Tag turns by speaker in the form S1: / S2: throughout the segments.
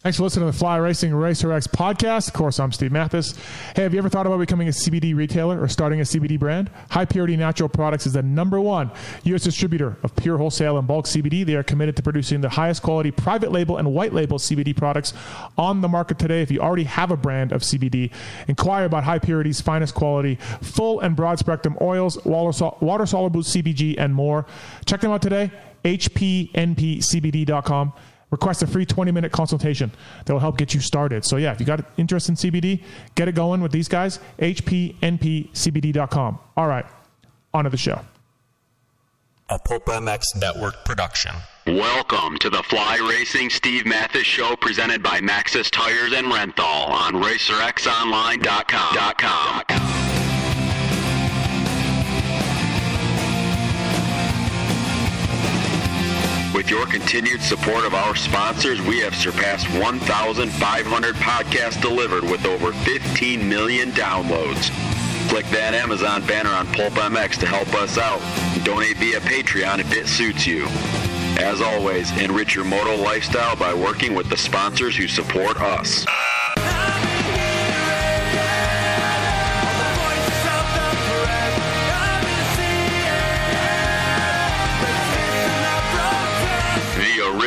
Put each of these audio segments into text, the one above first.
S1: Thanks for listening to the Fly Racing Racer X podcast. Of course, I'm Steve Mathis. Hey, have you ever thought about becoming a CBD retailer or starting a CBD brand? High Purity Natural Products is the number one U.S. distributor of pure wholesale and bulk CBD. They are committed to producing the highest quality private label and white label CBD products on the market today. If you already have a brand of CBD, inquire about High Purity's finest quality, full and broad spectrum oils, water soluble CBG, and more. Check them out today, hpnpcbd.com request a free 20 minute consultation that will help get you started. So, yeah, if you got interest in CBD, get it going with these guys, hpnpcbd.com. All right, on to the show.
S2: A Pulp MX Network production.
S3: Welcome to the Fly Racing Steve Mathis Show presented by Maxis Tires and Renthal on RacerXOnline.com. .com. With your continued support of our sponsors, we have surpassed 1,500 podcasts delivered with over 15 million downloads. Click that Amazon banner on Pulp MX to help us out. And donate via Patreon if it suits you. As always, enrich your moto lifestyle by working with the sponsors who support us.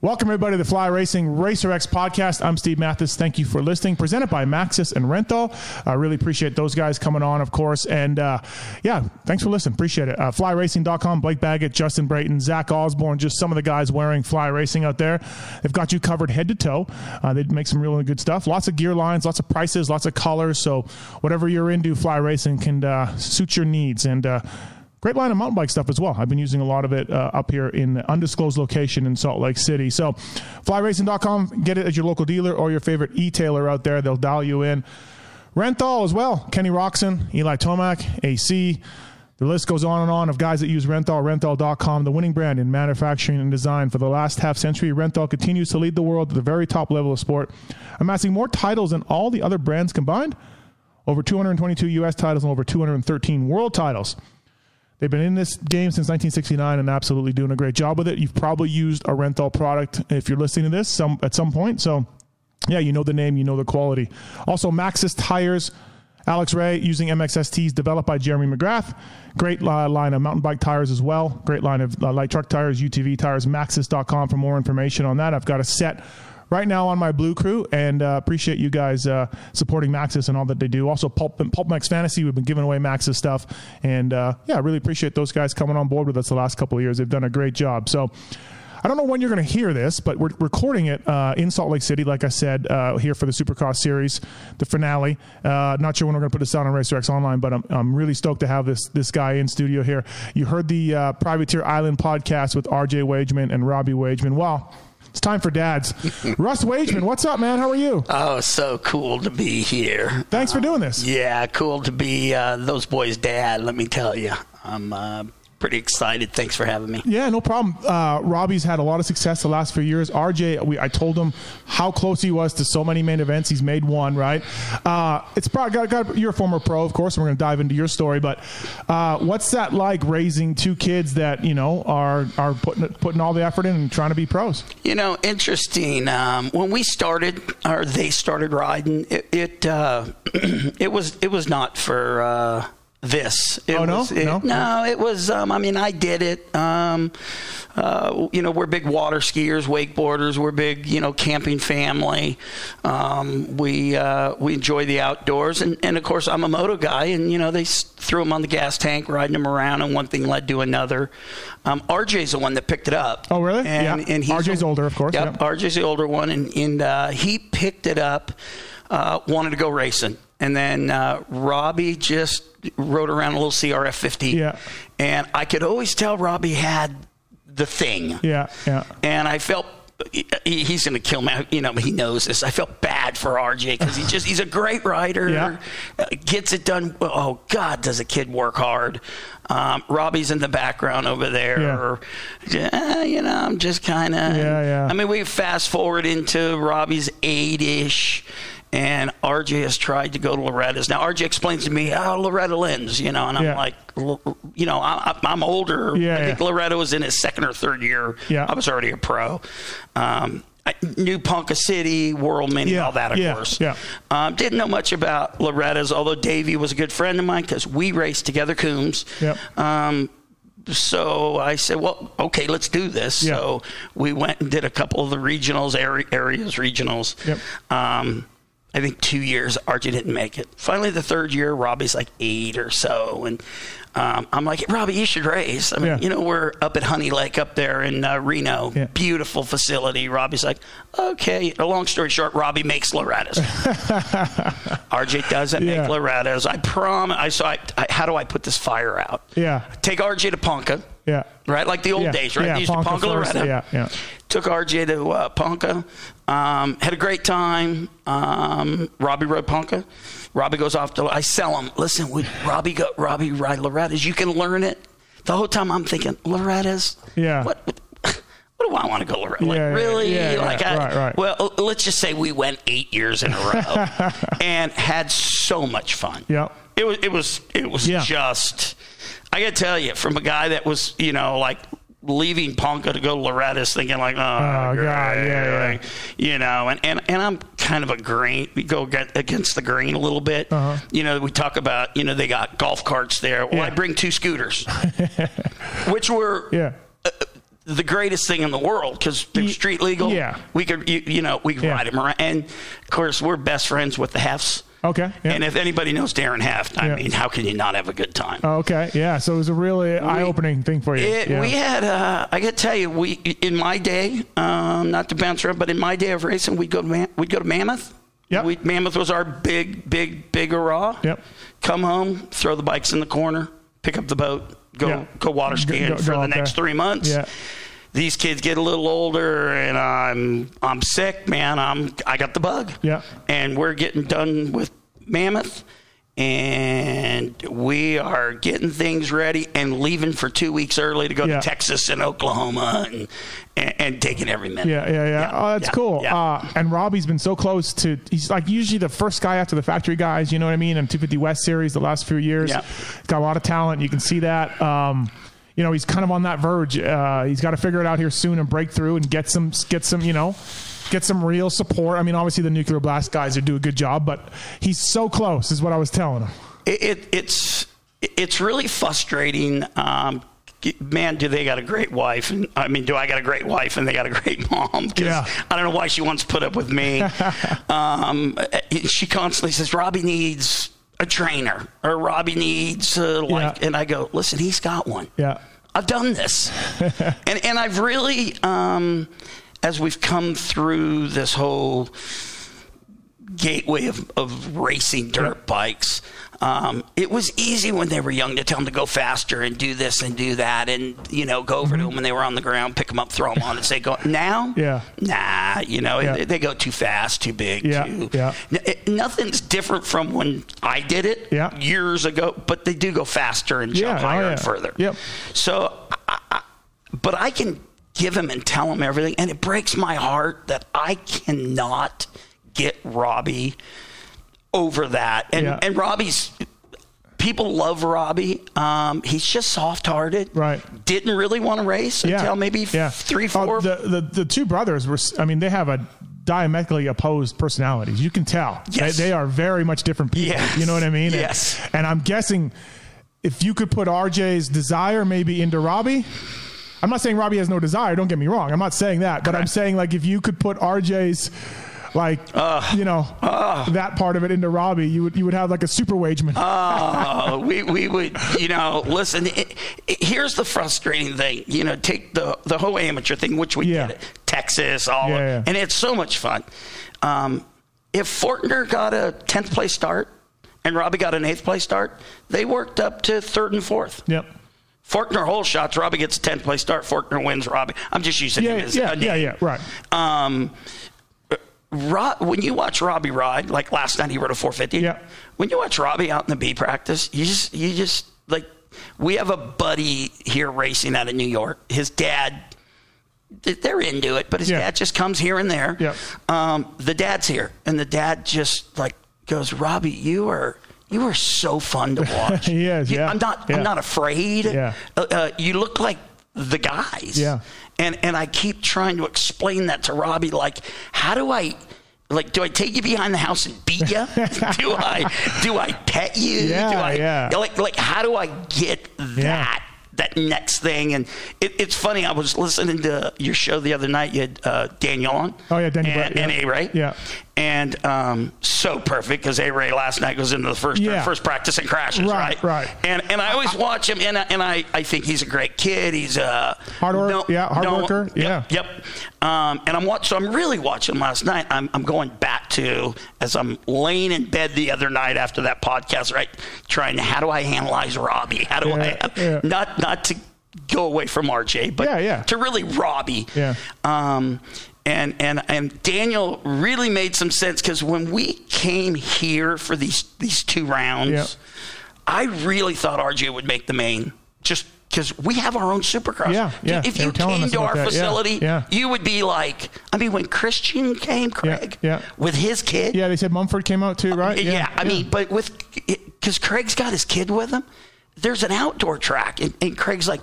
S1: Welcome, everybody, to the Fly Racing Racer X podcast. I'm Steve Mathis. Thank you for listening. Presented by Maxis and Rental. I really appreciate those guys coming on, of course. And uh, yeah, thanks for listening. Appreciate it. Uh, flyracing.com, Blake Baggett, Justin Brayton, Zach Osborne, just some of the guys wearing Fly Racing out there. They've got you covered head to toe. Uh, they make some really good stuff. Lots of gear lines, lots of prices, lots of colors. So whatever you're into, Fly Racing can uh, suit your needs. And, uh, great line of mountain bike stuff as well. I've been using a lot of it uh, up here in the undisclosed location in Salt Lake City. So, flyracing.com, get it at your local dealer or your favorite e-tailer out there. They'll dial you in. Renthal as well. Kenny Roxon, Eli Tomac, AC. The list goes on and on of guys that use Renthal, Renthal.com, the winning brand in manufacturing and design for the last half century. Renthal continues to lead the world at the very top level of sport, amassing more titles than all the other brands combined, over 222 U.S. titles and over 213 world titles. They've been in this game since 1969 and absolutely doing a great job with it. You've probably used a Renthal product if you're listening to this some at some point. So, yeah, you know the name, you know the quality. Also, Maxis tires. Alex Ray using MXSTs developed by Jeremy McGrath. Great uh, line of mountain bike tires as well. Great line of uh, light truck tires, UTV tires, maxis.com for more information on that. I've got a set right now on my Blue Crew, and uh, appreciate you guys uh, supporting Maxis and all that they do. Also, Pulp, Pulp Max Fantasy, we've been giving away Maxis stuff, and uh, yeah, really appreciate those guys coming on board with us the last couple of years. They've done a great job. So. I don't know when you're going to hear this, but we're recording it uh, in Salt Lake City, like I said, uh, here for the Supercross series, the finale. Uh, not sure when we're going to put this out on RacerX Online, but I'm, I'm really stoked to have this this guy in studio here. You heard the uh, Privateer Island podcast with RJ Wageman and Robbie Wageman. Wow. It's time for dads. Russ Wageman, what's up, man? How are you?
S4: Oh, so cool to be here.
S1: Thanks for doing this.
S4: Uh, yeah, cool to be uh, those boys' dad. Let me tell you, I'm uh, pretty excited. Thanks for having me.
S1: Yeah, no problem. Uh, Robbie's had a lot of success the last few years. RJ, we, I told him how close he was to so many main events. He's made one, right? Uh, it's probably got, got you're a former pro, of course. And we're going to dive into your story, but uh, what's that like raising two kids that you know are are putting putting all the effort in and trying to be pros?
S4: You know, interesting. Um, when we started, or they started riding, it it, uh, it was it was not for uh, this. It
S1: Oh, no?
S4: was, it,
S1: No?
S4: no, it was. Um, I mean, I did it. Um, uh, you know, we're big water skiers, wakeboarders. We're big, you know, camping family. Um, we uh, we enjoy the outdoors, and and of course, I'm a moto guy, and you know, they s- threw him on the gas tank, riding him around, and one thing led to another. Um, RJ's the one that picked it up.
S1: Oh, really?
S4: And,
S1: Yeah.
S4: and he's
S1: RJ's
S4: the-
S1: older, of course.
S4: Yep,
S1: Yep.
S4: RJ's the older one, and, and uh, he picked it up, uh, wanted to go racing. And then uh, Robbie just rode around a little CRF 50.
S1: Yeah.
S4: And I could always tell Robbie had the thing.
S1: Yeah, yeah.
S4: And I felt he, he's going to kill me. You know, he knows this. I felt bad for RJ because he just he's a great writer.
S1: Yeah.
S4: uh, Gets it done. Oh God, does a kid work hard? Um, Robbie's in the background over there.
S1: Yeah.
S4: Or, "Eh, you know, I'm just kind of.
S1: Yeah, yeah.
S4: I mean, we fast forward into Robbie's eight ish. And RJ has tried to go to Loretta's. Now, RJ explains to me, oh, Loretta Lynn's, you know, and I'm
S1: Yeah.
S4: like, "L- you know, I, I- I'm older.
S1: Yeah,
S4: I think
S1: yeah.
S4: Loretta was in his second or third year.
S1: Yeah.
S4: I was already a pro. Um, I knew Ponca City, World Mini,
S1: Yeah,
S4: all that, of
S1: yeah,
S4: course.
S1: yeah.
S4: Um, didn't know much about Loretta's, although Davey was a good friend of mine because we raced together, Coombs.
S1: Yep.
S4: Um, so I said, well, okay, let's do this.
S1: Yeah.
S4: So we went and did a couple of the regionals, area, areas regionals.
S1: Yep.
S4: Um, I think two years, RJ didn't make it. Finally, the third year, Robbie's like eight or so. And um, I'm like, Robbie, you should race. I mean,
S1: Yeah.
S4: you know, we're up at Honey Lake up there in uh, Reno.
S1: Yeah.
S4: Beautiful facility. Robbie's like, okay. A long story short, Robbie makes Loretta's. RJ doesn't
S1: Yeah.
S4: make Loretta's. I promise. I, so I, I, how do I put this fire out?
S1: Yeah.
S4: Take RJ to Ponca.
S1: Yeah.
S4: Right? Like the old
S1: yeah.
S4: days, right?
S1: Yeah,
S4: They used to
S1: Ponca
S4: Ponca
S1: first.
S4: Loretta.
S1: Yeah, yeah.
S4: Took RJ to uh, Ponca. Um, had a great time. Um, Robbie rode Ponca. Robbie goes off to. I sell him. Listen, would Robbie go? Robbie ride Loretta's. You can learn it. The whole time I'm thinking Loretta's.
S1: Yeah.
S4: What? What, what do I want to go Loretta? Like
S1: Yeah, yeah,
S4: really?
S1: yeah, yeah.
S4: like I,
S1: Right, right.
S4: well, l- let's just say we went eight years in a row and had so much fun.
S1: Yeah.
S4: It was. It was. It was
S1: Yeah.
S4: just. I gotta tell you, from a guy that was, you know, like leaving Ponca to go to Loretta's, thinking like, oh,
S1: God,
S4: great,
S1: yeah, yeah.
S4: like, you know, and, and, and I'm kind of a grain. We go get against the grain a little bit.
S1: Uh-huh.
S4: You know, we talk about, you know, they got golf carts there. Well, I
S1: Yeah.
S4: bring two scooters, which were uh,
S1: Yeah.
S4: the greatest thing in the world because they're
S1: Ye-
S4: street legal.
S1: yeah.
S4: we could, you, you know, we could
S1: Yeah.
S4: ride them around, and of course, we're best friends with the Hefts.
S1: Okay. Yeah.
S4: And if anybody knows Darren Heft, I
S1: Yeah.
S4: mean, how can you not have a good time?
S1: okay. Yeah. So it was a really eye opening thing for you.
S4: It,
S1: yeah.
S4: We had, uh, I got to tell you, we in my day, um, not to bounce around, but in my day of racing, we'd go to Man- we'd go to Mammoth.
S1: Yep.
S4: We, Mammoth was our big, big, big hurrah.
S1: Yep.
S4: Come home, throw the bikes in the corner, pick up the boat, go
S1: Yeah.
S4: go water
S1: Go-
S4: skiing
S1: go-
S4: for
S1: go
S4: the
S1: out
S4: next
S1: there.
S4: three months.
S1: Yeah.
S4: These kids get a little older, and I'm I'm sick, man. I'm I got the bug.
S1: Yeah.
S4: And we're getting done with Mammoth. And we are getting things ready and leaving for two weeks early to go
S1: Yeah.
S4: to Texas and Oklahoma and, and, and taking every minute.
S1: Yeah, yeah, yeah. Oh, that's
S4: yeah,
S1: cool.
S4: yeah.
S1: Uh, and Robbie's been so close to. He's like usually the first guy after the factory guys. You know what I mean? In 250 West series, the last few years,
S4: Yeah.
S1: He's got a lot of talent. You can see that. Um, you know, he's kind of on that verge. Uh, he's got to figure it out here soon and break through and get some, get some, you know, get some real support. I mean, obviously the nuclear blast guys are do a good job, but he's so close, is what I was telling him.
S4: it, it it's it's really frustrating. Um, man, do they got a great wife? And I mean, do I got a great wife and they got a great mom? 'Cause
S1: Yeah.
S4: I don't know why she wants to put up with me. um, she constantly says Robbie needs a trainer or Robbie needs uh, like,
S1: Yeah.
S4: and I go, listen, he's got one.
S1: Yeah,
S4: I've done this, and and I've really, um, as we've come through this whole gateway of, of racing dirt bikes, um, it was easy when they were young to tell them to go faster and do this and do that, and you know go over to them when they were on the ground, pick them up, throw them on, and say go. Now,
S1: Mm-hmm. Yeah.
S4: nah, you know
S1: Yeah.
S4: they, they go too fast, too big,
S1: Yeah,
S4: too.
S1: yeah.
S4: N- it- nothing's different from when I did it
S1: Yeah.
S4: years ago, but they do go faster and jump
S1: Yeah, oh,
S4: higher and
S1: yeah.
S4: further.
S1: Yep.
S4: So, I, I, but I can give him and tell him everything, and it breaks my heart that I cannot get Robbie over that. And
S1: Yeah.
S4: and Robbie's people love Robbie. Um, he's just soft hearted.
S1: Right.
S4: Didn't really want to race
S1: yeah.
S4: until maybe
S1: yeah.
S4: three,
S1: Oh,
S4: four.
S1: the, the the two brothers were. s- I mean, they have a diametrically opposed personalities. You can tell.
S4: Yes.
S1: They, they are very much different people.
S4: Yes.
S1: You know what I mean? And-
S4: Yes.
S1: And, I'm guessing if you could put RJ's desire maybe into Robbie. I'm not saying Robbie has no desire. Don't get me wrong. I'm not saying that, but I'm saying like if you could put RJ's like you know that part of it into Robbie, you would you would have like a super wageman.
S4: Oh, we, we would, you know, listen, it, it- here's the frustrating thing. You know, take the, the whole amateur thing, which we
S1: Yeah.
S4: get it. Texas, all of
S1: Yeah, yeah.
S4: And it's so much fun. Um, if Fortner got a 10th place start and Robbie got an 8th place start, they worked up to third and fourth.
S1: yep.
S4: Forkner hole shots. Robbie gets a 10th place start. Forkner wins. Robbie. I'm just using
S1: Yeah,
S4: him as
S1: yeah,
S4: a
S1: yeah,
S4: name.
S1: yeah, right.
S4: Um, Ro- when you watch Robbie ride, like last night he rode a 450.
S1: Yeah.
S4: When you watch Robbie out in the B practice, you just you just like we have a buddy here racing out of New York. His dad, th- they're into it, but his
S1: Yeah.
S4: dad just comes here and there.
S1: Yeah.
S4: Um, the dad's here, and the dad just like goes, Robbie, you are. You are so fun to watch.
S1: He is,
S4: You-
S1: yeah.
S4: I'm not.
S1: Yeah.
S4: I'm not afraid.
S1: Yeah.
S4: Uh, uh, you look like the guys.
S1: Yeah.
S4: And and I keep trying to explain that to Robbie. Like, how do I? Like, do I take you behind the house and beat you? do I do I pet you?
S1: Yeah,
S4: do I,
S1: yeah.
S4: Like like how do I get that that next thing? And it, it's funny. I was listening to your show the other night. You had uh, Daniel on.
S1: Oh, yeah, Daniel
S4: and,
S1: Brett, yeah.
S4: and A Ray.
S1: Yeah.
S4: And um, so perfect because A Ray last night goes into the first
S1: Yeah.
S4: first practice and crashes.
S1: Right,
S4: Right,
S1: right.
S4: And and I always watch him, and I, and I, I think he's a great kid. He's a
S1: Hard work- yeah, hard worker, yeah.
S4: Yep. Um, and I'm watch, so I'm really watching last night. I'm, I'm going back to as I'm laying in bed the other night after that podcast, right? Trying to how do I analyze Robbie? How do I
S1: Yeah, yeah.
S4: not not to go away from RJ, but
S1: Yeah, yeah.
S4: to really Robbie.
S1: Yeah.
S4: Um, and and and Daniel really made some sense because when we came here for these these two rounds,
S1: Yeah.
S4: I really thought RJ would make the main just. Because we have our own supercross.
S1: Yeah, yeah.
S4: If
S1: They
S4: you
S1: were telling
S4: came
S1: us
S4: to
S1: about
S4: our
S1: that. Yeah,
S4: facility,
S1: yeah.
S4: you would be like, I mean, when Christian came, Craig,
S1: yeah.
S4: with his kid,
S1: Yeah, they said Mumford came out too, right?
S4: Uh, yeah, I mean, but with because Craig's got his kid with him. There's an outdoor track, and, and Craig's like,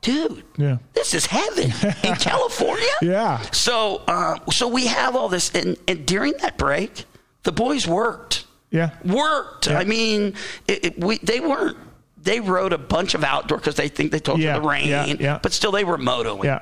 S4: dude,
S1: Yeah.
S4: this is heaven in California.
S1: Yeah.
S4: So, uh, so we have all this, and, and during that break, the boys worked.
S1: Yeah.
S4: worked. I mean, it, it, we they weren't. They rode a bunch of outdoor because they think they told
S1: Yeah,
S4: you the rain,
S1: yeah, yeah.
S4: but still they were motoing.
S1: Yeah.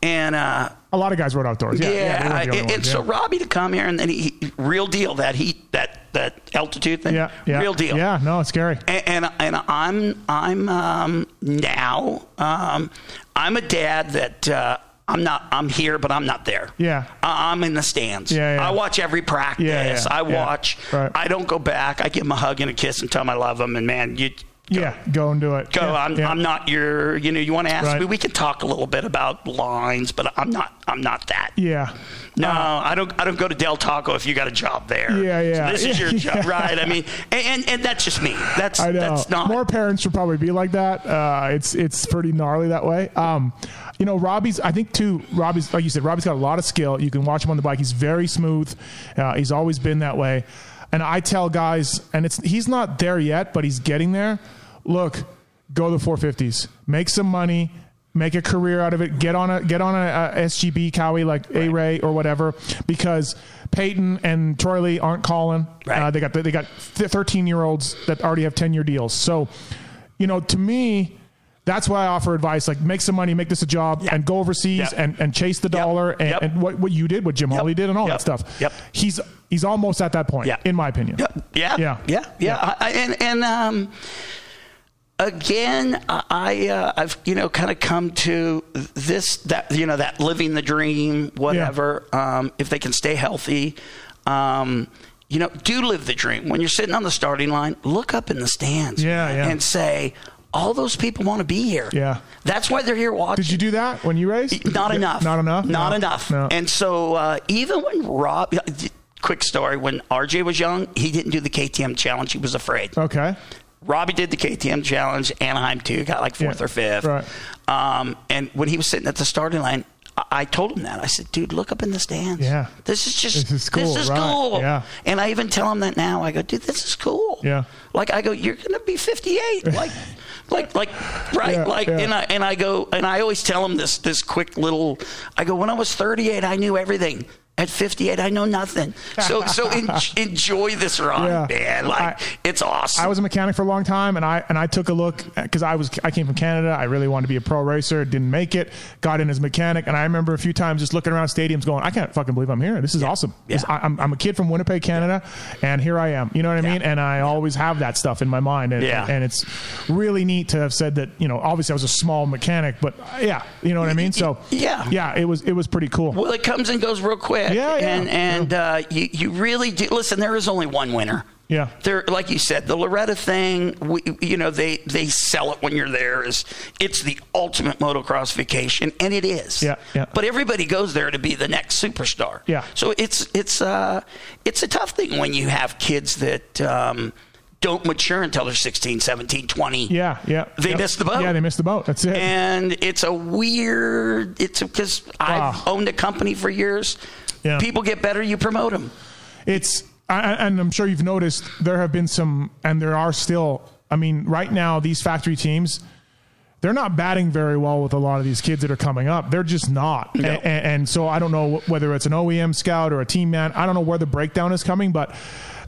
S4: And uh,
S1: a lot of guys rode outdoors. Yeah,
S4: yeah,
S1: yeah, they weren't the only
S4: and, and
S1: ones,
S4: so
S1: yeah.
S4: Robbie to come here and then he real deal that heat that that altitude thing,
S1: yeah, yeah,
S4: real deal.
S1: Yeah, no, it's scary.
S4: And, and and I'm I'm um, now um, I'm a dad that uh, I'm not I'm here but I'm not there.
S1: Yeah.
S4: I- I'm in the stands.
S1: Yeah, yeah.
S4: I watch every practice.
S1: Yeah, yeah,
S4: I
S1: yeah.
S4: watch.
S1: Right.
S4: I don't go back. I give him a hug and a kiss and tell him I love him. And man, you
S1: yeah, go and do it.
S4: go.
S1: yeah,
S4: I'm,
S1: yeah.
S4: I'm not your. You know, you want to ask
S1: Right.
S4: me? We can talk a little bit about lines, but I'm not. I'm not that.
S1: Yeah,
S4: No, I don't. I don't go to Del Taco if you got a job there.
S1: Yeah, yeah.
S4: This is your
S1: Yeah.
S4: job, right? I mean, and, and and that's just me. That's
S1: I know.
S4: that's not
S1: More parents should probably be like that. Uh, it's it's pretty gnarly that way. Um, you know, Robbie's. I think too. Robbie's like you said. Robbie's got a lot of skill. You can watch him on the bike. He's very smooth. Uh, he's always been that way. And I tell guys, and it's he's not there yet, but he's getting there. Look, go the 450s. Make some money. Make a career out of it. Get on a get on a, a SGB Cowie like A Ray or whatever, because Peyton and Troy Lee aren't calling.
S4: Right.
S1: Uh, they got they got thirteen year olds that already have ten year deals. So, you know, to me, that's why I offer advice: like make some money, make this a job,
S4: Yeah.
S1: and go overseas
S4: Yep.
S1: and, and chase the
S4: Yep.
S1: dollar and,
S4: Yep.
S1: and what what you did, what Jim Hawley did, and all
S4: Yep.
S1: that stuff.
S4: Yep.
S1: He's he's almost at that point,
S4: Yeah.
S1: in my opinion.
S4: Yeah,
S1: Yeah.
S4: yeah, yeah, yeah. I, I- and and um, again, I- I uh, I've you know kind of come to this that you know that living the dream, whatever. Um, if they can stay healthy, um, you know, do live the dream. When you're sitting on the starting line, look up in the stands,
S1: Yeah, yeah.
S4: and say. All those people want to be here.
S1: Yeah.
S4: that's why they're here watching.
S1: Did you do that when you raced?
S4: Not
S1: Yeah.
S4: enough.
S1: Not enough.
S4: Not
S1: No.
S4: enough.
S1: No.
S4: And so uh, even when Rob, quick story, when RJ was young, he didn't do the KTM challenge. He was afraid.
S1: okay.
S4: Robbie did the KTM challenge, Anaheim too, got like fourth
S1: Yeah,
S4: or fifth.
S1: right.
S4: Um, and when he was sitting at the starting line, I- I told him that. I said, dude, look up in the stands.
S1: Yeah.
S4: This is just,
S1: This is cool, right,
S4: cool."
S1: yeah.
S4: And I even tell him that now. I go, dude, this is cool.
S1: Yeah.
S4: Like, I go, you're going to be 58. Like, like, like, right.
S1: Yeah,
S4: like,
S1: yeah.
S4: and I, and I go, and I always tell him this, this quick little, I go, when I was 38, I knew everything. At 58, I know nothing. So, so en- enjoy this
S1: Yeah.
S4: ride, man. Like,
S1: I-
S4: it's awesome.
S1: I was a mechanic for a long time, and I and I took a look because I was I came from Canada. I really wanted to be a pro racer. Didn't make it. Got in as a mechanic, and I remember a few times just looking around stadiums, going, "I can't fucking believe I'm here. This is awesome. This- I, am I'm a kid from Winnipeg, Canada, and here I am. You know what I mean? And I always have that stuff in my mind, and,
S4: Yeah.
S1: and it's really neat to have said that. You know, obviously I was a small mechanic, but uh, yeah, you know what I mean. So
S4: Yeah.
S1: yeah, it was it was pretty cool.
S4: Well, it comes and goes real quick.
S1: Yeah, yeah.
S4: And and uh, you you really do. Listen, there is only one winner.
S1: Yeah.
S4: They're like you said, the Loretta thing. We, you know, they they sell it when you're there as it's the ultimate motocross vacation, and it is.
S1: Yeah, yeah.
S4: But everybody goes there to be the next superstar.
S1: Yeah.
S4: So it's it's uh it's a tough thing when you have kids that um, don't mature until they're 16, 17, 20.
S1: Yeah, yeah.
S4: They
S1: Yep.
S4: missed the boat.
S1: Yeah, they missed the boat. That's it.
S4: And it's a weird. It's because
S1: Wow.
S4: I've owned a company for years.
S1: Ah. Yeah.
S4: People get better, you promote them.
S1: it's I- I- and I'm sure you've noticed there have been some, and there are still. I mean, right now these factory teams, they're not batting very well with a lot of these kids that are coming up. They're just not, A- a- and, so I don't know wh- whether it's an OEM scout or a team man. I don't know where the breakdown is coming, but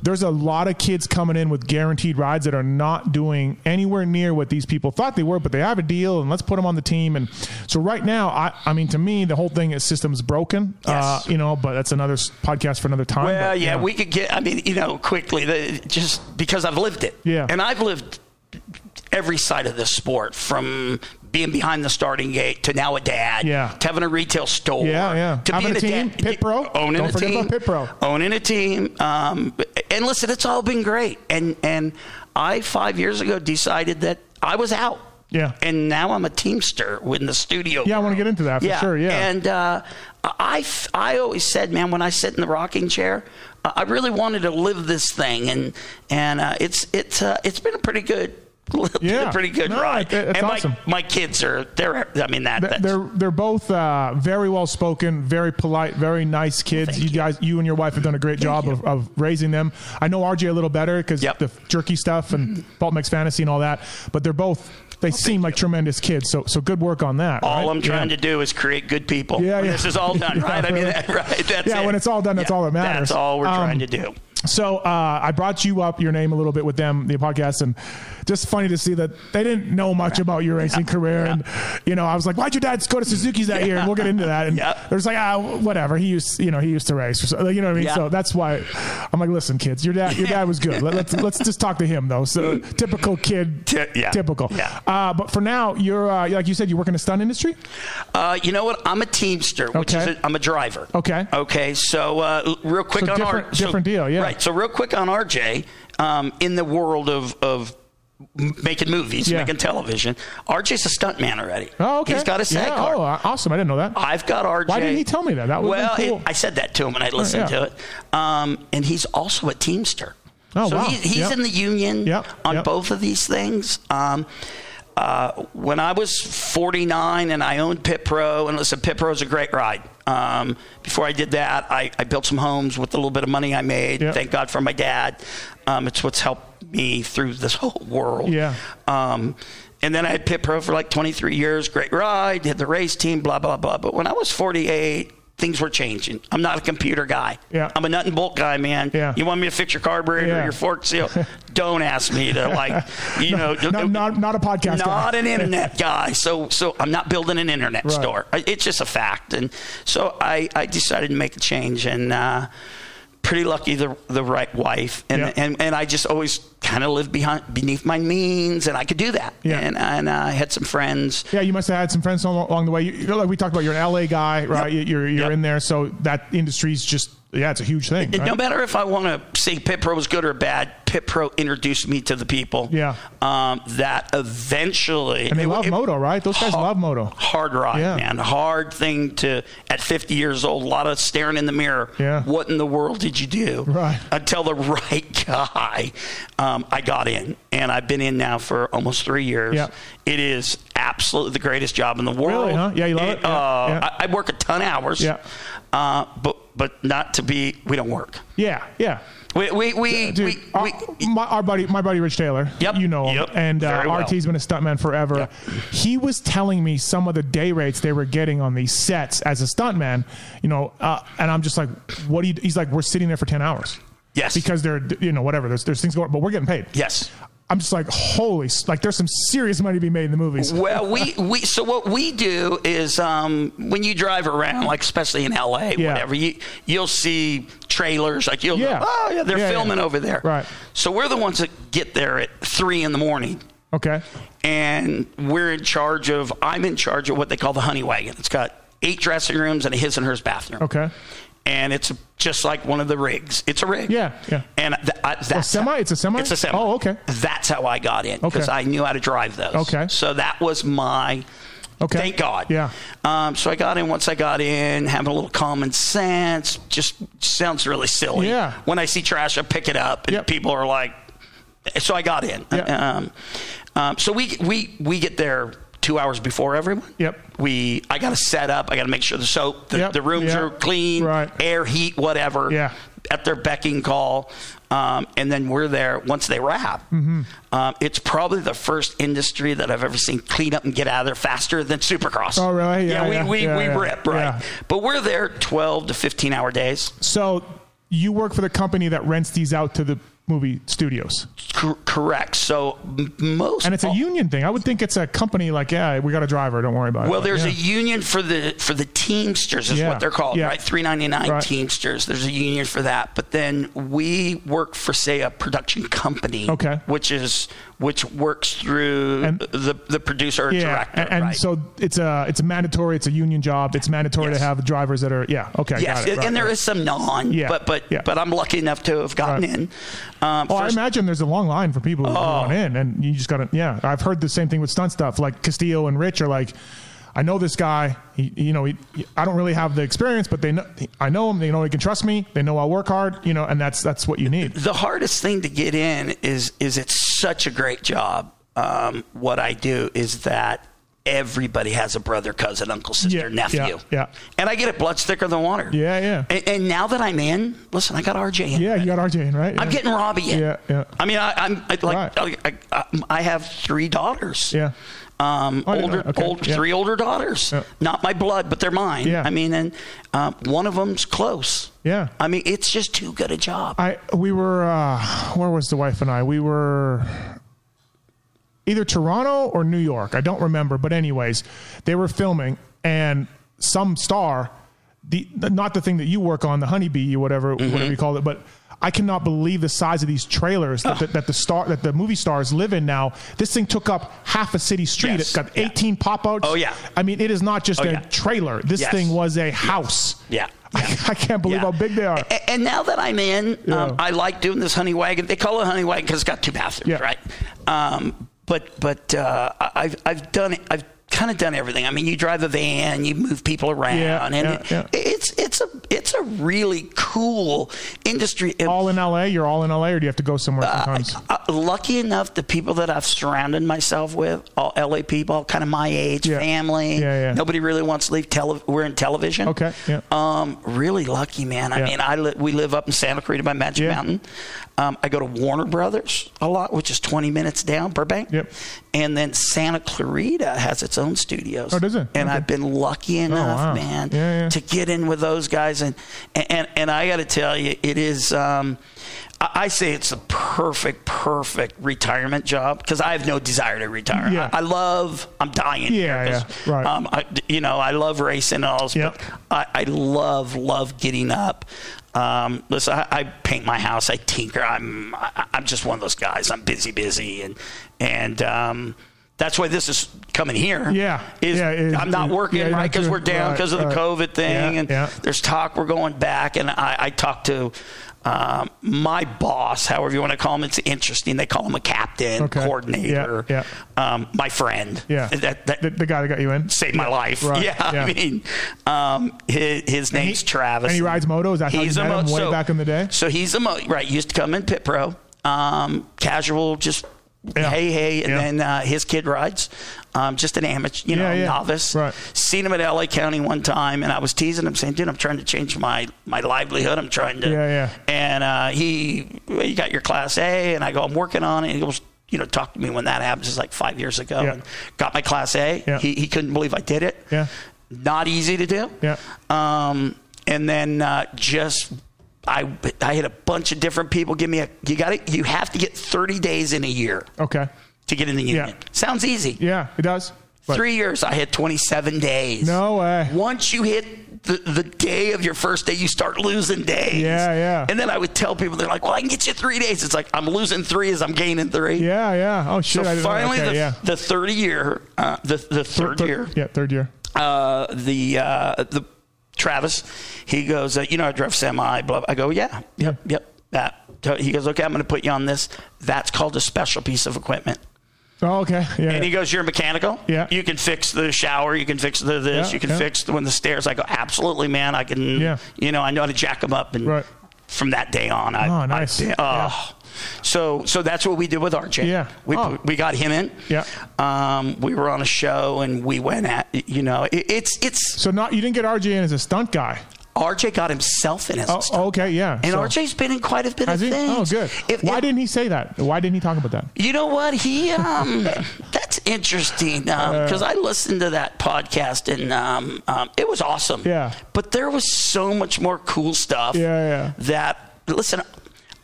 S1: there's a lot of kids coming in with guaranteed rides that are not doing anywhere near what these people thought they were, but they have a deal and let's put them on the team. And so right now, I, I mean, to me, the whole thing is systems broken,
S4: Yes.
S1: uh, you know, but that's another s- podcast for another time.
S4: Well,
S1: but,
S4: yeah, we could get. I mean, you know, quickly, the, just because I've lived it.
S1: Yeah.
S4: And I've lived every side of this sport, from being behind the starting gate to now a dad.
S1: Yeah.
S4: To having a retail store.
S1: Yeah, yeah.
S4: To
S1: Having
S4: being
S1: a team,
S4: dad-
S1: Pit Pro.
S4: Owning
S1: Don't
S4: a
S1: forget
S4: team.
S1: about Pit Pro.
S4: Owning a team. Um, and listen, it's all been great. And and I five years ago decided that I was out.
S1: Yeah.
S4: And now I'm a teamster in the studio.
S1: Yeah, I wanna
S4: world.
S1: get into that for sure, yeah.
S4: And and uh, I, f- I always said, man, when I sit in the rocking chair, uh, I really wanted to live this thing, and and uh, it's it's uh, it's been a pretty good,
S1: Yeah.
S4: pretty good
S1: No,
S4: ride.
S1: it- it's
S4: and
S1: awesome.
S4: my, my kids are they're I mean that
S1: Th-
S4: that's,
S1: they're they're both uh, very well spoken, very polite, very nice kids. You, guys, you and your wife have done a great job of, of raising them. I know RJ a little better because
S4: Yep.
S1: the jerky stuff and Paul Mix Fantasy and all that. But they're both they seem like tremendous kids. So so good work on that.
S4: all
S1: right?
S4: I'm trying
S1: Yeah.
S4: to do is create good people.
S1: Yeah,
S4: When
S1: yeah.
S4: This is all done,
S1: Yeah,
S4: right? I mean,
S1: really.
S4: that, right? That's
S1: Yeah,
S4: it.
S1: when it's all done, that's all that matters.
S4: That's all we're
S1: Um,
S4: trying to do.
S1: So uh, I brought you up your name a little bit with them, the podcast, and just funny to see that they didn't know much about your racing career. And you know, I was like, "Why'd your dad go to Suzuki's that year?" And we'll get into that. And
S4: Yeah.
S1: they're just like, "Ah, whatever. He used, you know, he used to race." Or so, like, you know what I mean?
S4: Yeah.
S1: So that's why I'm like, "Listen, kids, your dad, your dad was good. Let, us let's just talk to him though." So typical kid,
S4: Ty- yeah.
S1: typical.
S4: Yeah.
S1: Uh, but for now, you're uh, like you said, you work in the stunt industry.
S4: Uh, you know what? I'm a teamster, which
S1: Okay.
S4: is a, I'm a driver.
S1: Okay.
S4: Okay. So uh, l- real quick
S1: So
S4: on our
S1: different- different deal, yeah.
S4: Right. So real quick on RJ, um, in the world of of m- making movies,
S1: Yeah.
S4: making television, RJ's a stuntman already.
S1: Oh, okay.
S4: He's got a
S1: yeah.
S4: sag car.
S1: Oh, awesome! I didn't know that.
S4: I've got RJ.
S1: Why didn't he tell me that? That would've
S4: well,
S1: been cool.
S4: it- I said that to him and I listened
S1: yeah.
S4: to it. Um, and he's also a teamster.
S1: Oh,
S4: so
S1: wow.
S4: he's, he's
S1: Yep.
S4: in the union
S1: Yep,
S4: on
S1: yep.
S4: both of these things. Um, uh, when I was 49 and I owned Pit Pro, and listen, Pit Pro is a great ride. Um, before I did that, I, I built some homes with a little bit of money I made.
S1: Yep.
S4: Thank God for my dad. Um, it's what's helped me through this whole world.
S1: Yeah.
S4: Um, and then I had Pit Pro for like 23 years. Great ride, had the race team, blah, blah, blah. But when I was 48, things were changing. I'm not a computer guy.
S1: Yeah.
S4: I'm a nut and bolt guy, man.
S1: Yeah.
S4: You want me to fix your carburetor
S1: Yeah.
S4: or your fork seal? Don't ask me to, like, you know.
S1: Not- not- not a podcast guy.
S4: Not an internet guy. So, so I'm not building an internet
S1: Right.
S4: store. I- It's just a fact. And so I, I decided to make a change and, uh, Pretty lucky the the right wife and
S1: Yeah.
S4: and, and I just always kind of lived behind beneath my means and I could do that
S1: Yeah.
S4: and and I had some friends
S1: Yeah, you must have had some friends al- along the way. You, you know, like we talked about, you're an LA guy, right? You- You're you're
S4: Yep.
S1: in there, so that industry's just yeah, it's a huge thing.
S4: It-
S1: right?
S4: No matter if I want to say Pit Pro was good or bad, Pit Pro introduced me to the people.
S1: Yeah.
S4: Um, that eventually.
S1: And they love moto, right? Those guys
S4: ha-
S1: love moto.
S4: Hard ride,
S1: Yeah.
S4: man. Hard thing to, at 50 years old, a lot of staring in the mirror.
S1: Yeah.
S4: What in the world did you do?
S1: Right.
S4: Until the right guy, um, I got in. And I've been in now for almost three years.
S1: Yeah.
S4: It is absolutely the greatest job in the world.
S1: Really, huh? Yeah, you love it? Yeah,
S4: uh,
S1: yeah.
S4: I, I work a ton of hours.
S1: Yeah.
S4: Uh, but, but not to be, we don't work.
S1: Yeah, yeah.
S4: We we we,
S1: Dude, uh,
S4: we,
S1: our,
S4: we
S1: my, our buddy, my buddy Rich Taylor.
S4: Yep,
S1: you know him,
S4: yep,
S1: and uh,
S4: very well.
S1: RT's been a stuntman forever. He was telling me some of the day rates they were getting on these sets as a stuntman. You know, uh, and I'm just like, what do you? He's like, we're sitting there for ten hours.
S4: Yes.
S1: because they're you know whatever. There's there's things going, but we're getting paid.
S4: yes.
S1: I'm just like, holy, s- like there's some serious money to be made in the movies.
S4: Well, we, we so what we do is um, when you drive around, like especially in LA,
S1: Yeah.
S4: whatever you you'll see trailers, like you'll
S1: Yeah.
S4: oh yeah they're
S1: Yeah, yeah.
S4: filming over there,
S1: Right.
S4: So we're the ones that get there at three in the morning,
S1: Okay.
S4: and we're in charge of I'm in charge of what they call the honey wagon. It's got eight dressing rooms and a his and hers bathroom.
S1: Okay.
S4: and it's just like one of the rigs. It's a rig.
S1: Yeah, yeah.
S4: And th- I, that's
S1: semi? It's a semi?
S4: It's a semi.
S1: Oh, okay.
S4: That's how I got in because
S1: Okay.
S4: I knew how to drive those.
S1: Okay.
S4: So that was my.
S1: Okay.
S4: Thank God.
S1: Yeah.
S4: Um, so I got in. Once I got in, having a little common sense, just sounds really silly.
S1: Yeah.
S4: When I see trash, I pick it up, and
S1: Yep.
S4: people are like, "So I got in."
S1: Yeah.
S4: Um, um, so we we we get there two hours before everyone.
S1: Yep.
S4: We I got to set up. I got to make sure the soap, the,
S1: Yep,
S4: the rooms
S1: yeah.
S4: are clean,
S1: Right.
S4: air, heat, whatever.
S1: Yeah.
S4: At their becking call, um, and then we're there once they wrap.
S1: Mm-hmm.
S4: Um, it's probably the first industry that I've ever seen clean up and get out of there faster than Supercross.
S1: Oh, really?
S4: Yeah,
S1: Yeah,
S4: we
S1: yeah,
S4: we,
S1: yeah,
S4: we
S1: yeah,
S4: rip right,
S1: yeah.
S4: but we're there twelve to fifteen hour days.
S1: So you work for the company that rents these out to the movie studios,
S4: Cor- correct. So m- most
S1: and it's a union thing. I would think it's a company like, yeah, we got a driver. Don't worry about it.
S4: Well, there's
S1: yeah.
S4: a union for the for the Teamsters is
S1: Yeah.
S4: what they're called,
S1: Yeah.
S4: right? 399
S1: Right.
S4: Teamsters. There's a union for that. But then we work for say a production company,
S1: Okay.
S4: which is which works through
S1: And-
S4: the the producer or
S1: yeah,
S4: director,
S1: and, and
S4: right?
S1: so it's a it's a mandatory. It's a union job. It's mandatory
S4: Yes.
S1: to have drivers that are yeah okay.
S4: Yes,
S1: got it,
S4: and- and there is some non,
S1: Yeah.
S4: but but
S1: Yeah.
S4: but I'm lucky enough to have gotten
S1: Right.
S4: in. Um,
S1: Oh, I
S4: first- Oh.
S1: imagine there's a long line for people who want in, and you just got to. Yeah, I've heard the same thing with stunt stuff. Like Castillo and Rich are like, I know this guy. He, you know, he, I don't really have the experience, but they know I know him. They know he can trust me. They know I'll work hard. You know, and that's that's what you need.
S4: the hardest thing to get in is is it's such a great job. Um, what I do is that everybody has a brother, cousin, uncle, sister,
S1: Yeah,
S4: nephew.
S1: yeah, yeah.
S4: And I get it blood thicker than water.
S1: Yeah, yeah.
S4: And, and now that I'm in, listen, I got RJ in.
S1: Yeah, you got RJ in, right?
S4: I'm
S1: Yeah.
S4: getting Robbie in.
S1: Yeah, yeah.
S4: I mean, I, I'm I, like,
S1: Right.
S4: I, I, I have three daughters.
S1: Yeah.
S4: Um,
S1: Oh, I didn't
S4: older,
S1: know. Okay.
S4: old,
S1: Yeah.
S4: three older daughters.
S1: Yeah.
S4: Not my blood, but they're mine.
S1: Yeah.
S4: I mean, and um, one of them's close.
S1: Yeah.
S4: I mean, it's just too good a job.
S1: I we were uh, where was the wife and I? We were either Toronto or New York. I don't remember, but anyways, they were filming and some star, the not the thing that you work on, the honeybee, or whatever
S4: Mm-hmm.
S1: whatever you call it, but. I cannot believe the size of these trailers that, the, that the star that the movie stars live in now. This thing took up half a city street.
S4: Yes.
S1: It's got
S4: Yeah.
S1: 18 pop outs.
S4: Oh, yeah.
S1: I mean, it is not just
S4: Oh,
S1: a
S4: yeah.
S1: trailer. This
S4: Yes.
S1: thing was a house.
S4: Yeah.
S1: I, I can't believe
S4: Yeah.
S1: how big they are.
S4: A- And, now that I'm in,
S1: Yeah.
S4: um, I like doing this honey wagon. They call it honey wagon because it's got two bathrooms,
S1: Yeah.
S4: right? Um, but but uh, I- I've I've done it. I've kind of done everything. I mean, you drive a van, you move people around,
S1: Yeah,
S4: and
S1: yeah,
S4: it-
S1: yeah.
S4: it's it's a it's a really cool industry. And,
S1: all in LA? You're all in LA, or do you have to go somewhere sometimes?
S4: uh, lucky enough, the people that I've surrounded myself with, all LA people, kind of my age,
S1: Yeah.
S4: family.
S1: Yeah, yeah.
S4: Nobody really wants to leave. Tele- we're in television.
S1: Okay, yeah.
S4: Um, really lucky, man. I
S1: Yeah.
S4: mean, I li- we live up in Santa Cruz by Magic
S1: Yeah.
S4: Mountain. Um, I go to Warner Brothers a lot, which is 20 minutes down Burbank.
S1: Yep.
S4: And then Santa Clarita has its own studios.
S1: Oh, does it?
S4: And
S1: Okay. Oh,
S4: I've been lucky enough,
S1: wow.
S4: man,
S1: Yeah, yeah.
S4: to get in with those guys. And and and I got to tell you, it is. Um, I I say it's a perfect, perfect retirement job because I have no desire to retire.
S1: Yeah.
S4: I, I love. I'm dying.
S1: Yeah,
S4: here 'cause,
S1: yeah, right.
S4: Um, I, you know, I love racing and all. this,
S1: Yep.
S4: But I, I love, love getting up. Um, listen, I, I paint my house. I tinker. I'm, I, I'm just one of those guys. I'm busy, busy, and and um, that's why this is coming here.
S1: Yeah.
S4: is
S1: Yeah, it-
S4: I'm not
S1: it-
S4: working
S1: yeah,
S4: right
S1: you're not
S4: 'cause right because
S1: doing-
S4: we're down
S1: right,
S4: because of the
S1: right.
S4: COVID thing,
S1: Yeah,
S4: and
S1: yeah.
S4: there's talk we're going back, and I, I talked to um, my boss, however you want to call him. It's interesting. They call him a captain,
S1: Okay.
S4: coordinator,
S1: Yeah,
S4: Um, my friend.
S1: Yeah,
S4: That, that
S1: the, the guy that got you in.
S4: saved my life.
S1: Right,
S4: Yeah,
S1: yeah.
S4: I mean, um, his, his name's Travis.
S1: and he rides moto? Is that how you met
S4: mo-
S1: him way back in the day?
S4: So he's a mo- right. Used to come in pit pro, um, casual, just
S1: Yeah.
S4: hey hey, and
S1: Yeah.
S4: then uh, his kid rides, um, just an amateur, you
S1: Yeah,
S4: know,
S1: yeah.
S4: novice.
S1: Right.
S4: Seen him at LA County one time, and I was teasing him, saying, "Dude, I'm trying to change my my livelihood. I'm trying to."
S1: Yeah, yeah.
S4: And uh, he, well, you got your class A, and I go, I'm working on it. And he goes. You know, talk to me when that happens. It's like five years ago.
S1: Yeah.
S4: And got my class A.
S1: Yeah.
S4: He, he couldn't believe I did it
S1: Yeah.
S4: not easy to do.
S1: Yeah.
S4: Um, and then uh, just I I had a bunch of different people give me a you got to you have to get 30 days in a year
S1: Okay.
S4: to get in the
S1: Yeah.
S4: union. Sounds easy.
S1: Yeah, it does. But-
S4: 3 years I had 27 days.
S1: No way.
S4: Once you hit the, the day of your first day, you start losing days.
S1: Yeah, yeah.
S4: And then I would tell people, they're like, well, I can get you three days. It's like, I'm losing three as I'm gaining three.
S1: Yeah, yeah. Oh
S4: So
S1: shit! I didn't know.
S4: finally,
S1: Okay,
S4: the,
S1: yeah.
S4: the 30 year, uh, the, the third
S1: Thir-
S4: year,
S1: Yeah, third year.
S4: uh, the uh, the Travis, he goes, uh, you know, I drove semi. Blah, blah. I go, yeah, yep,
S1: Yeah.
S4: yep, that. So He goes, okay, I'm going to put you on this. That's called a special piece of equipment.
S1: Oh, okay. Yeah.
S4: And he goes, "You're a mechanical.
S1: Yeah.
S4: You can fix the shower. You can fix the this.
S1: Yeah,
S4: you can
S1: yeah.
S4: fix the, when the stairs." I go, "Absolutely, man. I can.
S1: Yeah.
S4: You know, I know how to jack them up." And
S1: Right.
S4: from that day on, I.
S1: Oh,
S4: I
S1: nice.
S4: did-
S1: Yeah.
S4: oh. So, so that's what we did with RJ.
S1: Yeah.
S4: We
S1: Oh.
S4: we got him in.
S1: Yeah.
S4: Um, we were on a show and we went at you know it, it's it's
S1: so not you didn't get RJ in as a stunt guy.
S4: RJ got himself in as a
S1: Oh,
S4: star.
S1: okay, yeah.
S4: And
S1: so-
S4: RJ's been in quite a bit
S1: Has
S4: of
S1: he? Oh,
S4: things.
S1: good.
S4: If-
S1: Why
S4: if-
S1: didn't he say that? Why didn't he talk about that?
S4: You know what? He um, that's interesting
S1: Uh.
S4: because I listened to that podcast and um, um, it was awesome.
S1: Yeah.
S4: But there was so much more cool stuff.
S1: Yeah, yeah.
S4: That listen,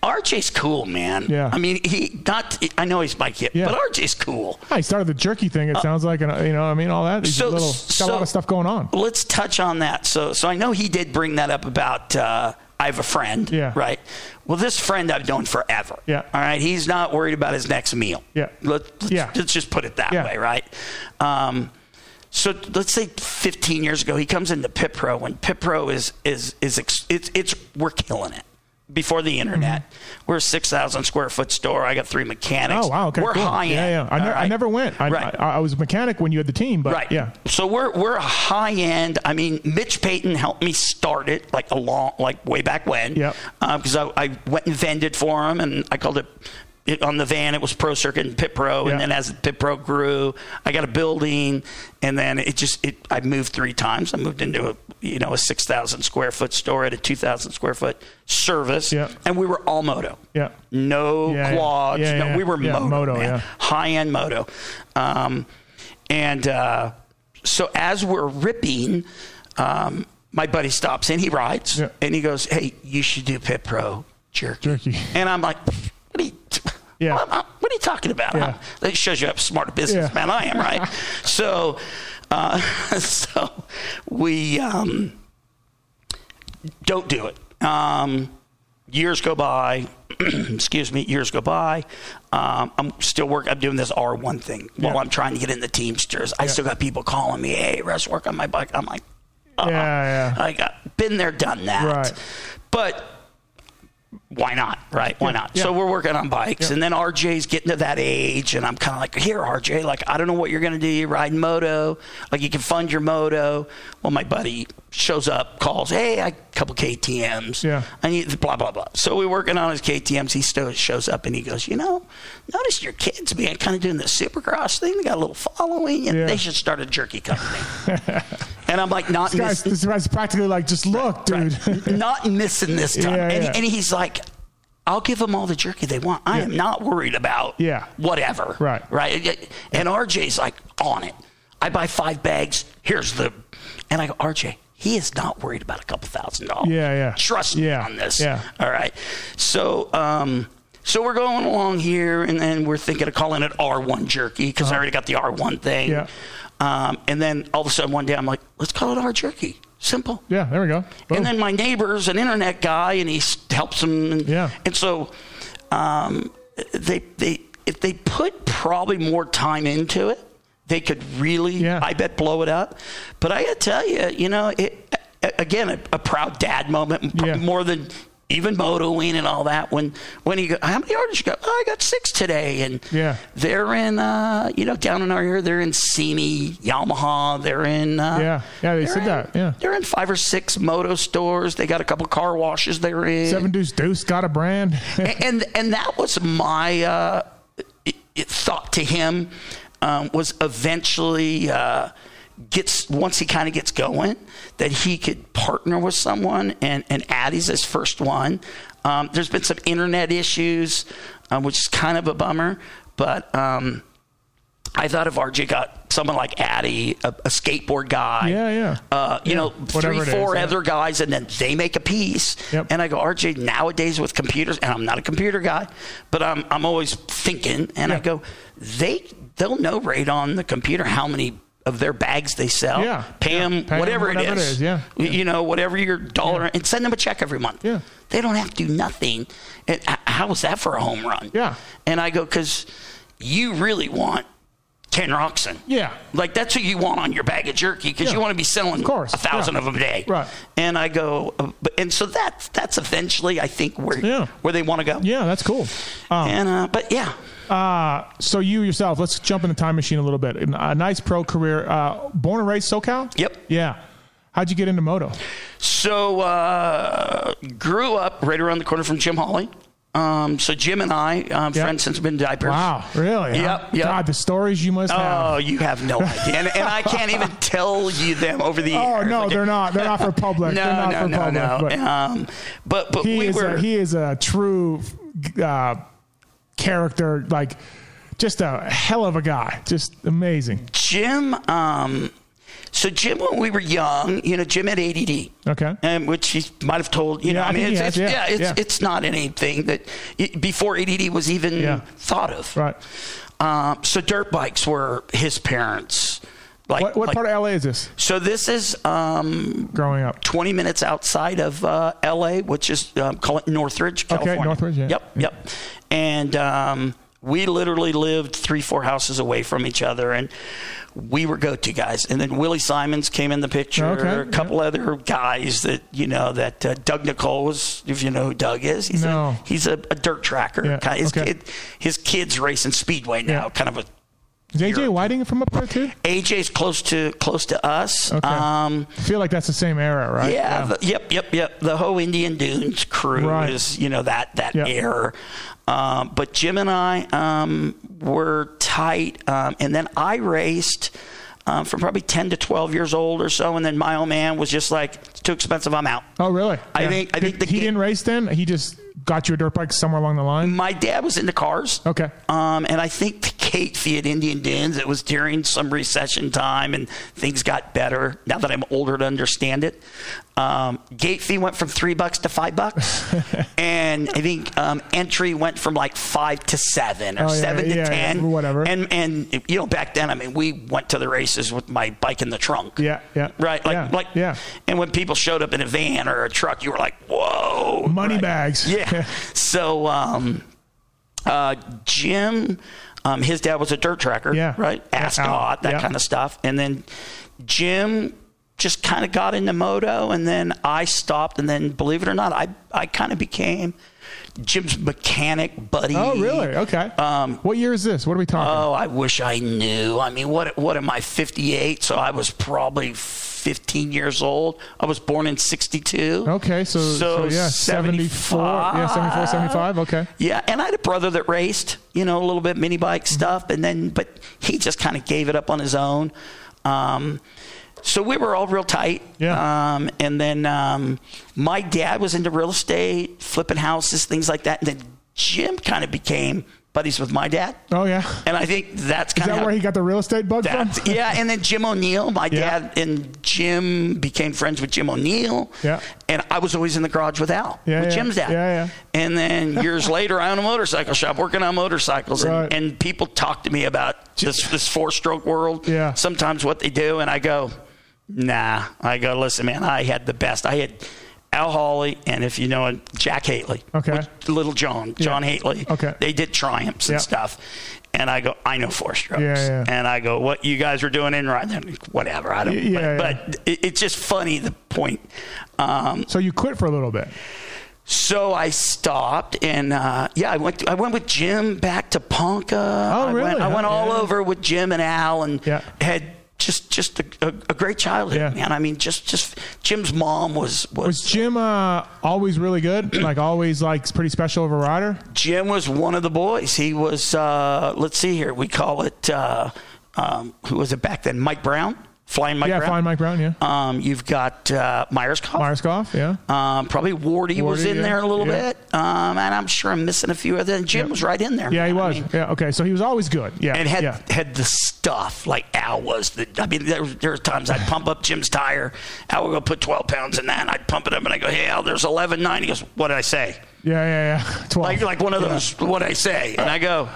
S4: RJ's cool, man.
S1: Yeah.
S4: I mean, he not. I know he's my kid,
S1: Yeah.
S4: but RJ's cool.
S1: I started the jerky thing. It sounds like, and, uh, you know, what I mean, all that. He's
S4: so-
S1: a little, got a lot
S4: so-
S1: of stuff going on.
S4: Let's touch on that. So, so I know he did bring that up about uh, I have a friend.
S1: Yeah.
S4: Right. Well, this friend I've known forever.
S1: Yeah.
S4: All right. He's not worried about his next meal.
S1: Yeah.
S4: Let, let's,
S1: Yeah.
S4: let's just put it that
S1: Yeah.
S4: way, right? Um, so let's say 15 years ago, he comes into Pipro when Pipro is is is ex- it's it's we're killing it. Before the internet, we're a 6,000 square foot store. I got three
S1: Mm-hmm.
S4: mechanics.
S1: Oh wow, okay,
S4: we're
S1: cool.
S4: high end.
S1: Yeah, yeah. I,
S4: all
S1: ne- I
S4: right?
S1: never went. I,
S4: Right.
S1: I, I was a mechanic when you had the team, but
S4: Right.
S1: yeah,
S4: So we're we're a high end. I mean, Mitch Payton helped me start it like a long, like way back when.
S1: Yep.
S4: Because I, I went and vended for him, and I called it. It, on the van, it was Pro Circuit and Pit Pro,
S1: Yeah.
S4: and then as Pit Pro grew, I got a building, and then it just it. I moved three times. I moved into a you know a six thousand square foot store at a two thousand square foot service,
S1: Yeah.
S4: and we were all moto,
S1: Yeah.
S4: no
S1: Yeah, yeah.
S4: quads,
S1: Yeah,
S4: no,
S1: yeah,
S4: we were
S1: yeah,
S4: moto,
S1: moto,
S4: man
S1: yeah.
S4: high end moto. Um, and uh, so as we're ripping, um, my buddy stops in, he rides,
S1: Yeah.
S4: and he goes, Hey, you should do Pit Pro jerky.
S1: Jerky.
S4: And I'm like, What are you,
S1: Yeah.
S4: I'm- I'm- what are you talking about?
S1: Yeah.
S4: I'm- That shows you how smart a businessman I am, right? so, uh, so we. Um, don't do it. Um, years go by. excuse me. Years go by. Um, I'm still working. I'm doing this R1 thing while
S1: Yeah.
S4: I'm trying to get in the Teamsters. I still got people calling me, "Hey, Russ, work on my bike." I'm like, uh-uh.
S1: Yeah, yeah.
S4: I got been there, done that.
S1: Right.
S4: But why not? Right? Why not?
S1: yeah.
S4: So we're working on bikes,
S1: Yeah.
S4: and then RJ's getting to that age, and I'm kind of like, here, RJ, like I don't know what you're gonna do. You're riding moto, like you can fund your moto. Well, my buddy shows up, calls, hey, I couple KTM's.
S1: Yeah.
S4: I need blah blah blah. So we're working on his KTM's. He still shows up, and he goes, you know, notice your kids being kind of doing the supercross thing. They got a little following, and
S1: Yeah.
S4: they should start a jerky company. and I'm like, not in
S1: guys,
S4: this
S1: this guy's practically like, just look, dude.
S4: Right. not missing this time.
S1: Yeah,
S4: and,
S1: yeah.
S4: and he's like, I'll give them all the jerky they want. I am not worried about
S1: Yeah.
S4: whatever.
S1: Right.
S4: Right. And RJ's like on it. I buy five bags. Here's the, and I go, RJ, he is not worried about a couple thousand dollars.
S1: Yeah, yeah.
S4: Trust
S1: Yeah,
S4: me on this.
S1: yeah.
S4: All right. So, um, so we're going along here, and then we're thinking of calling it R1 jerky because I already got the R1 thing.
S1: Uh-huh. Yeah.
S4: Um, and then all of a sudden one day I'm like, let's call it R jerky. Simple.
S1: yeah, there we go. Boom.
S4: And then my neighbor's an internet guy, and he s- helps him. And,
S1: Yeah.
S4: And so, um, they they if they put probably more time into it, they could really,
S1: Yeah.
S4: I bet, blow it up. But I gotta tell you, you know, it a- again a, a proud dad moment pro-
S1: Yeah.
S4: more than. Even motoring and all that. When when he go, how many orders you got? Oh, I got six today. And
S1: Yeah.
S4: they're in uh, you know down in our area. They're in Simi, Yamaha. They're in uh,
S1: Yeah. Yeah, they
S4: they're
S1: said
S4: in-
S1: that. Yeah.
S4: they're in five or six moto stores. They got a couple car washes they're in.
S1: Seven Deuce Deuce got a brand.
S4: And, and and that was my uh, i- i- thought to him um, was eventually uh, gets once he kind of gets going that he could partner with someone and and Addie's his first one. Um, there's been some internet issues, um, which is kind of a bummer, but. Um, I thought if RJ got someone like Addy, a, a skateboard guy,
S1: Yeah, yeah.
S4: uh, you know,
S1: whatever
S4: three,
S1: it
S4: four
S1: is, yeah.
S4: other guys, and then they make a piece.
S1: Yep.
S4: And I go, RJ, nowadays with computers, and I'm not a computer guy, but I'm, I'm always thinking, and I
S1: Yeah.
S4: go, they they'll know right on the computer how many of their bags they sell.
S1: Yeah.
S4: Pay
S1: Yeah.
S4: them
S1: Pay 'em
S4: whatever,
S1: whatever it is, yeah.
S4: You- You know, whatever your dollar, and send them a check every month.
S1: Yeah.
S4: They don't have to do nothing. uh, And h- how is that for a home run?
S1: Yeah.
S4: And I go, because you really want Ken Roxon.
S1: Yeah.
S4: Like that's who you want on your bag of jerky because
S1: Yeah.
S4: you want to be selling
S1: Of course.
S4: a thousand
S1: Yeah.
S4: of them a day.
S1: Right.
S4: And I go, uh, but- and so that's that's eventually I think where
S1: Yeah.
S4: where they want to go.
S1: Yeah, that's cool. Um,
S4: And uh, but yeah,
S1: uh, so you yourself, let's jump in the time machine a little bit. A nice pro career. Uh, born and raised SoCal.
S4: Yep.
S1: Yeah. How'd you get into moto?
S4: So, uh, grew up right around the corner from Jim Hawley. Um, so Jim and I, um,
S1: Yep.
S4: friends since we've been diapers.
S1: Wow, really?
S4: Yep,
S1: huh?
S4: yep.
S1: God, the stories you must have.
S4: Oh, you have no idea, and, and I can't even tell you them over the.
S1: Oh
S4: air.
S1: no,
S4: Like,
S1: they're not. They're not for public.
S4: No,
S1: they're not
S4: no,
S1: for
S4: no,
S1: public.
S4: no.
S1: But
S4: But, um, but but
S1: he
S4: we
S1: is
S4: were.
S1: a, he is a true uh, character, like just a hell of a guy, just amazing.
S4: Jim, um, so Jim, when we were young, you know, Jim had ADD.
S1: Okay.
S4: Um, which he might have told, you
S1: Yeah,
S4: know,
S1: I
S4: I mean,
S1: think
S4: it's,
S1: he
S4: it's,
S1: has,
S4: yeah,
S1: yeah,
S4: it's,
S1: yeah.
S4: it's not anything that it, before ADD was even
S1: Yeah.
S4: thought of.
S1: Right.
S4: Uh, so dirt bikes were his parents. Like,
S1: What, what
S4: like-
S1: part of LA is this?
S4: So this is um,
S1: Growing up.
S4: 20 minutes outside of uh, L.A., which is um, call it Northridge, California.
S1: Northridge, yeah.
S4: Yep, yep. And um, we literally lived three, four houses away from each other, and we were go-to guys. And then Willie Simons came in the picture,
S1: Okay,
S4: a couple other guys that you know that uh, Doug Nicole was, if you know who Doug is. He's
S1: No.
S4: a, he's a, a dirt tracker.
S1: Yeah,
S4: Kind- His,
S1: okay.
S4: kid, his kid's racing speedway now,
S1: Yeah.
S4: kind of a
S1: Is AJ Whiting from up there too?
S4: AJ's close to close to us.
S1: Okay.
S4: Um,
S1: I feel like that's the same era, right?
S4: yeah. the- yep. Yep. Yep. The whole Indian Dunes crew
S1: Right.
S4: is you know that that
S1: Yep.
S4: era. Um, but Jim and I um, were tight, um, and then I raced. Um, from probably 10 to 12 years old or so, and then my old man was just like, "It's too expensive. I'm out."
S1: Oh, really?
S4: I
S1: Yeah.
S4: think- I
S1: Did-
S4: think the
S1: he
S4: ga-
S1: didn't race then. He just got you a dirt bike somewhere along the line.
S4: My dad was into cars.
S1: Okay.
S4: Um, and I think the Kate Fiat Indian Dens, it was during some recession time and things got better now that I'm older to understand it. Um, gate fee went from three bucks to five bucks. and I think um, entry went from like five to seven or
S1: Oh, yeah,
S4: seven to
S1: yeah,
S4: ten.
S1: whatever.
S4: And, and, you know, back then, I mean, we went to the races with my bike in the trunk.
S1: Yeah, yeah.
S4: Right. Like,
S1: Yeah,
S4: like,
S1: yeah.
S4: And when people showed up in a van or a truck, you were like, whoa.
S1: Money
S4: right?
S1: bags.
S4: Yeah. so, um, uh, Jim, um, his dad was a dirt tracker,
S1: Yeah.
S4: right?
S1: Yeah,
S4: Ascot,
S1: Al,
S4: that
S1: yeah.
S4: kind of stuff. And then Jim just kind of got into moto, and then I stopped. And then, believe it or not, I, I kind of became Jim's mechanic buddy.
S1: Oh, really? Okay.
S4: Um,
S1: what year is this? What are we talking?
S4: Oh, I wish I knew. I mean, what what am I? 58, so I was probably 15 years old. I was born in 62.
S1: Okay, so, so, yeah, 74. Yeah, 74, 75. Okay.
S4: Yeah, and I had a brother that raced, you know, a little bit mini bike
S1: Mm-hmm.
S4: stuff, and then but he just kind of gave it up on his own. Um, so we were all real tight.
S1: Yeah.
S4: Um, and then um, my dad was into real estate, flipping houses, things like that. And then Jim kind of became buddies with my dad.
S1: Oh, yeah.
S4: And I think that's
S1: Is
S4: kind
S1: that
S4: of
S1: where he got the real estate bug from?
S4: that. yeah, and then Jim O'Neill, my
S1: Yeah.
S4: dad and Jim became friends with Jim O'Neill.
S1: Yeah.
S4: And I was always in the garage with Al,
S1: Yeah,
S4: with
S1: yeah.
S4: Jim's dad.
S1: Yeah, yeah.
S4: And then years later, I own a motorcycle shop, working on motorcycles, and,
S1: Right.
S4: and people talk to me about this this four stroke world.
S1: Yeah.
S4: Sometimes what they do, and I go, Nah. I go, listen, man, I had the best. I had. Al Hawley and if you know him, Jack Haley,
S1: Okay.
S4: with Little John, John Haley,
S1: Okay.
S4: they did triumphs and
S1: Yeah.
S4: stuff, and I go, I know four strokes,
S1: Yeah, yeah.
S4: and I go, what you guys are doing in right then, whatever, I don't.
S1: Y- yeah,
S4: but
S1: yeah.
S4: but it, it's just funny the point. Um,
S1: So you quit for a little bit.
S4: so I stopped, and uh, yeah, I went. I went with Jim back to Ponca.
S1: Oh,
S4: I
S1: really?
S4: Went, I went
S1: Oh,
S4: all
S1: yeah.
S4: over with Jim and Al, and
S1: Yeah.
S4: had just just a, a, a great childhood,
S1: Yeah.
S4: man. I mean, just just Jim's mom was was,
S1: Was Jim uh, always really good? Like always, like pretty special of a rider.
S4: Jim was one of the boys. He was, uh, let's see here, we call it, uh, um, who was it back then? Mike Brown? Flying Mike
S1: yeah,
S4: Brown?
S1: fine, Mike Brown. Yeah,
S4: Um, you've got uh, Myerscough.
S1: Myerscough. Yeah,
S4: Um, probably Wardy, was
S1: Wardy,
S4: in
S1: yeah,
S4: there a little
S1: yeah.
S4: bit. Um, and I'm sure I'm missing a few other. And Jim was right in there.
S1: yeah, he
S4: man. I
S1: was.
S4: mean,
S1: yeah, okay. So he was always good. Yeah,
S4: and had
S1: yeah.
S4: had the stuff like Al was. The, I mean, there, there were times I'd pump up Jim's tire. Al would go put 12 pounds in that. And I'd pump it up and I go, hey, Al, there's 11.9. He goes, what did I say?
S1: yeah, yeah, yeah. Twelve.
S4: Like, like one of those, what did I say? And I go,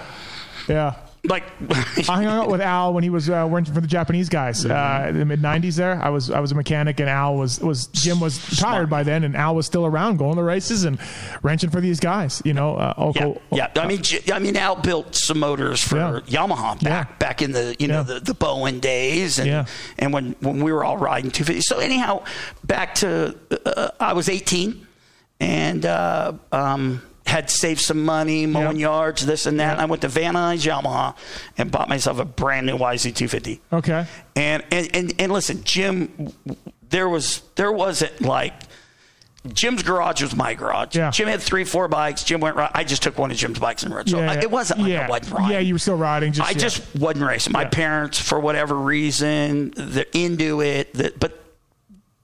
S1: yeah,
S4: like
S1: I hung out with Al when he was uh, working for the Japanese guys
S4: Mm-hmm.
S1: uh, in the mid '90s. There, I was I was a mechanic, and Al was was Jim was tired by then, and Al was still around going to races and wrenching for these guys. You know, uh,
S4: Yeah,
S1: Oco,
S4: yeah. I mean, J- I mean, Al built some motors for
S1: Yeah.
S4: Yamaha back
S1: Yeah.
S4: back in the you know
S1: Yeah.
S4: the, the Bowen days, and
S1: Yeah.
S4: and when when we were all riding 250. So anyhow, back to uh, I was 18, and uh, um, had saved some money mowing
S1: Yeah.
S4: yards, this and that. I went to Van Nuys Yamaha and bought myself a brand new YZ 250.
S1: okay,
S4: And and, and and listen, Jim, there was there wasn't like Jim's garage was my garage.
S1: Yeah.
S4: Jim had three, four bikes. Jim went right. I just took one of Jim's bikes and rode. So
S1: Yeah,
S4: I-
S1: yeah.
S4: it wasn't like
S1: yeah.
S4: I wasn't riding.
S1: Yeah, you were still riding. Just,
S4: I
S1: yeah.
S4: just wasn't racing. My parents, for whatever reason, they're into it, that, but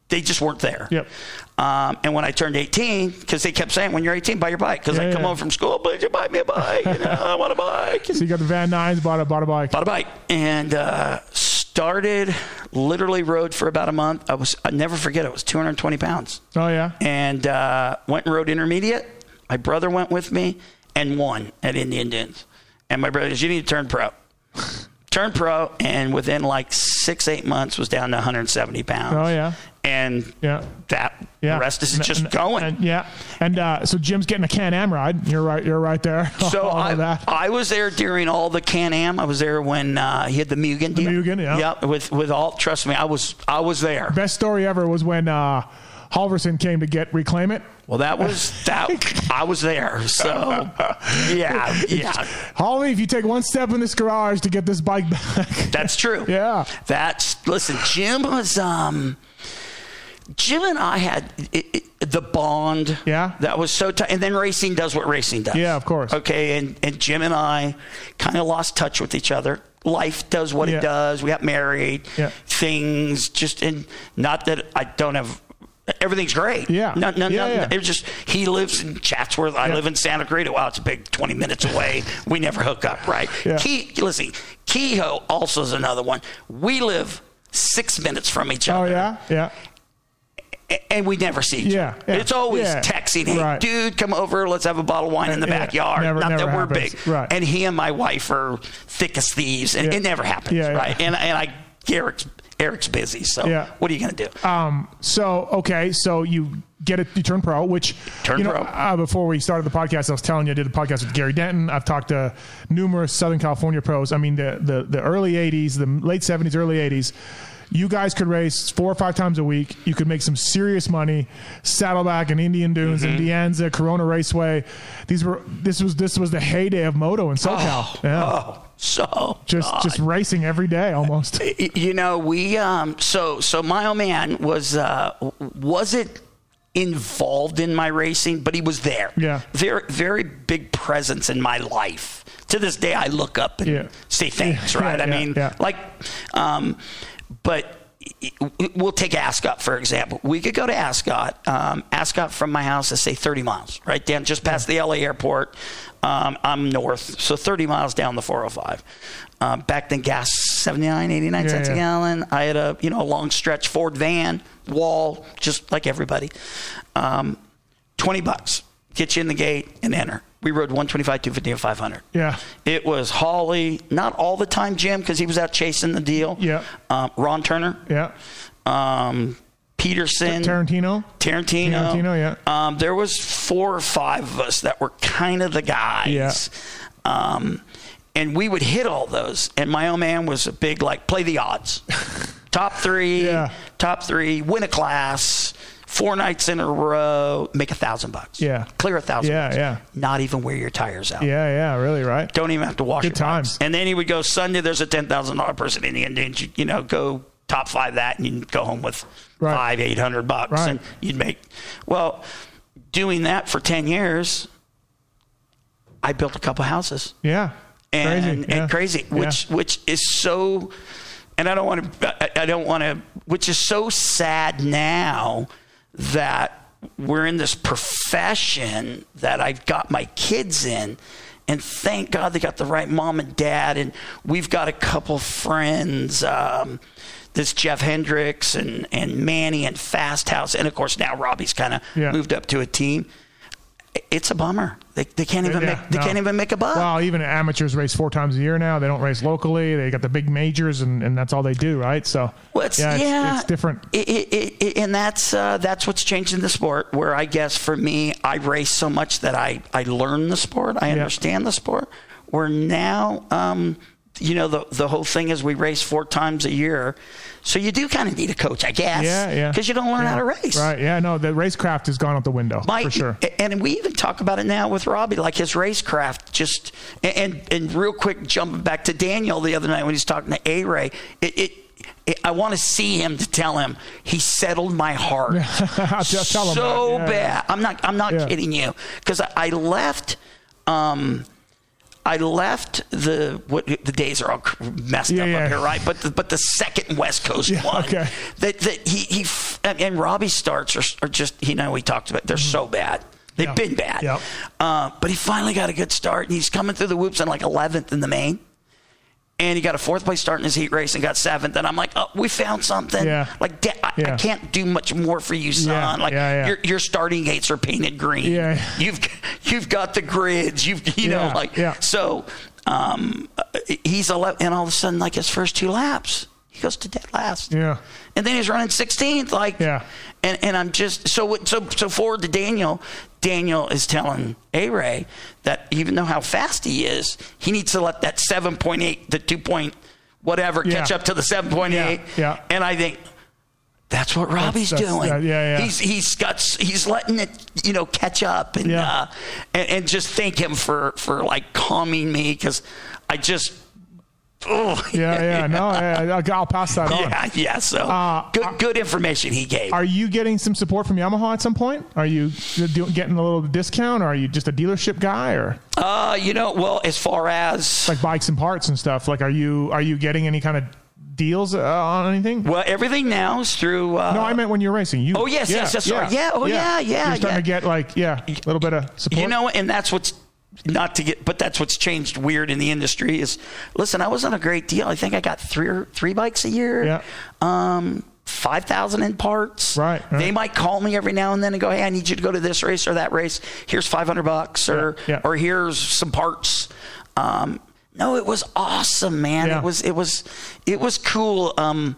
S4: they just weren't there.
S1: Yep.
S4: Um, and when I turned 18, because they kept saying, when you're 18, buy your bike. Because
S1: Yeah,
S4: I come
S1: yeah.
S4: home from school, but you buy me a bike. You know, I want a bike
S1: so you got the Van Nines, bought a bought a bike.
S4: bought a bike and uh, started literally rode for about a month. I was I never forget it was 220 pounds
S1: Oh yeah,
S4: and uh, went and rode intermediate. My brother went with me and won at Indian Dunes. And my brother says, "You need to turn pro." Turned pro and within like six eight months was down to 170 pounds.
S1: Oh, yeah.
S4: and
S1: Yeah.
S4: that
S1: yeah.
S4: the rest is
S1: And-
S4: just
S1: and-
S4: going.
S1: and- yeah, and uh, so Jim's getting a Can Am ride. You're right. You're right there.
S4: So
S1: All of
S4: I,
S1: that.
S4: I was there during all the Can Am. I was there when uh, he had the Mugen deal.
S1: Mugen, yeah.
S4: Yep, with with all. Trust me, I was I was there.
S1: Best story ever was when uh, Halverson came to get reclaim it.
S4: Well, that was that. I was there. So yeah, yeah,
S1: Holly, if you take one step in this garage to get this bike back,
S4: that's true.
S1: Yeah.
S4: that's listen. Jim was um. Jim and I had it, it, the bond.
S1: Yeah.
S4: That was so tight. And then racing does what racing does.
S1: Yeah, of course.
S4: Okay. And, and Jim and I kind of lost touch with each other. Life does what
S1: Yeah.
S4: it does. We got married.
S1: Yeah.
S4: Things just, and not that I don't have, everything's great.
S1: Yeah.
S4: No, no,
S1: Yeah,
S4: no,
S1: yeah.
S4: It was just, he lives in Chatsworth. I
S1: Yeah.
S4: live in Santa Cruz. Wow, it's a big 20 minutes away. we never hook up, right?
S1: Yeah.
S4: Key, listen, Kehoe also is another one. We live six minutes from each
S1: oh
S4: other
S1: yeah, yeah,
S4: a- and we never see each
S1: Yeah,
S4: other.
S1: yeah,
S4: it's always
S1: yeah.
S4: texting, hey,
S1: Right.
S4: dude, come over, let's have a bottle of wine in the
S1: Yeah,
S4: backyard.
S1: never-
S4: Not
S1: never
S4: that we're
S1: happens.
S4: big.
S1: Right.
S4: And he and my wife are thick as thieves, and
S1: Yeah.
S4: it never happens,
S1: Yeah, yeah.
S4: right? And, and I, Eric's, Eric's busy, so
S1: Yeah.
S4: what are you going to do?
S1: Um, so okay, so you get it, you turn pro, which
S4: Turn
S1: you know,
S4: pro.
S1: Uh, before we started the podcast, I was telling you I did a podcast with Gary Denton. I've talked to numerous Southern California pros. I mean, the the, the early '80s, the late '70s, early '80s. You guys could race four or five times a week. You could make some serious money. Saddleback and Indian Dunes
S4: Mm-hmm.
S1: and Dianza, Corona Raceway. These were this was this was the heyday of moto in SoCal. yeah.
S4: Oh, so
S1: just
S4: God.
S1: just racing every day almost.
S4: Y- you know we um so so my old man was uh w- wasn't involved in my racing but he was there
S1: Yeah.
S4: very very big presence in my life to this day i look up and
S1: Yeah.
S4: say thanks
S1: Yeah,
S4: right i
S1: yeah,
S4: mean
S1: yeah.
S4: like um but We'll take Ascot for example. We could go to Ascot. Um, Ascot from my house is say 30 miles, right down just past the LA airport. Um, I'm north, so 30 miles down the 405. Um, back then, gas 79, 89
S1: Yeah,
S4: cents
S1: yeah.
S4: a gallon. I had a you know a long stretch Ford van wall, just like everybody. Um, 20 bucks get you in the gate and enter. We rode 125, 250, and 500.
S1: Yeah.
S4: It was Hawley, not all the time Jim because he was out chasing the deal.
S1: Yeah.
S4: Um, Ron Turner.
S1: Yeah.
S4: Um, Peterson.
S1: Tarantino.
S4: Tarantino.
S1: Tarantino,
S4: yeah. Um, there was four or five of us that were kind of the guys.
S1: Yeah.
S4: Um, and we would hit all those. And my own man was a big like play the odds, top three,
S1: Yeah.
S4: top three, win a class, four nights in a row, make a thousand bucks.
S1: Yeah.
S4: clear a thousand.
S1: Yeah,
S4: bucks.
S1: yeah.
S4: Not even wear your tires out.
S1: Yeah, yeah, really, right?
S4: Don't even have to wash
S1: Good
S4: your
S1: times.
S4: bikes. And then he would go Sunday. There's a ten thousand dollar person in the end. And you, you know, go top five that, and you go home with
S1: Right.
S4: five eight hundred bucks,
S1: Right.
S4: and you'd make. Well, doing that for ten years, I built a couple houses
S1: Yeah.
S4: and
S1: crazy.
S4: crazy, and
S1: yeah.
S4: crazy
S1: Yeah.
S4: which which is so and I don't want to I I don't want to which is so sad now that we're in this profession that I've got my kids in and thank God they got the right mom and dad and we've got a couple friends um this Jeff Hendricks and and Manny and Fast House and of course now Robbie's kind of
S1: Yeah.
S4: moved up to a team it's a bummer. They, they can't even
S1: Yeah,
S4: make they
S1: no.
S4: can't even make a buck.
S1: Well, even amateurs race four times a year now. They don't race locally. They got the big majors, and, and that's all they do, right? So
S4: Well, it's,
S1: yeah,
S4: yeah,
S1: it's, it's different.
S4: It, it, it- it- and that's uh, that's what's changed in the sport. Where I guess for me, I race so much that I I learn the sport. I understand the sport. Where now, um, you know, the the whole thing is we race four times a year, so you do kind of need a coach, I guess.
S1: Yeah, yeah.
S4: Because you don't learn
S1: Yeah.
S4: how to race.
S1: Right? Yeah. No, the racecraft has gone out the window
S4: My-
S1: for sure.
S4: And we even talk about it now with Robbie, like his racecraft. Just and and, and real quick, jumping back to Daniel the other night when he's talking to A Ray. It, it, it I want to see him to tell him he settled my heart
S1: I'll just tell 'em that.
S4: so
S1: Yeah.
S4: bad. I'm not I'm not
S1: Yeah.
S4: kidding you because I, I left. Um, I left the what the days are all cr- messed
S1: Yeah,
S4: up
S1: yeah.
S4: up here, right? But the, but the second West Coast
S1: Yeah,
S4: one
S1: okay.
S4: that that he he f- and and Robbie starts are, are just you know we talked about they're so bad. They've
S1: Mm-hmm. Yeah.
S4: been bad.
S1: Yep.
S4: Uh, but he finally got a good start and he's coming through the whoops on like 11th in the main. And he got a fourth place start in his heat race and got seventh. And I'm like, oh, we found something.
S1: Yeah.
S4: Like, da- I, I
S1: Yeah.
S4: can't do much more for you, son.
S1: Yeah,
S4: Like,
S1: yeah, yeah.
S4: Your, your starting gates are painted green.
S1: Yeah.
S4: You've you've got the grids. You've you
S1: Yeah,
S4: know like
S1: yeah.
S4: so. Um, uh, he's 11, and all of a sudden, like his first two laps, he goes to dead last.
S1: Yeah.
S4: And then he's running 16th, like,
S1: Yeah.
S4: and, and I'm just so it- so so forward to Daniel. Daniel is telling A Ray that even though how fast he is, he needs to let that 7.8, the 2 point whatever,
S1: Yeah.
S4: catch up to the 7.8.
S1: Yeah, yeah.
S4: And I think that's what Robbie's
S1: that's-
S4: doing.
S1: that- yeah, yeah.
S4: He's he's got s- he's letting it you know catch up and
S1: Yeah.
S4: uh, and, and just thank him for for like calming me because I just oh
S1: Yeah. Yeah. No. Yeah, I'll- I'll pass that on.
S4: yeah, yeah, so
S1: Uh,
S4: good
S1: I-
S4: good information he gave.
S1: Are you getting some support from Yamaha at some point? Are you uh, do- getting a little discount? Or are you just a dealership guy, or
S4: uh, you know, well, as far as
S1: like bikes and parts and stuff? Like, are you are you getting any kind of deals uh, on anything?
S4: well, everything now is through. Uh,
S1: No, I meant when you're racing. You.
S4: Oh, yes, yes, yes, sorry. Yeah, oh, yeah, yeah,
S1: You're starting
S4: yeah.
S1: to get like yeah, a little bit of support.
S4: You know, and that's what's not to get, but that's what's changed weird in the industry is. Listen, I wasn't a great deal. I think I got three or three bikes a year.
S1: Yeah.
S4: Um, five thousand in parts.
S1: Right, right.
S4: They might call me every now and then and go, "Hey, I need you to go to this race or that race. Here's five hundred bucks, or
S1: Yeah, yeah.
S4: or here's some parts." Um, no, it was awesome, man.
S1: Yeah.
S4: It was it was it was cool. Um,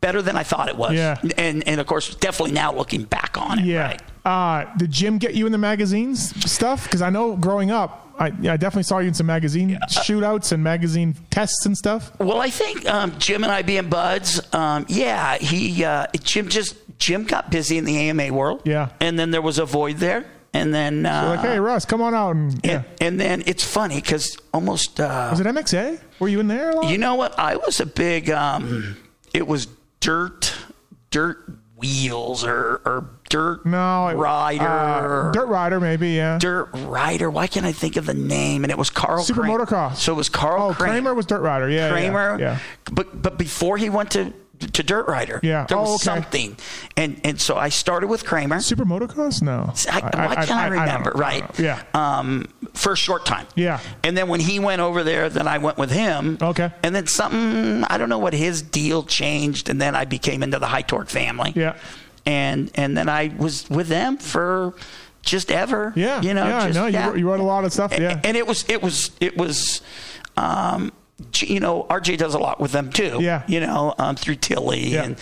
S4: better than I thought it was.
S1: Yeah.
S4: And and of course, definitely now looking back on it.
S1: Yeah.
S4: Right?
S1: Uh, did Jim get you in the magazines stuff? Because I know growing up, I, I definitely saw you in some magazine
S4: uh,
S1: shootouts and magazine tests and stuff.
S4: Well, I think um, Jim and I being buds, um, yeah, he uh, Jim just Jim got busy in the AMA world,
S1: Yeah.
S4: and then there was a void there, and then uh,
S1: They're like, hey, Russ, come on out. And, yeah.
S4: and, and then it's funny because almost uh,
S1: Was it MXA? Were you in there? A lot?
S4: you know what? I was a big. Um, it was dirt, dirt wheels or or dirt
S1: no. it-
S4: rider,
S1: uh, dirt Rider, maybe, yeah.
S4: dirt rider. Why can't I think of the name? And it was Carl
S1: Super
S4: Kramer.
S1: Motocross.
S4: So it was Carl
S1: oh, Kramer. was Dirt Rider. Yeah. yeah,
S4: Kramer.
S1: Yeah.
S4: But but before he went to to Dirt Rider,
S1: Yeah.
S4: there was
S1: Oh, okay.
S4: something, and and so I started with Kramer.
S1: Super Motocross? No.
S4: I, why can't I,
S1: don't
S4: remember?
S1: know. I
S4: right?
S1: don't know. Yeah.
S4: Um, for a short time.
S1: Yeah.
S4: And then when he went over there, then I went with him.
S1: Okay.
S4: And then something I don't know what his deal changed, and then I became into the High Torque family.
S1: Yeah.
S4: And and then I was with them for just ever.
S1: yeah.
S4: You know.
S1: Yeah.
S4: just-
S1: no, you,
S4: yeah.
S1: wrote- you wrote a lot of stuff. Yeah.
S4: And it was it was it was um G- you know, RJ does a lot with them too.
S1: Yeah.
S4: You know, um, through Tilly
S1: Yeah.
S4: and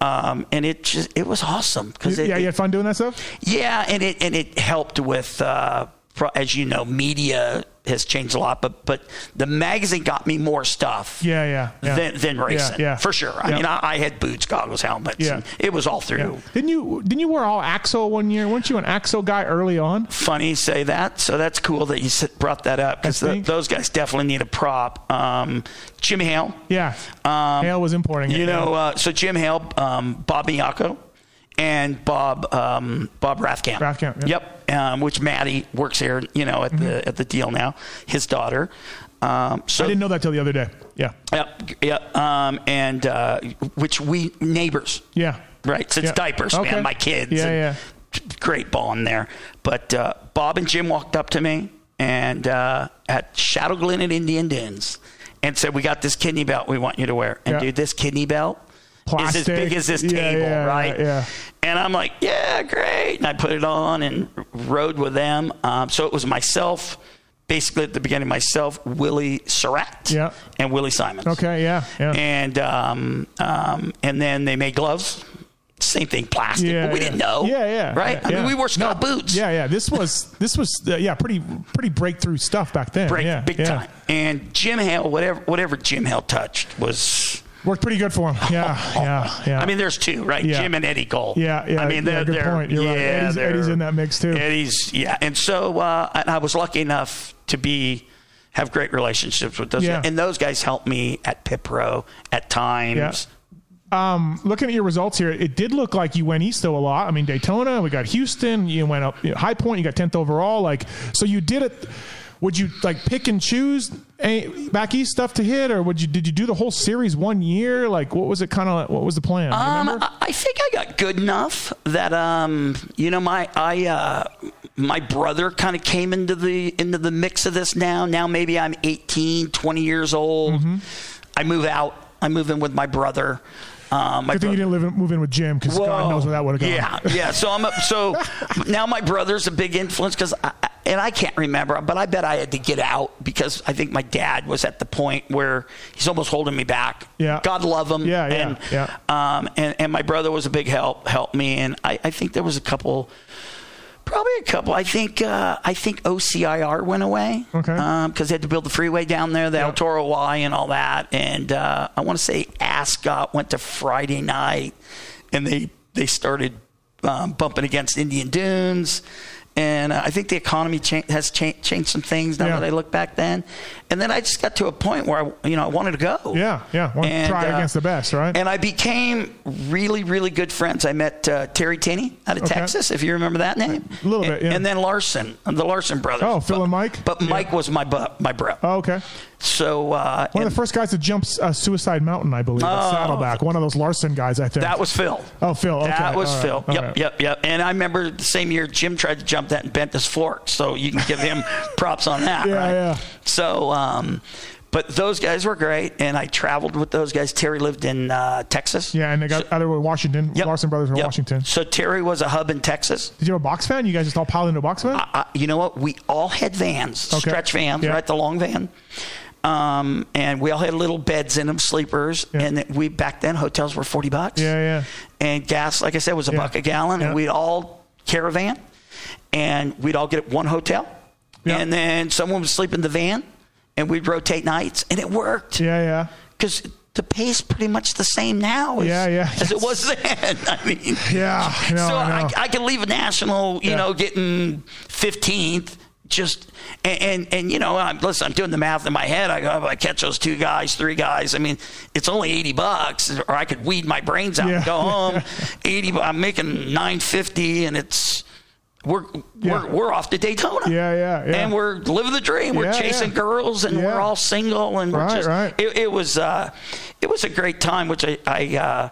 S4: um, and it just it was awesome because it,
S1: yeah. You
S4: yeah,
S1: had fun doing that stuff?
S4: and it and it helped with uh, pro- as you know, media has changed a lot, but but the magazine got me more stuff.
S1: Yeah. Yeah. yeah.
S4: Than, than racing,
S1: yeah.
S4: for sure. I
S1: Yeah.
S4: mean, I, I had boots, goggles, helmets.
S1: Yeah.
S4: And it was all through.
S1: Yeah. Didn't you didn't you wear all Axel one year? Weren't you an Axel guy early on?
S4: funny you say that. So that's cool that you s- brought that up because
S1: I think-
S4: those guys definitely need a prop. Um, Jim Hale,
S1: Yeah. Um, Hale was importing it.
S4: you know,
S1: yeah.
S4: uh, so Jim Hale, um, Bob Miyako, and Bob um, Bob Rathkamp.
S1: Rathkamp, yeah. Mm-hmm.
S4: Yep. Um, which Maddie works here, you know, at the at the deal now. His daughter. Um, so
S1: I didn't know that till the other day. Yeah.
S4: Yep. Yep. Um, and uh, which we neighbors.
S1: Yeah.
S4: Right, since
S1: Yeah.
S4: diapers,
S1: Okay.
S4: man, my kids.
S1: Yeah,
S4: and Great bond there. But uh, Bob and Jim walked up to me and uh, at Shadow Glen at Indian Dunes and said, We got this kidney belt we want you to wear. And
S1: Yeah.
S4: dude, this kidney belt
S1: Plastic.
S4: is as big as this
S1: Yeah,
S4: table,
S1: yeah,
S4: right?
S1: yeah, yeah.
S4: And I'm like, yeah, great. And I put it on and rode with them. Um, so it was myself, basically at the beginning, myself, Willie Surratt,
S1: Yeah.
S4: and Willie Simons.
S1: Okay, yeah, yeah.
S4: And um, um, and then they made gloves. Same thing, plastic.
S1: Yeah,
S4: but we
S1: yeah.
S4: didn't know.
S1: Yeah, yeah,
S4: Right?
S1: yeah,
S4: I
S1: yeah.
S4: mean, we wore Scott boots.
S1: Yeah, yeah. This was this was uh, yeah, pretty pretty breakthrough stuff back then.
S4: Break,
S1: yeah,
S4: big
S1: yeah.
S4: time. And Jim Hale, whatever whatever Jim Hale touched was
S1: Worked pretty good for him. Yeah, yeah, yeah.
S4: Oh, I mean, there's two, right?
S1: Yeah.
S4: Jim and Eddie Cole.
S1: Yeah, yeah,
S4: I mean,
S1: yeah,
S4: they're,
S1: good
S4: they're
S1: point. You're
S4: yeah,
S1: right. Eddie's-
S4: they're-
S1: Eddie's in that mix, too.
S4: Eddie's yeah, and so uh, and I was lucky enough to be have great relationships with those,
S1: Yeah.
S4: guys. and those guys helped me at Pit Pro at times.
S1: Um, looking at your results here, it did look like you went east though a lot. I mean, Daytona, we got Houston, you went up you know, High Point, you got tenth overall. Like, so you did it. Would you like pick and choose a back east stuff to hit, or would you did you do the whole series one year? Like, what was it kind of? What was the plan?
S4: Um,
S1: Remember?
S4: I- I think I got good enough that um, you know, my I uh, my brother kind of came into the into the mix of this now. Now maybe I'm 18, 20 years old.
S1: Mm-hmm.
S4: I move out. I move in with my brother. Um, my
S1: Good thing you
S4: brother-
S1: didn't live in, move in with Jim because God
S4: Whoa.
S1: knows where that would have gone.
S4: Yeah, yeah. So I'm up, so now my brother's a big influence because I, I- and I can't remember, but I bet I had to get out because I think my dad was at the point where he's almost holding me back.
S1: Yeah.
S4: God love him.
S1: Yeah, yeah,
S4: and,
S1: yeah.
S4: Um, and and my brother was a big help help me, and I, I think there was a couple. Probably a couple. I think uh, I think OCIR went away Um,
S1: Okay.
S4: because they had to build the freeway down there, the El Toro Y and all that. And uh, I want to say Ascot went to Friday night, and they they started um, bumping against Indian Dunes. And uh, I think the economy cha- has cha- changed some things now
S1: Yeah.
S4: that I look back then. And then I just got to a point where I, you know, I wanted to go.
S1: Yeah, yeah. Wanna try against the best, right?
S4: uh, And I became really, really good friends. I met uh, Terry Tinney out of
S1: Okay.
S4: Texas, if you remember that name.
S1: A little bit,
S4: And-
S1: yeah.
S4: And then Larson, the Larson brothers.
S1: Oh, Phil
S4: But-
S1: and Mike?
S4: But
S1: Yeah.
S4: Mike was my bu- my bro.
S1: Oh, okay.
S4: So uh,
S1: One
S4: and
S1: of the first guys that jumps uh, Suicide Mountain, I believe, at Saddleback. One of those Larson guys, I think.
S4: Oh. that was Phil.
S1: Oh, Phil, okay,
S4: That was
S1: all right,
S4: Phil.
S1: all
S4: Yep,
S1: right.
S4: yep, yep. And I remember the same year Jim tried to jump that and bent his fork. So you can give him props on that.
S1: Yeah,
S4: right?
S1: yeah.
S4: So, um, but those guys were great, and I traveled with those guys. Terry lived in uh, Texas.
S1: Yeah, and they got other one, Washington.
S4: Yep.
S1: Larson brothers from
S4: Yep.
S1: Washington.
S4: So Terry was a hub in Texas.
S1: Did you have a box fan? You guys just all piled into a box fan?
S4: I, you know what? We all had vans,
S1: Okay.
S4: stretch vans,
S1: Yeah.
S4: right? The long van. Um, and we all had little beds in them, sleepers.
S1: Yeah.
S4: And we back then hotels were forty bucks.
S1: Yeah, yeah.
S4: And gas, like I said, was a
S1: Yeah.
S4: buck a gallon,
S1: Yeah.
S4: and we'd all caravan, and we'd all get one hotel,
S1: Yeah.
S4: and then someone would sleep in the van, and we'd rotate nights, and it worked
S1: yeah, yeah.
S4: because the pay's pretty much the same now as,
S1: Yeah, yeah.
S4: as it was then. I mean,
S1: Yeah, I know,
S4: so
S1: I
S4: I,
S1: know.
S4: I can leave a national, you
S1: Yeah.
S4: know, getting 15th. Just and, and and you know, I'm listen. I'm doing the math in my head. I go, if I catch those two guys, three guys. I mean, it's only eighty bucks, or I could weed my brains out
S1: Yeah.
S4: and go home. eighty. bu- I'm making nine fifty, and it's we're
S1: Yeah.
S4: we're we're off to Daytona.
S1: Yeah, yeah, yeah.
S4: And we're living the dream. We're
S1: Yeah,
S4: chasing
S1: yeah.
S4: girls, and
S1: Yeah.
S4: we're all single, and we're
S1: Right,
S4: just
S1: right.
S4: it, it was uh, it was a great time, which I, I uh,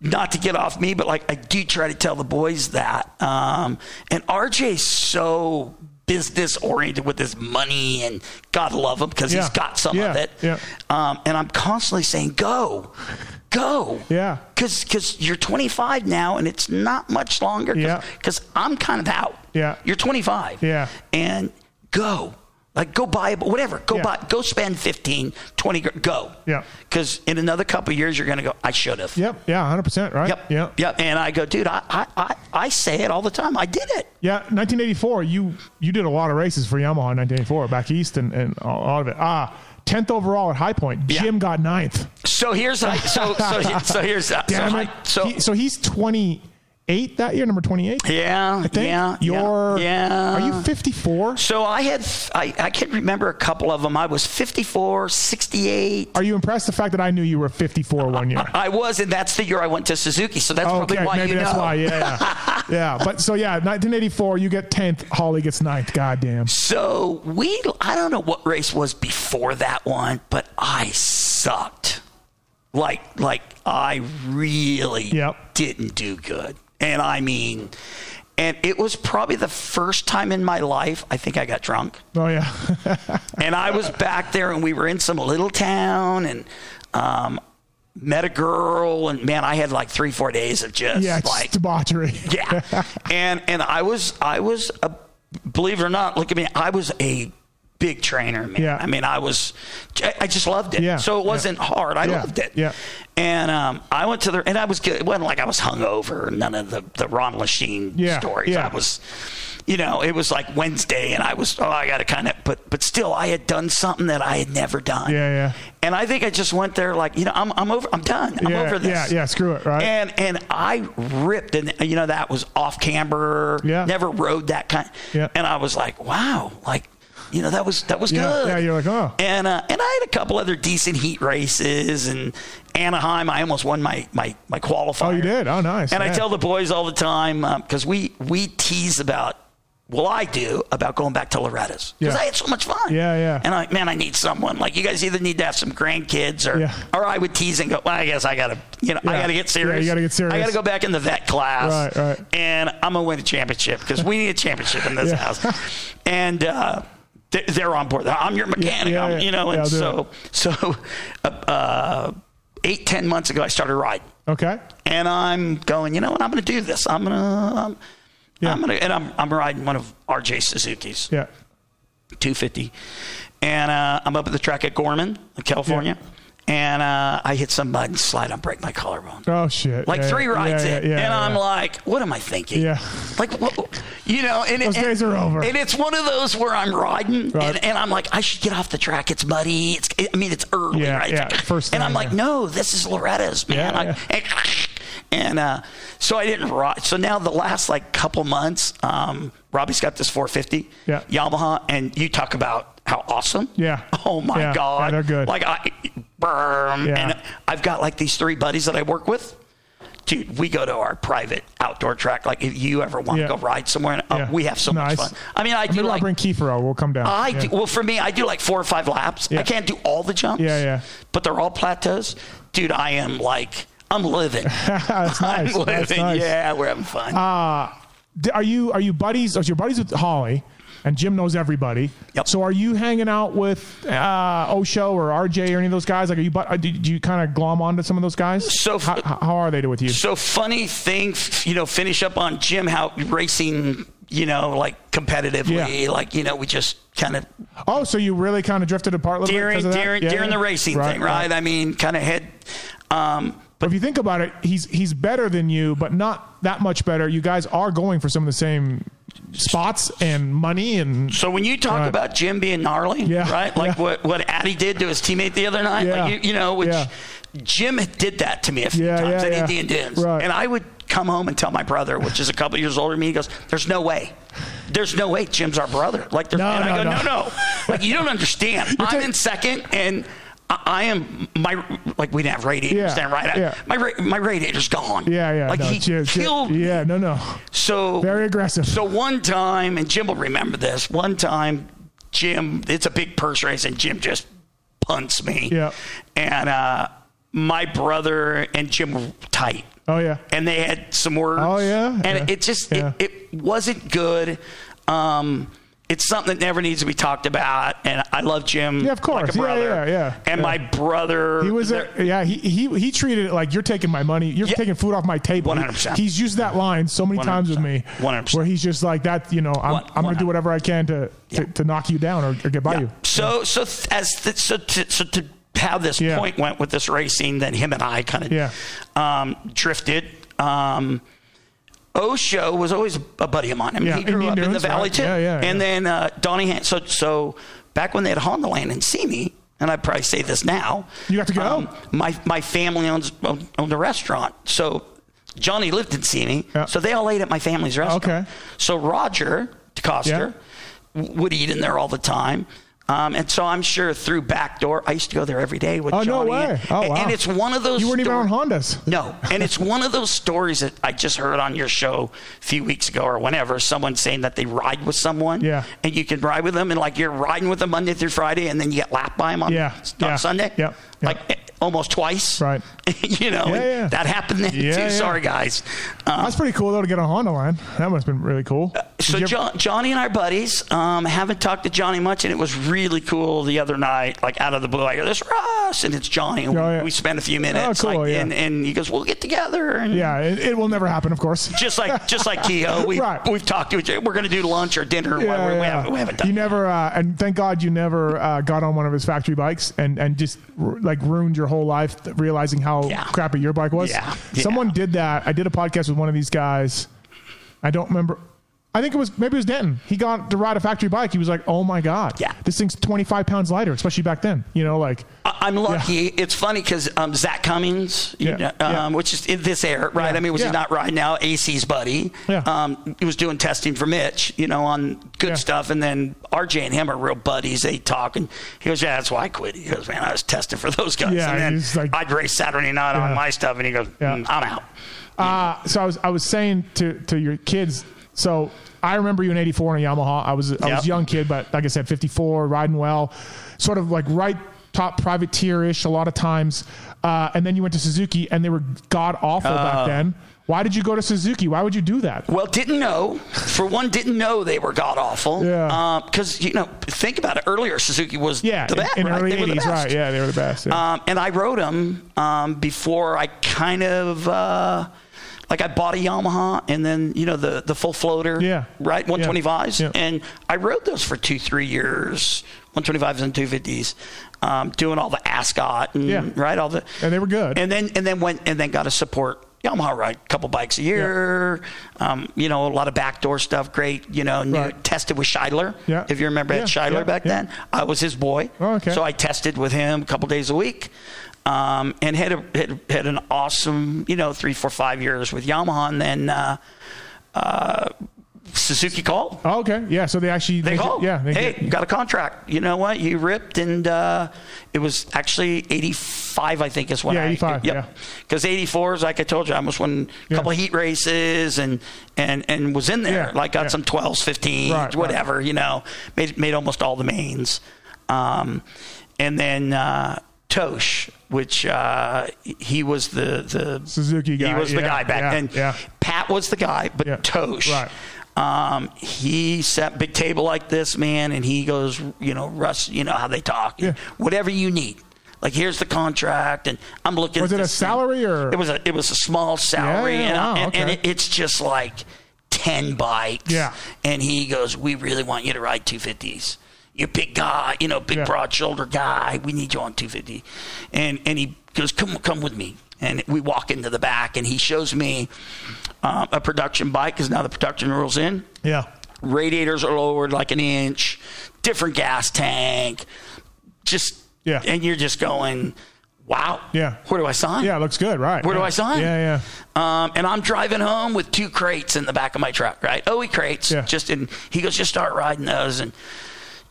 S4: not to get off me, but like I do try to tell the boys that. Um, and RJ's so business oriented with his money, and God love him because
S1: Yeah.
S4: he's got some
S1: Yeah.
S4: of it.
S1: Yeah.
S4: Um, and I'm constantly saying, go, go.
S1: Yeah.
S4: Because you're 25 now, and it's not much longer.
S1: Yeah.
S4: Because I'm kind of out.
S1: Yeah.
S4: You're 25.
S1: Yeah.
S4: And go. Like, go buy, a- whatever. Go
S1: Yeah.
S4: buy, go spend 15, 20, gr- go.
S1: Yeah.
S4: Because in another couple of years, you're going to go, I should have.
S1: Yep. Yeah. 100%. Right.
S4: Yep.
S1: Yeah.
S4: Yep. And I go, dude, I, I, I, I say it all the time. I did it.
S1: Yeah. 1984. You you did a lot of races for Yamaha in 1984 back east and and all all of it. Ah, tenth overall at High Point.
S4: Yeah.
S1: Jim got ninth.
S4: So here's, I, so, so, he- so here's that.
S1: Damn
S4: so,
S1: it.
S4: I- so,
S1: He- so he's 28 that year, number 28.
S4: yeah,
S1: I think.
S4: yeah,
S1: You're.
S4: yeah.
S1: Are you 54?
S4: So I had, I, I can remember a couple of them. I was 54, 68.
S1: Are you impressed the fact that I knew you were 54 one year?
S4: I was, and that's the year I went to Suzuki. So that's probably why
S1: Oh, maybe
S4: you
S1: that's
S4: know.
S1: why. Yeah, yeah, yeah. But so yeah, 1984, you get 10th. Holly gets 9th. Goddamn.
S4: So we, I don't know what race was before that one, but I sucked. Like, like I really
S1: Yep.
S4: didn't do good. And I mean, and it was probably the first time in my life I think I got drunk.
S1: Oh yeah.
S4: And I was back there and we were in some little town and, um, met a girl, and man, I had like three, four days of just
S1: yeah, it's
S4: like
S1: debauchery.
S4: yeah. and and I was I was a believe it or not, look at me, I was a big trainer, man.
S1: Yeah.
S4: I mean, I was I I just loved it.
S1: Yeah.
S4: So it wasn't hard. I
S1: Yeah.
S4: loved it.
S1: Yeah.
S4: And um, I went to the and I was good. It wasn't like I was hungover. None of the the Ron Lachine
S1: Yeah.
S4: stories.
S1: Yeah.
S4: I was. You know, it was like Wednesday, and I was oh, I got to kind of, but but still, I had done something that I had never done.
S1: Yeah, yeah.
S4: And I think I just went there like, you know, I'm I'm over, I'm done, I'm
S1: Yeah,
S4: over this.
S1: yeah, yeah, screw it, right?
S4: And and I ripped, and you know that was off camber.
S1: Yeah.
S4: Never rode that kind.
S1: Yeah.
S4: And I was like, wow, like, you know, that was that was
S1: Yeah,
S4: good.
S1: yeah, you're like, oh.
S4: And uh, and I had a couple other decent heat races, and Anaheim, I almost won my my my qualifier.
S1: Oh, you did? Oh, nice.
S4: And
S1: Yeah.
S4: I tell the boys all the time because we we tease about. Well, I do about going back to Loretta's because
S1: Yeah.
S4: I had so much fun.
S1: Yeah, yeah.
S4: And I, man, I need someone like you guys. Either need to have some grandkids, or
S1: Yeah.
S4: or I would tease and go. Well, I guess I gotta, you know, I
S1: Yeah.
S4: gotta get serious.
S1: Yeah, you gotta get serious.
S4: I gotta go back in the vet class.
S1: Right, right.
S4: And I'm gonna win a championship because we need a championship in this
S1: Yeah.
S4: house. And uh, they- they're on board. I'm your mechanic.
S1: yeah,
S4: I'm-
S1: yeah.
S4: you
S1: Yeah,
S4: know, and
S1: I'll do
S4: so so uh, uh, eight ten months ago, I started riding
S1: Okay.
S4: and I'm going, you know what? I'm going to do this. I'm going to, um,
S1: Yeah.
S4: I'm going to, and I'm, I'm riding one of RJ Suzuki's
S1: Yeah.
S4: 250. And uh, I'm up at the track at Gorman, California. And uh, I hit some mud and slide on, break my collarbone.
S1: Oh shit.
S4: Like
S1: Yeah,
S4: three
S1: yeah,
S4: rides
S1: yeah,
S4: in.
S1: yeah,
S4: and
S1: yeah.
S4: I'm like, what am I thinking?
S1: Yeah.
S4: Like, what, you know, and,
S1: Those
S4: and-
S1: days are over.
S4: And it's one of those where I'm riding
S1: Right.
S4: and, and I'm like, I should get off the track. It's muddy. It's, I mean, it's early,
S1: Yeah,
S4: right?
S1: yeah, first
S4: and I'm
S1: thing,
S4: like,
S1: yeah.
S4: no, this is Loretta's, man.
S1: Yeah,
S4: I-
S1: yeah.
S4: and, and, uh, so I didn't ride. So now the last like couple months, um, Robbie's got this 450
S1: Yeah.
S4: Yamaha, and you talk about how awesome.
S1: Yeah.
S4: Oh my
S1: Yeah, yeah,
S4: God.
S1: they're good.
S4: Like I, brrm,
S1: Yeah.
S4: and I've got like these three buddies that I work with. Dude, we go to our private outdoor track. Like if you ever want
S1: Yeah.
S4: to go ride somewhere, uh,
S1: Yeah.
S4: we have so
S1: Nice.
S4: much fun. I mean, I do
S1: Maybe I'll
S4: like.
S1: bring Kiefer out. We'll come down.
S4: I
S1: Yeah.
S4: do, well for me, I do like four or five laps.
S1: Yeah.
S4: I can't do all the jumps.
S1: Yeah, yeah.
S4: But they're all plateaus. Dude, I am like I'm living.
S1: That's
S4: I'm
S1: nice.
S4: living.
S1: That's nice.
S4: Yeah, we're having fun.
S1: D- Uh, Are you are you buddies? Are you buddies with Holly? And Jim knows everybody.
S4: Yep.
S1: So are you hanging out with uh, Osho or RJ or any of those guys? Like, are you? bu- uh, Do do you kind of glom onto some of those guys?
S4: So-
S1: how, how how are they to- with you?
S4: so funny thing, f- you know, finish up on Jim how racing, you know, like competitively,
S1: Yeah.
S4: like you know, we just kind of
S1: Oh, so you really kind of drifted apart a little
S4: during
S1: bit 'cause of that?
S4: during
S1: Yeah,
S4: during
S1: yeah.
S4: the racing thing, right? I mean, kind of head. Um,
S1: But if you think about it, he's he's better than you, but not that much better. You guys are going for some of the same spots and money and
S4: So when you talk
S1: Right.
S4: about Jim being gnarly,
S1: Yeah,
S4: right? Like
S1: yeah.
S4: what what Addy did to his teammate the other night,
S1: Yeah,
S4: like you, you know, which
S1: yeah.
S4: Jim did that to me a few
S1: Yeah,
S4: times
S1: yeah,
S4: at
S1: yeah.
S4: Indian Dunes,
S1: Right.
S4: and I would come home and tell my brother, which is a couple years older than me, he goes, "There's no way." There's no way Jim's our brother. Like, there's,
S1: No,
S4: and I
S1: no,
S4: go,
S1: no.
S4: no, no, Like, you don't understand. I'm
S1: ta-
S4: in second, and I, I am my like we didn't have radiators
S1: Yeah,
S4: then, right? I-
S1: yeah.
S4: My ra- my radiator's gone.
S1: yeah, yeah.
S4: Like
S1: no,
S4: he
S1: Jim- Jim-
S4: killed me.
S1: Yeah, no, no.
S4: So
S1: Very aggressive.
S4: So one time, and Jim will remember this. One time, Jim, it's a big purse race, and Jim just punts me.
S1: Yeah.
S4: And uh, my brother and Jim were tight,
S1: Oh yeah.
S4: and they had some words.
S1: Oh, yeah?
S4: And
S1: Yeah.
S4: it just
S1: Yeah.
S4: it, it wasn't good. Um, it's something that never needs to be talked about, and I love Jim.
S1: Yeah, of
S4: like
S1: course.
S4: a
S1: Yeah,
S4: brother.
S1: yeah, yeah.
S4: And
S1: Yeah.
S4: my brother,
S1: He was
S4: there-
S1: a, yeah. He, he he treated it like you're taking my money. You're
S4: Yeah.
S1: taking food off my table.
S4: 100%.
S1: He's used that line so many times with me.
S4: 100%.
S1: Where he's just like that. You know, I'm,
S4: One-
S1: I'm gonna do
S4: 100%.
S1: whatever I can to to, to knock you down or, or get by
S4: Yeah.
S1: you.
S4: So so th- as th- so to, so to how this
S1: Yeah.
S4: point went with this racing, then him and I kind of
S1: Yeah.
S4: um, drifted. Um, Osho was always a buddy of mine. I mean,
S1: Yeah,
S4: he grew
S1: Indian
S4: up in the
S1: Dunes,
S4: valley
S1: right.
S4: too.
S1: Yeah, yeah,
S4: and
S1: yeah.
S4: then uh, Donnie. Han- so so back when they had Honda Land and Simi, and I probably say this now. um,
S1: You have to go.
S4: my my family owns owned, owned a restaurant, so Johnny lived in Simi,
S1: Yeah.
S4: so they all ate at my family's restaurant.
S1: Okay.
S4: So Roger DeCoster w would eat in there all the time. Um, and so I'm sure through back door, I used to go there every day with
S1: Oh, no
S4: Johnny.
S1: way.
S4: And,
S1: Oh, wow.
S4: and it's one of those.
S1: You weren't even
S4: stor-
S1: on Hondas.
S4: No, and it's one of those stories that I just heard on your show a few weeks ago or whenever. Someone saying that they ride with someone.
S1: Yeah.
S4: And you can ride with them, and like you're riding with them Monday through Friday, and then you get lapped by them on,
S1: Yeah,
S4: on
S1: yeah,
S4: Sunday.
S1: yep, yep.
S4: Like eh, almost twice.
S1: Right.
S4: you know,
S1: Yeah,
S4: and
S1: yeah.
S4: that happened then
S1: Yeah,
S4: too.
S1: yeah.
S4: Sorry, guys. Um,
S1: That's pretty cool though to get on Honda line. That must have been really cool. Did
S4: Uh, so
S1: you ever-
S4: John, Johnny and our buddies um, haven't talked to Johnny much, and it was really cool the other night. Like out of the blue, I go, "Let's ride!" us, and it's Johnny. And
S1: Oh,
S4: we-
S1: yeah.
S4: We spend a few minutes,
S1: Oh, cool,
S4: like,
S1: yeah.
S4: and, and he goes, "We'll get together." And
S1: Yeah, it, it will never happen, of course.
S4: Just like just like Keo, we
S1: Right.
S4: we've talked to each other. We're going to do lunch or dinner. or
S1: Yeah,
S4: whatever. We,
S1: yeah.
S4: haven't, we haven't done.
S1: You never, uh, and thank God you never uh, got on one of his factory bikes and and just r- like ruined your whole life th- realizing how
S4: Yeah.
S1: crappy your bike was.
S4: Yeah, yeah.
S1: Someone did that. I did a podcast with one of these guys. I don't remember. I think it was maybe it was Denton. He got to ride a factory bike. He was like, "Oh my god,
S4: Yeah.
S1: this thing's twenty five pounds lighter, especially back then." You know, like
S4: I- I'm lucky. It's funny because um, Zach Cummings, you
S1: Yeah,
S4: know, um,
S1: yeah.
S4: which is in this air, right?
S1: Yeah,
S4: I mean, which
S1: yeah.
S4: is not right now. AC's buddy,
S1: Yeah.
S4: um, he was doing testing for Mitch, you know, on good
S1: Yeah.
S4: stuff. And then RJ and him are real buddies. They talk, and he goes, "Yeah, that's why I quit." He goes, "Man, I was testing for those guys."
S1: Yeah,
S4: and
S1: he's
S4: then
S1: like-
S4: I'd race Saturday night
S1: Yeah.
S4: on my stuff, and he goes,
S1: Yeah.
S4: "Mm, "I'm out."
S1: Uh, so I was I was saying to to your kids. So I remember you in '84 on a Yamaha. I was I was
S4: Yep.
S1: a young kid, but like I said, 54, riding well, sort of like right top privateer ish a lot of times. Uh, and then you went to Suzuki, and they were god awful back then. Why did you go to Suzuki? Why would you do that?
S4: Uh. Well, didn't know. For one, didn't know they were god awful.
S1: Yeah.
S4: Because you know, think about it. Earlier, Suzuki was
S1: Yeah,
S4: the best.
S1: in, in
S4: right?
S1: early
S4: They were the
S1: '80s,
S4: best.
S1: right? Yeah, they were the best. yeah.
S4: Um, and I rode them um, before I kind of uh, like I bought a Yamaha and then you know the the full floater,
S1: Yeah.
S4: right,
S1: Yeah.
S4: 125s,
S1: Yeah.
S4: and I rode those for two three years, 125s and 250s, um, doing all the Ascot and
S1: Yeah.
S4: right all the
S1: And they were good.
S4: and then and then went and then got a support. Yamaha ride, couple bikes a year, um, you know, a lot of backdoor stuff. Great, you know, new,
S1: Right.
S4: tested with Scheidler.
S1: Yeah.
S4: If you remember that
S1: Yeah,
S4: Scheidler
S1: yeah,
S4: back
S1: yeah.
S4: then, I was his boy.
S1: Oh, okay.
S4: So I tested with him a couple days a week, um, and had, a, had had an awesome, you know, three, four, five years with Yamaha, and then uh, uh, Suzuki called.
S1: oh, okay, yeah. So they actually,
S4: They called.
S1: yeah, they
S4: hey,
S1: get-
S4: got a contract. You know what? You ripped, and uh, it was actually '85, I think, is when
S1: Yeah,
S4: I
S1: 85, yeah.
S4: Because '84 is like I told you, I almost won a
S1: Yeah.
S4: couple of heat races, and and and was in there.
S1: Yeah,
S4: Like got
S1: yeah.
S4: some 12s, 15s,
S1: Right, right.
S4: whatever. You know, made made almost all the mains, um, and then uh, Tosh, which uh, he was the the
S1: Suzuki guy,
S4: He was the
S1: yeah,
S4: guy back
S1: yeah,
S4: then.
S1: yeah.
S4: Pat was the guy, but
S1: Yeah,
S4: Tosh.
S1: right.
S4: Um, he set big table like this, man, and he goes, you know, Russ, you know how they talk,
S1: Yeah.
S4: whatever you need. Like here's the contract, and I'm looking.
S1: Was
S4: at
S1: it a
S4: this thing.
S1: salary or-
S4: it was a it was a small salary,
S1: Yeah,
S4: and, I-
S1: wow,
S4: and, and
S1: okay.
S4: it, it's just like ten bikes.
S1: Yeah.
S4: and he goes, we really want you to ride 250s. You're a big guy, you know, big
S1: Yeah.
S4: broad shoulder guy. We need you on 250, and and he goes, come come with me, and we walk into the back, and he shows me um, a production bike because now the production rules in
S1: yeah,
S4: radiators are lowered like an inch, different gas tank, just
S1: Yeah.
S4: and you're just going, wow,
S1: Yeah.
S4: where do I sign?
S1: yeah. It looks good, right?
S4: Where do
S1: Yeah.
S4: I sign?
S1: Yeah,
S4: Um, and I'm driving home with two crates in the back of my truck, right? OE crates.
S1: Yeah.
S4: Just and he goes, just start riding those, and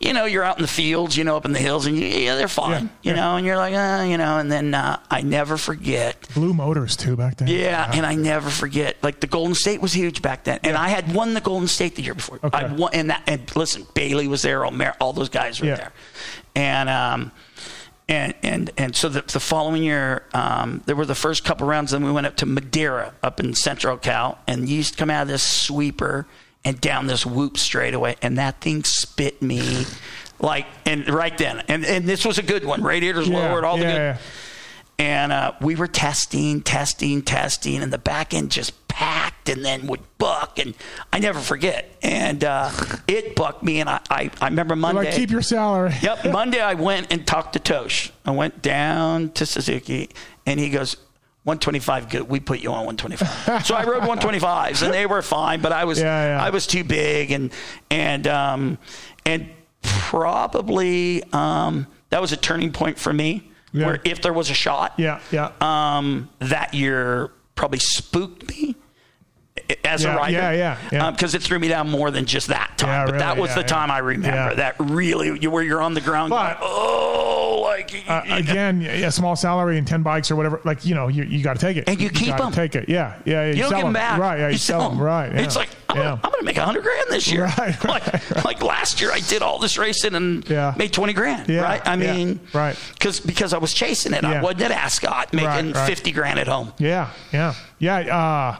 S4: you know you're out in the fields, you know up in the hills, and you, yeah, they're fine,
S1: Yeah,
S4: you
S1: yeah.
S4: know, and you're like, ah, you know, and then uh, I never forget.
S1: yeah. Blue motors too back then.
S4: Yeah, and
S1: Uh-huh.
S4: I never forget. Like the Golden State was huge back then, and I had won the Golden State the year before.
S1: Okay.
S4: I won, and that, and listen, Bailey was there, Omer, all those guys were
S1: Yeah.
S4: there, and um, and and and so the, the following year, um, there were the first couple rounds. Then we went up to Madeira, up in Central Cal, and you used to come out of this sweeper and down this whoop straightaway, and that thing spit me. Like and right then, and and this was a good one. Radiators
S1: Yeah,
S4: lowered, all the
S1: yeah,
S4: good
S1: yeah.
S4: and uh, we were testing, testing, testing, and the back end just packed and then would buck, and I never forget. And uh, it bucked me, and I, I, I remember Monday.
S1: Like keep your salary.
S4: Yep, Monday I went and talked to Tosh. I went down to Suzuki, and he goes, 125 good. We put you on 125. so I rode 125s, and they were fine, but I was
S1: Yeah, yeah.
S4: I was too big, and and um and probably um that was a turning point for me.
S1: Yeah.
S4: Where if there was a shot,
S1: Yeah, yeah.
S4: um, that year probably spooked me as
S1: Yeah,
S4: a rider.
S1: yeah, yeah, yeah.
S4: Because it threw me down more than just that time.
S1: Yeah,
S4: but that
S1: really,
S4: was
S1: yeah,
S4: the
S1: yeah.
S4: time I remember.
S1: Yeah.
S4: That really, you, where you're on the ground.
S1: But-
S4: going, oh, like
S1: uh, again, a small salary and ten bikes or whatever. Like you know, you, you got to take it,
S4: And you keep
S1: gotta
S4: 'em.
S1: Take it, yeah, yeah. yeah,
S4: You,
S1: sell
S4: don't give them
S1: 'em.
S4: back.
S1: right? Yeah, you, sell, them, right? Yeah.
S4: It's like I'm,
S1: yeah.
S4: gonna, I'm gonna make hundred grand this year.
S1: Right,
S4: like,
S1: right,
S4: like last year, I did all this racing and
S1: Yeah.
S4: made twenty grand.
S1: Yeah,
S4: Right? I
S1: yeah,
S4: mean,
S1: right.
S4: Because because I was chasing it.
S1: Yeah.
S4: I wasn't at Ascot making
S1: Right, right.
S4: fifty grand at home.
S1: yeah, yeah, yeah. Uh,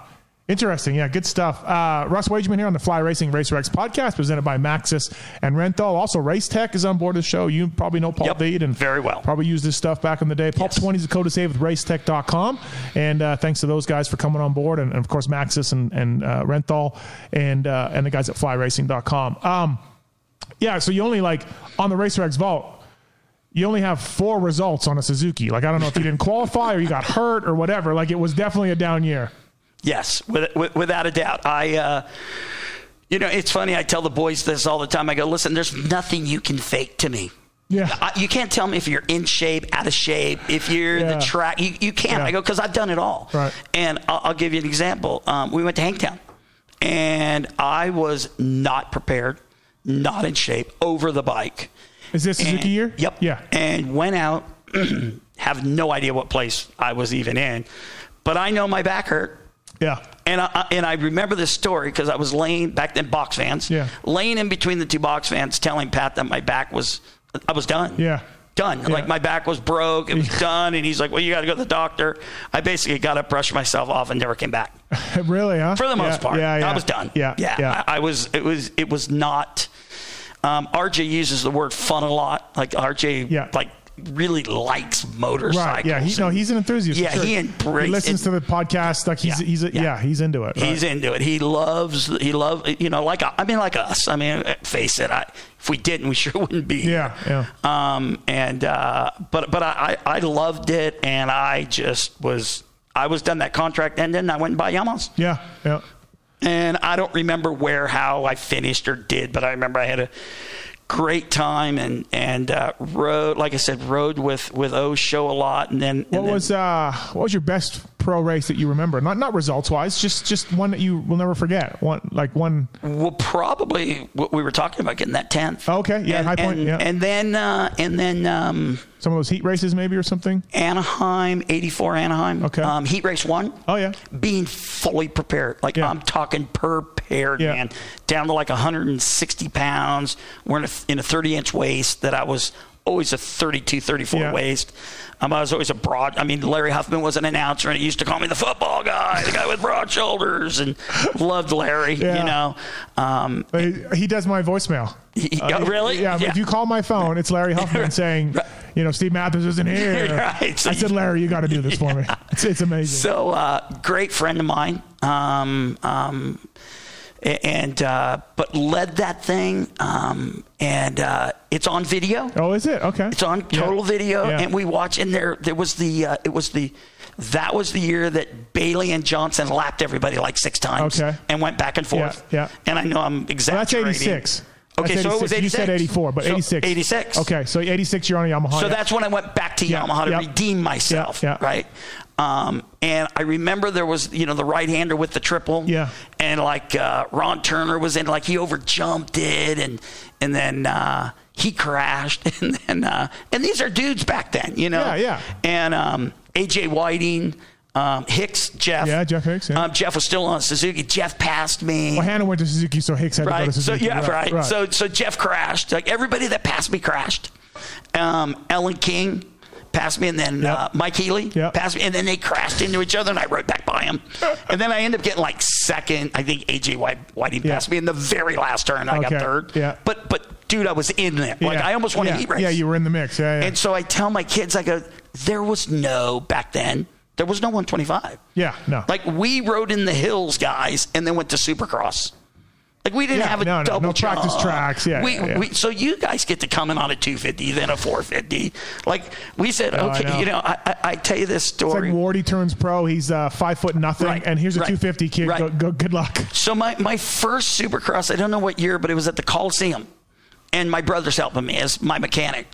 S1: Interesting. Yeah, good stuff. Uh, Russ Wageman here on the Fly Racing Racer X podcast, presented by Maxis and Renthal. Also, Race Tech is on board the show. You probably know Paul
S4: Yep,
S1: Deed and
S4: very well.
S1: probably used this stuff back in the day. Pulp
S4: Yes.
S1: 20 is the code to save with racetech.com. And uh, thanks to those guys for coming on board. And, and of course, Maxis and, and uh, Renthal and, uh, and the guys at flyracing.com. Um, yeah, so you only like on the Racer X Vault, you only have four results on a Suzuki. Like, I don't know if you didn't qualify or you got hurt or whatever. Like, it was definitely a down year.
S4: Yes, with, with, without a doubt. I, uh, you know, it's funny. I tell the boys this all the time. I go, listen, there's nothing you can fake to me.
S1: Yeah.
S4: I, you can't tell me if you're in shape, out of shape, if you're
S1: Yeah.
S4: the track. You, you can't.
S1: Yeah.
S4: I go, because I've done it all.
S1: Right.
S4: And I'll, I'll give you an example. Um, we went to Hangtown, and I was not prepared, not in shape, over the bike.
S1: Is this Suzuki
S4: And-
S1: year?
S4: Yep.
S1: Yeah.
S4: And went out, have no idea what place I was even in, but I know my back hurt.
S1: Yeah.
S4: And I- I, and I remember this story because I was laying back then box fans,
S1: Yeah.
S4: laying in between the two box fans, telling Pat that my back was, I was done.
S1: Yeah.
S4: Done. Like my back was broke. It was done. And he's like, well, you got to go to the doctor. I basically got up, brushed myself off, and never came back
S1: Really, huh?
S4: for the
S1: Yeah,
S4: most part.
S1: Yeah, yeah.
S4: I was done.
S1: Yeah.
S4: yeah. I, I was. It was. It was not. Um, RJ uses the word fun a lot. Like RJ,
S1: Yeah.
S4: like really likes motorcycles.
S1: Right. Yeah. He, no, he's an enthusiast.
S4: Yeah,
S1: for sure.
S4: he embraced
S1: He listens
S4: it.
S1: to the podcast. Like he's
S4: Yeah,
S1: he's a, yeah.
S4: yeah.
S1: he's into it.
S4: He's into it. He loves. He love. You know, like I mean, like us. I mean, face it. I if we didn't, we sure wouldn't be.
S1: Yeah,
S4: here. Um. And uh. But but I I I loved it, and I just was. I was done that contract, and then I went and bought Yamaha's.
S1: yeah. Yeah.
S4: And I don't remember where, how I finished or did, but I remember I had a great time and and uh, rode, like I said, rode with with O show a lot, and then
S1: What was uh what was your best pro race that you remember? Not not results wise, just just one that you will never forget. One like one
S4: well probably what we were talking about getting that tenth.
S1: oh, Okay, yeah,
S4: and,
S1: High Point,
S4: and,
S1: yeah.
S4: and then uh, and then um,
S1: some of those heat races maybe or something.
S4: Anaheim '84 Anaheim,
S1: Okay.
S4: um, heat race one.
S1: Oh, yeah.
S4: being fully prepared. Like
S1: Yeah.
S4: I'm talking prepared,
S1: Yeah.
S4: man. Down to like 160 pounds. We're in a, in a 30 inch waist that I was always a 32, 34
S1: Yeah.
S4: waist. Um, I was always a broad. I mean, Larry Huffman was an announcer, and he used to call me the football guy, the guy with broad shoulders, and loved Larry.
S1: Yeah.
S4: You know, um,
S1: But Uh, he, he does my voicemail. Uh,
S4: he- he- oh, really?
S1: Yeah, If you call my phone, it's Larry Huffman saying, you know, Steve Mathis isn't here.
S4: Right, so
S1: I
S4: you-
S1: said, Larry, you got to do this for me. It's, it's amazing.
S4: So, uh, great friend of mine. Um, um, a- and uh, but led that thing, um, and uh, it's on video.
S1: oh, is it okay?
S4: It's on total
S1: Yeah.
S4: video,
S1: Yeah.
S4: and we watch. And there, there was the, uh, it was the, that was the year that Bailey and Johnson lapped everybody like six times,
S1: Okay.
S4: and went back and forth.
S1: yeah.
S4: And I know I'm
S1: Well, that's
S4: exaggerating.
S1: 86. That's
S4: Okay, so it was 86.
S1: You said 84, but
S4: So,
S1: 86.
S4: 86.
S1: Okay, so 86, you're on a Yamaha.
S4: So
S1: Oh, yeah.
S4: that's when I went back to
S1: Yeah,
S4: Yamaha to
S1: yeah.
S4: redeem myself,
S1: Yeah, yeah.
S4: right? Um, and I remember there was, you know, the right hander with the triple.
S1: Yeah.
S4: And like uh, Ron Turner was in, like he overjumped it, and and then uh, he crashed, and then uh, and these are dudes back then, you know.
S1: Yeah, yeah.
S4: And um, AJ Whiting, um, Hicks, Jeff.
S1: Yeah, Jeff Hicks, yeah.
S4: Um, Jeff was still on Suzuki. Jeff passed me.
S1: Well, Hannah went to Suzuki, so Hicks had to go
S4: Right.
S1: to
S4: So
S1: Suzuki.
S4: yeah, right. So so Jeff crashed. Like everybody that passed me crashed. Um, Ellen King passed me, and then
S1: Yep.
S4: uh, Mike Healy
S1: Yep.
S4: passed me, and then they crashed into each other, and I rode back by him. and then I end up getting like second. I think AJ White Whiting
S1: Yeah.
S4: passed me in the very last turn. I
S1: Okay.
S4: got third.
S1: Yeah.
S4: But but dude, I was in it. Like
S1: Yeah.
S4: I almost won
S1: yeah.
S4: a heat race.
S1: Yeah, you were in the mix. Yeah, yeah.
S4: And so I tell my kids, I go, there was no back then. There was no 125.
S1: yeah no.
S4: Like we rode in the hills, guys, and then went to Supercross. Like we didn't
S1: Yeah,
S4: have a
S1: no, no,
S4: double
S1: no practice
S4: jump.
S1: tracks, yeah,
S4: we,
S1: yeah, yeah.
S4: We, so you guys get to come in on a 250, then a 450. Like we said,
S1: No, I
S4: okay,
S1: know.
S4: you know, I, I, I tell you this
S1: it's
S4: story.
S1: like Wardy turns pro. He's uh, five foot nothing,
S4: Right,
S1: and here's a
S4: right,
S1: 250 kid.
S4: right.
S1: Go, go, good luck.
S4: so my my first Supercross, I don't know what year, but it was at the Coliseum, and my brother's helping me as my mechanic.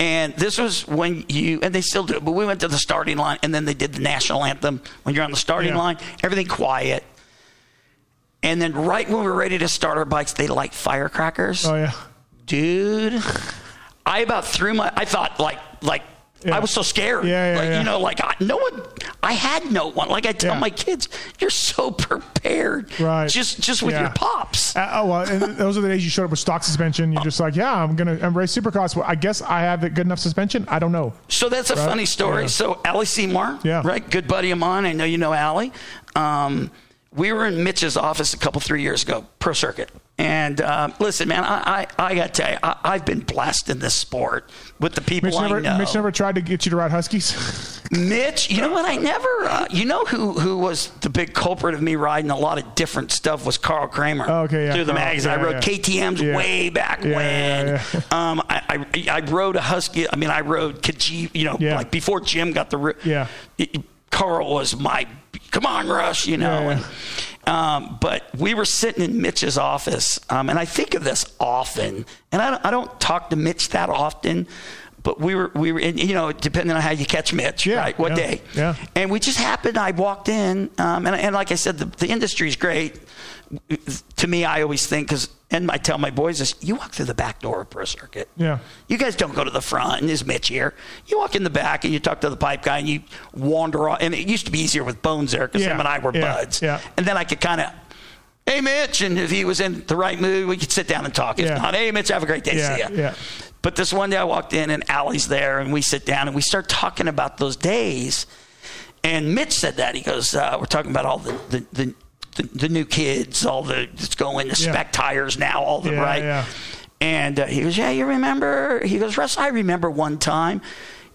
S4: And this was when you and they still do it, but we went to the starting line, and then they did the national anthem. When you're on the starting
S1: Yeah.
S4: line, everything quiet. And then right when we were ready to start our bikes, they light firecrackers.
S1: Oh yeah.
S4: Dude, I about threw my. I thought like like
S1: Yeah.
S4: I was so scared.
S1: Yeah, yeah,
S4: like,
S1: yeah.
S4: You know, like I, no one. I had no one. Like I tell
S1: Yeah.
S4: my kids, you're so prepared.
S1: Right.
S4: Just just with
S1: Yeah.
S4: your pops.
S1: Uh, oh well, and those are the days you showed up with stock suspension. You're just like, yeah, I'm gonna I'm race supercross. Well, I guess I have it good enough suspension. I don't know.
S4: So that's a funny story.
S1: Yeah.
S4: So Allie Seymour,
S1: Yeah.
S4: right, good buddy of mine. I know you know Allie. Um, we were in Mitch's office a couple three years ago, pro circuit. And uh, listen, man, I, I, I got to tell you, I, I've been blessed in this sport with the people
S1: Mitch
S4: I
S1: never,
S4: know.
S1: Mitch never tried to get you to ride Huskies.
S4: Mitch, you know what? I never. Uh, you know who who was the big culprit of me riding a lot of different stuff was Carl Kramer.
S1: Oh, okay, yeah,
S4: Through the
S1: Carl,
S4: magazine,
S1: yeah,
S4: I rode
S1: yeah.
S4: KTM's
S1: Yeah.
S4: way back
S1: Yeah,
S4: when.
S1: yeah,
S4: Um, I, I I rode a Husky. I mean, I rode Kajee. You know,
S1: Yeah.
S4: like before Jim got the. ri-
S1: Yeah.
S4: y- y- Carl was my come on Rush. You know.
S1: Yeah, yeah.
S4: And, um, but we were sitting in Mitch's office, um, and I think of this often, and I don't, I don't talk to Mitch that often, but we were, we were, and, you know, depending on how you catch Mitch,
S1: Yeah,
S4: right? What
S1: yeah,
S4: day?
S1: yeah.
S4: And we just happened, I walked in, um, and, and like I said, the, the industry's great. To me, I always think, because, and I tell my boys this, you walk through the back door of Pro Circuit.
S1: Yeah.
S4: You guys don't go to the front, and there's Mitch here. You walk in the back and you talk to the pipe guy and you wander off. And it used to be easier with Bones there because
S1: Yeah,
S4: him and I were
S1: yeah,
S4: buds.
S1: yeah.
S4: And then I could kind of, hey, Mitch. And if he was in the right mood, we could sit down and talk. If
S1: Yeah.
S4: not, hey, Mitch, have a great day.
S1: Yeah,
S4: See ya.
S1: yeah.
S4: But this one day I walked in and Allie's there and we sit down and we start talking about those days. And Mitch said that. He goes, uh, we're talking about all the, the, the, the, the new kids, all the, that's going to
S1: Yeah.
S4: spec tires now, all the,
S1: Yeah,
S4: right?
S1: yeah.
S4: And uh, he goes, Yeah, you remember? He goes, Russ, I remember one time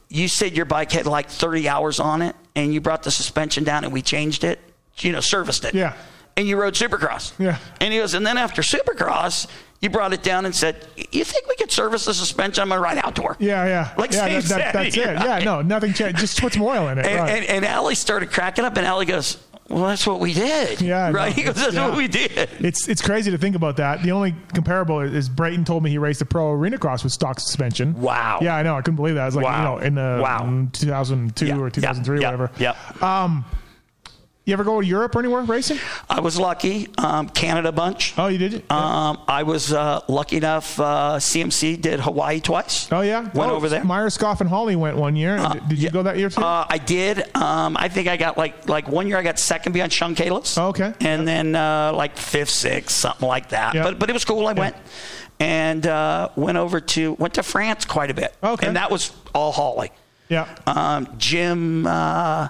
S4: you said your bike had like 30 hours on it and you brought the suspension down and we changed it, you know, serviced it.
S1: Yeah.
S4: And you rode Supercross.
S1: Yeah.
S4: And he goes, And then after Supercross, you brought it down and said, You think we could service the suspension? I'm going to ride outdoor.
S1: yeah, yeah.
S4: Like
S1: yeah,
S4: Steve said,
S1: that's it. Yeah,
S4: right?
S1: no, nothing changed. Just put some oil in it.
S4: And,
S1: right.
S4: and, and Allie started cracking up and Allie goes, Well, that's what we did.
S1: Yeah, I
S4: Right?
S1: know.
S4: He goes, That's
S1: Yeah.
S4: what we did.
S1: It's it's crazy to think about that. The only comparable is Brayton told me he raced a pro arena cross with stock suspension.
S4: Wow.
S1: Yeah, I know. I couldn't believe that. I was like,
S4: Wow.
S1: you know, in the
S4: Wow.
S1: um, 2002
S4: Yeah,
S1: or
S4: yeah,
S1: 2003
S4: yeah,
S1: or whatever.
S4: Yeah.
S1: You ever go to Europe or anywhere racing?
S4: I was lucky. Um, Canada bunch.
S1: Oh, you did?
S4: Um, I was uh, lucky enough. Uh, CMC did Hawaii twice.
S1: oh, yeah.
S4: went
S1: Oh,
S4: over there.
S1: Meyer, Scoff, and Holly went one year. did you
S4: yeah.
S1: go that year too?
S4: Uh, I did. Um, I think I got like like one year I got second behind Sean Caleb's.
S1: Oh, okay.
S4: And then uh, like fifth, sixth, something like that.
S1: Yeah.
S4: But but it was cool. I went and uh, went over to went to France quite a bit.
S1: Okay.
S4: And that was all Holly.
S1: yeah.
S4: Um, Jim uh,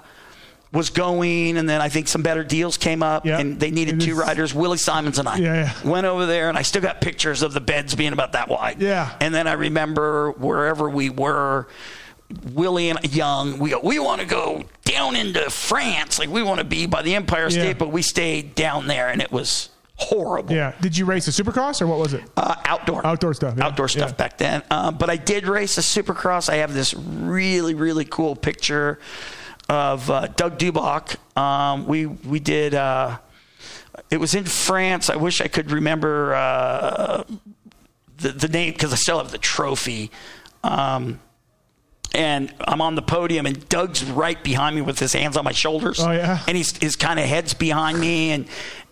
S4: was going, and then I think some better deals came up,
S1: Yeah.
S4: and they needed
S1: It
S4: two
S1: is-
S4: riders. Willie Simons and I
S1: Yeah, yeah.
S4: went over there, and I still got pictures of the beds being about that wide.
S1: Yeah.
S4: And then I remember wherever we were, Willie and Young, we go, we want to go down into France, like we want to be by the Empire State, but we stayed down there, and it was horrible.
S1: yeah. Did you race a supercross or what was it?
S4: Uh, outdoor.
S1: Outdoor stuff, yeah.
S4: Outdoor stuff
S1: Yeah.
S4: back then. Um, but I did race a supercross. I have this really, really cool picture of uh, Doug Dubach. Um, we, we did, uh, it was in France. I wish I could remember uh, the, the name because I still have the trophy. Um, and I'm on the podium, and Doug's right behind me with his hands on my shoulders.
S1: Oh, yeah.
S4: And he's his kind of head's behind me, and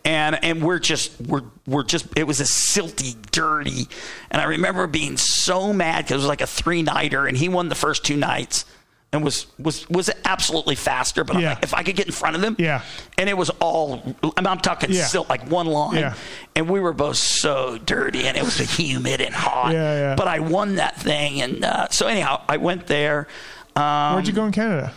S4: and and we're just we're we're just it was a silty, dirty, and I remember being so mad because it was like a three nighter, and he won the first two nights. And was was was absolutely faster, but I'm
S1: Yeah.
S4: like, if I could get in front of him,
S1: Yeah.
S4: And it was all I mean, I'm talking
S1: Yeah.
S4: sil- like one line,
S1: Yeah.
S4: and we were both so dirty, and it was humid and hot.
S1: Yeah, yeah.
S4: But I won that thing, and uh, so anyhow, I went there. Um,
S1: Where'd you go in Canada?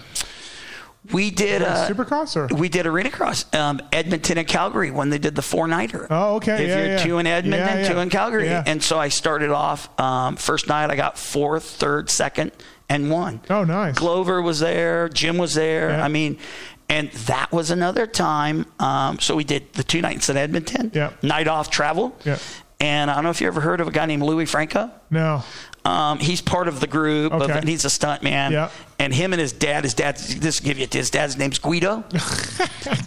S4: we did uh,
S1: Supercross or?
S4: we did arena cross, um, Edmonton and Calgary when they did the four nighter.
S1: Oh, okay.
S4: If
S1: Yeah,
S4: you're
S1: yeah.
S4: two in Edmonton,
S1: Yeah, yeah.
S4: two in Calgary,
S1: Yeah.
S4: and so I started off um, first night. I got fourth, third, second, and one.
S1: Oh, nice.
S4: Glover was there. Jim was there.
S1: Yeah.
S4: I mean, and that was another time. Um, so we did the two nights in Edmonton.
S1: Yeah.
S4: Night off travel.
S1: Yeah.
S4: And I don't know if you ever heard of a guy named Louis Franco.
S1: no.
S4: Um, he's part of the group. Of,
S1: Okay.
S4: and he's a stunt man.
S1: Yeah.
S4: And him and his dad. His dad. This will give you his dad's name's Guido.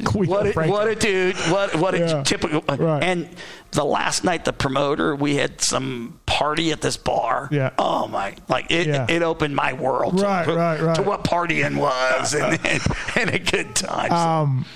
S1: Guido
S4: what a,
S1: Franco.
S4: what a dude. What what a
S1: Yeah.
S4: typical. uh,
S1: Right.
S4: And the last night, the promoter, we had some party at this bar.
S1: Yeah.
S4: Oh my! Like it,
S1: Yeah.
S4: it opened my world.
S1: Right,
S4: to,
S1: right, right.
S4: To what partying was and and, and a good time. So-
S1: Uh, Um,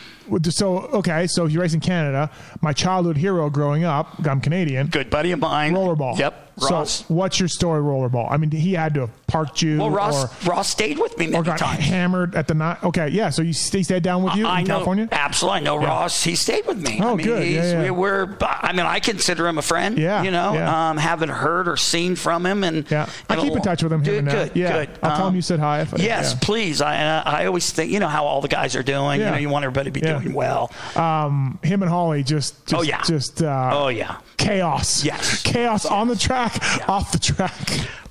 S1: So, okay. So, if you race in Canada, my childhood hero growing up, I'm Canadian.
S4: good buddy of mine.
S1: Rollerball.
S4: Yep. Ross.
S1: So what's your story, rollerball? I mean, he had to have parked you
S4: well,
S1: or,
S4: Ross, Ross stayed with me
S1: or
S4: many
S1: got
S4: times.
S1: hammered at the night. Okay, yeah. So you stay, stayed down with you
S4: I
S1: in
S4: know,
S1: California?
S4: Absolutely, I know Ross. He stayed with me.
S1: Oh,
S4: I mean,
S1: good. Yeah,
S4: He's,
S1: yeah.
S4: we- We're. I mean, I consider him a friend.
S1: Yeah,
S4: You know,
S1: yeah.
S4: um, haven't heard or seen from him, and
S1: Yeah. I
S4: and a
S1: keep in
S4: lo-
S1: touch with him here
S4: Good.
S1: and there.
S4: Good.
S1: Yeah.
S4: Good. Um,
S1: I'll tell him you said hi if-
S4: yes,
S1: yeah.
S4: please. I and I I always think you know how all the guys are doing.
S1: Yeah.
S4: You know, you want everybody to be
S1: Yeah.
S4: doing well.
S1: Um, him and Holly just, just
S4: Oh, yeah.
S1: just uh,
S4: oh yeah.
S1: chaos.
S4: Yes.
S1: Chaos on the track, off the track.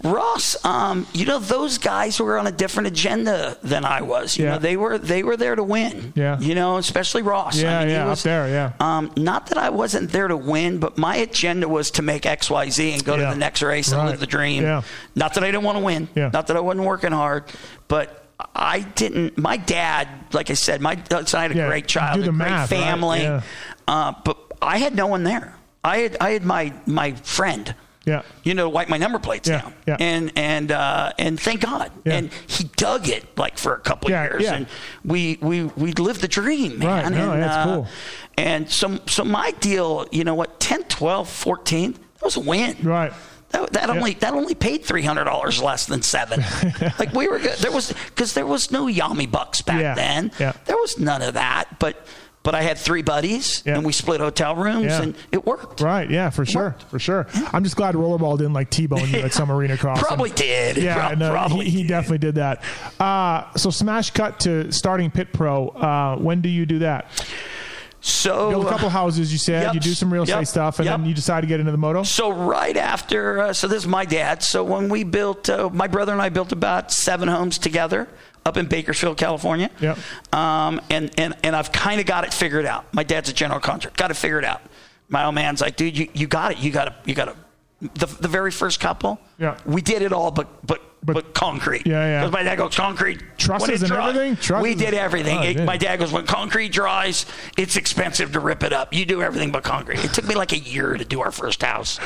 S4: Ross, um, you know those guys were on a different agenda than I was. You
S1: Yeah.
S4: know, they were they were there to win.
S1: Yeah.
S4: You know, especially Ross.
S1: Yeah,
S4: he
S1: yeah, up there, yeah.
S4: Um, not that I wasn't there to win, but my agenda was to make X, Y, Z and go
S1: Yeah.
S4: to the next race and
S1: Right.
S4: live the dream.
S1: Yeah.
S4: Not that I didn't want to win.
S1: Yeah.
S4: Not that I wasn't working hard, but I didn't. My dad, like I said, my I had a
S1: Yeah,
S4: great
S1: do the
S4: childhood, great
S1: math, right?
S4: family.
S1: Yeah.
S4: Uh, but I had no one there. I had I had my my friend
S1: Yeah.
S4: you know, wipe my number plates
S1: Yeah,
S4: down.
S1: yeah.
S4: And and uh, and thank God.
S1: Yeah.
S4: And he dug it like for a couple
S1: Yeah,
S4: years,
S1: yeah.
S4: and we we we lived the dream,
S1: Right,
S4: man.
S1: no,
S4: and, uh,
S1: that's cool.
S4: And so so my deal, you know what, 10, 12, 14, that was a win.
S1: Right.
S4: That, that only that only paid three hundred dollars less than seven. like we were good. There was because there was no Yami bucks back
S1: Yeah,
S4: then.
S1: yeah.
S4: There was none of that. But but I had three buddies
S1: Yeah.
S4: and we split hotel rooms
S1: Yeah.
S4: and it worked.
S1: Right. Yeah, for sure. For sure. I'm just glad Rollerball didn't like T-bone you at some arena cross.
S4: Probably did.
S1: Yeah,
S4: Prob-
S1: no, he-
S4: probably
S1: he,
S4: did.
S1: definitely did that. Uh, so smash cut to starting pit pro. Uh, when do you do that?
S4: So uh,
S1: Build a couple houses, you said.
S4: Yep.
S1: You do some real estate
S4: Yep.
S1: stuff, and then
S4: Yep.
S1: you decide to get into the moto.
S4: So right after, uh, so this is my dad. So when we built, uh, my brother and I built about seven homes together up in Bakersfield, California.
S1: Yep.
S4: Um, and and and I've kind of got it figured out. My dad's a general contractor. Got it figured out. My old man's like, dude, you, you got it. You got to you got to. The, the very first couple,
S1: Yeah.
S4: we did it all, but but
S1: But-
S4: but, concrete.
S1: Yeah, yeah.
S4: 'Cause my dad goes concrete.
S1: Trusses
S4: when it
S1: and
S4: dries."
S1: everything? Trusses
S4: we did
S1: and-
S4: everything.
S1: Oh,
S4: It-
S1: yeah.
S4: my dad goes when concrete dries, it's expensive to rip it up. You do everything but concrete. It took me like a year to do our first house,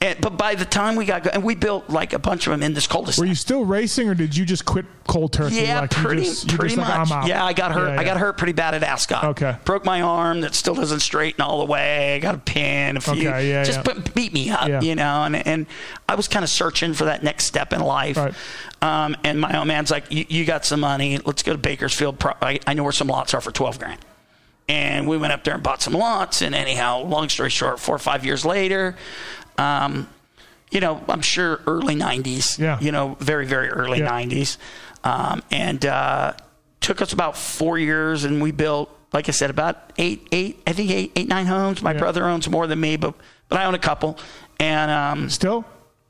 S4: and, but by the time we got go- and we built like a bunch of them in this cul-de-sac.
S1: Were you still racing, or did you just quit cold turkey?
S4: Yeah,
S1: like, you
S4: pretty,
S1: just- you
S4: pretty
S1: just like,
S4: much.
S1: I'm out.
S4: Yeah, I got hurt.
S1: Yeah, yeah.
S4: I got hurt pretty bad at Ascot.
S1: Okay.
S4: broke my arm that still doesn't straighten all the way. I got a pin, a few,
S1: Okay, yeah,
S4: just
S1: yeah.
S4: bu- beat me up,
S1: Yeah.
S4: you know. And and I was kind of searching for that next step in life.
S1: Right.
S4: Um, and my old man's like, "You- "You got some money? Let's go to Bakersfield. Pro- I, I know where some lots are for twelve grand." And we went up there and bought some lots. And anyhow, long story short, four or five years later. Um, you know, I'm sure early 90s,
S1: Yeah.
S4: you know, very, very early
S1: Yeah.
S4: 90s. Um, and uh, took us about four years, and we built, like I said, about eight, eight, I think eight, eight, nine homes. My
S1: Yeah.
S4: brother owns more than me, but but I own a couple. And um,
S1: Still?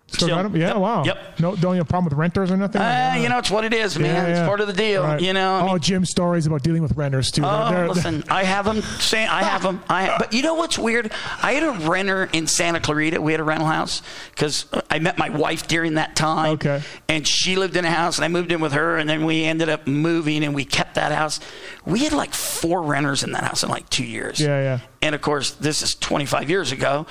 S1: Still,
S4: Still.
S1: got 'em? Yeah,
S4: Yep.
S1: wow.
S4: Yep.
S1: No, don't you have a problem with renters or nothing?
S4: uh, you know, it's what it is, man.
S1: Yeah, yeah.
S4: It's part of the deal,
S1: Right.
S4: you know. I
S1: oh,
S4: mean,
S1: Jim's stories about dealing with renters, too. They're-
S4: Oh,
S1: they're-
S4: listen, I have them. Saying, I have them. I, but you know what's weird? I had a renter in Santa Clarita. We had a rental house because I met my wife during that time.
S1: Okay.
S4: And she lived in a house, and I moved in with her, and then we ended up moving, and we kept that house. We had like four renters in that house in like two years.
S1: Yeah, yeah.
S4: And of course, this is 25 years ago.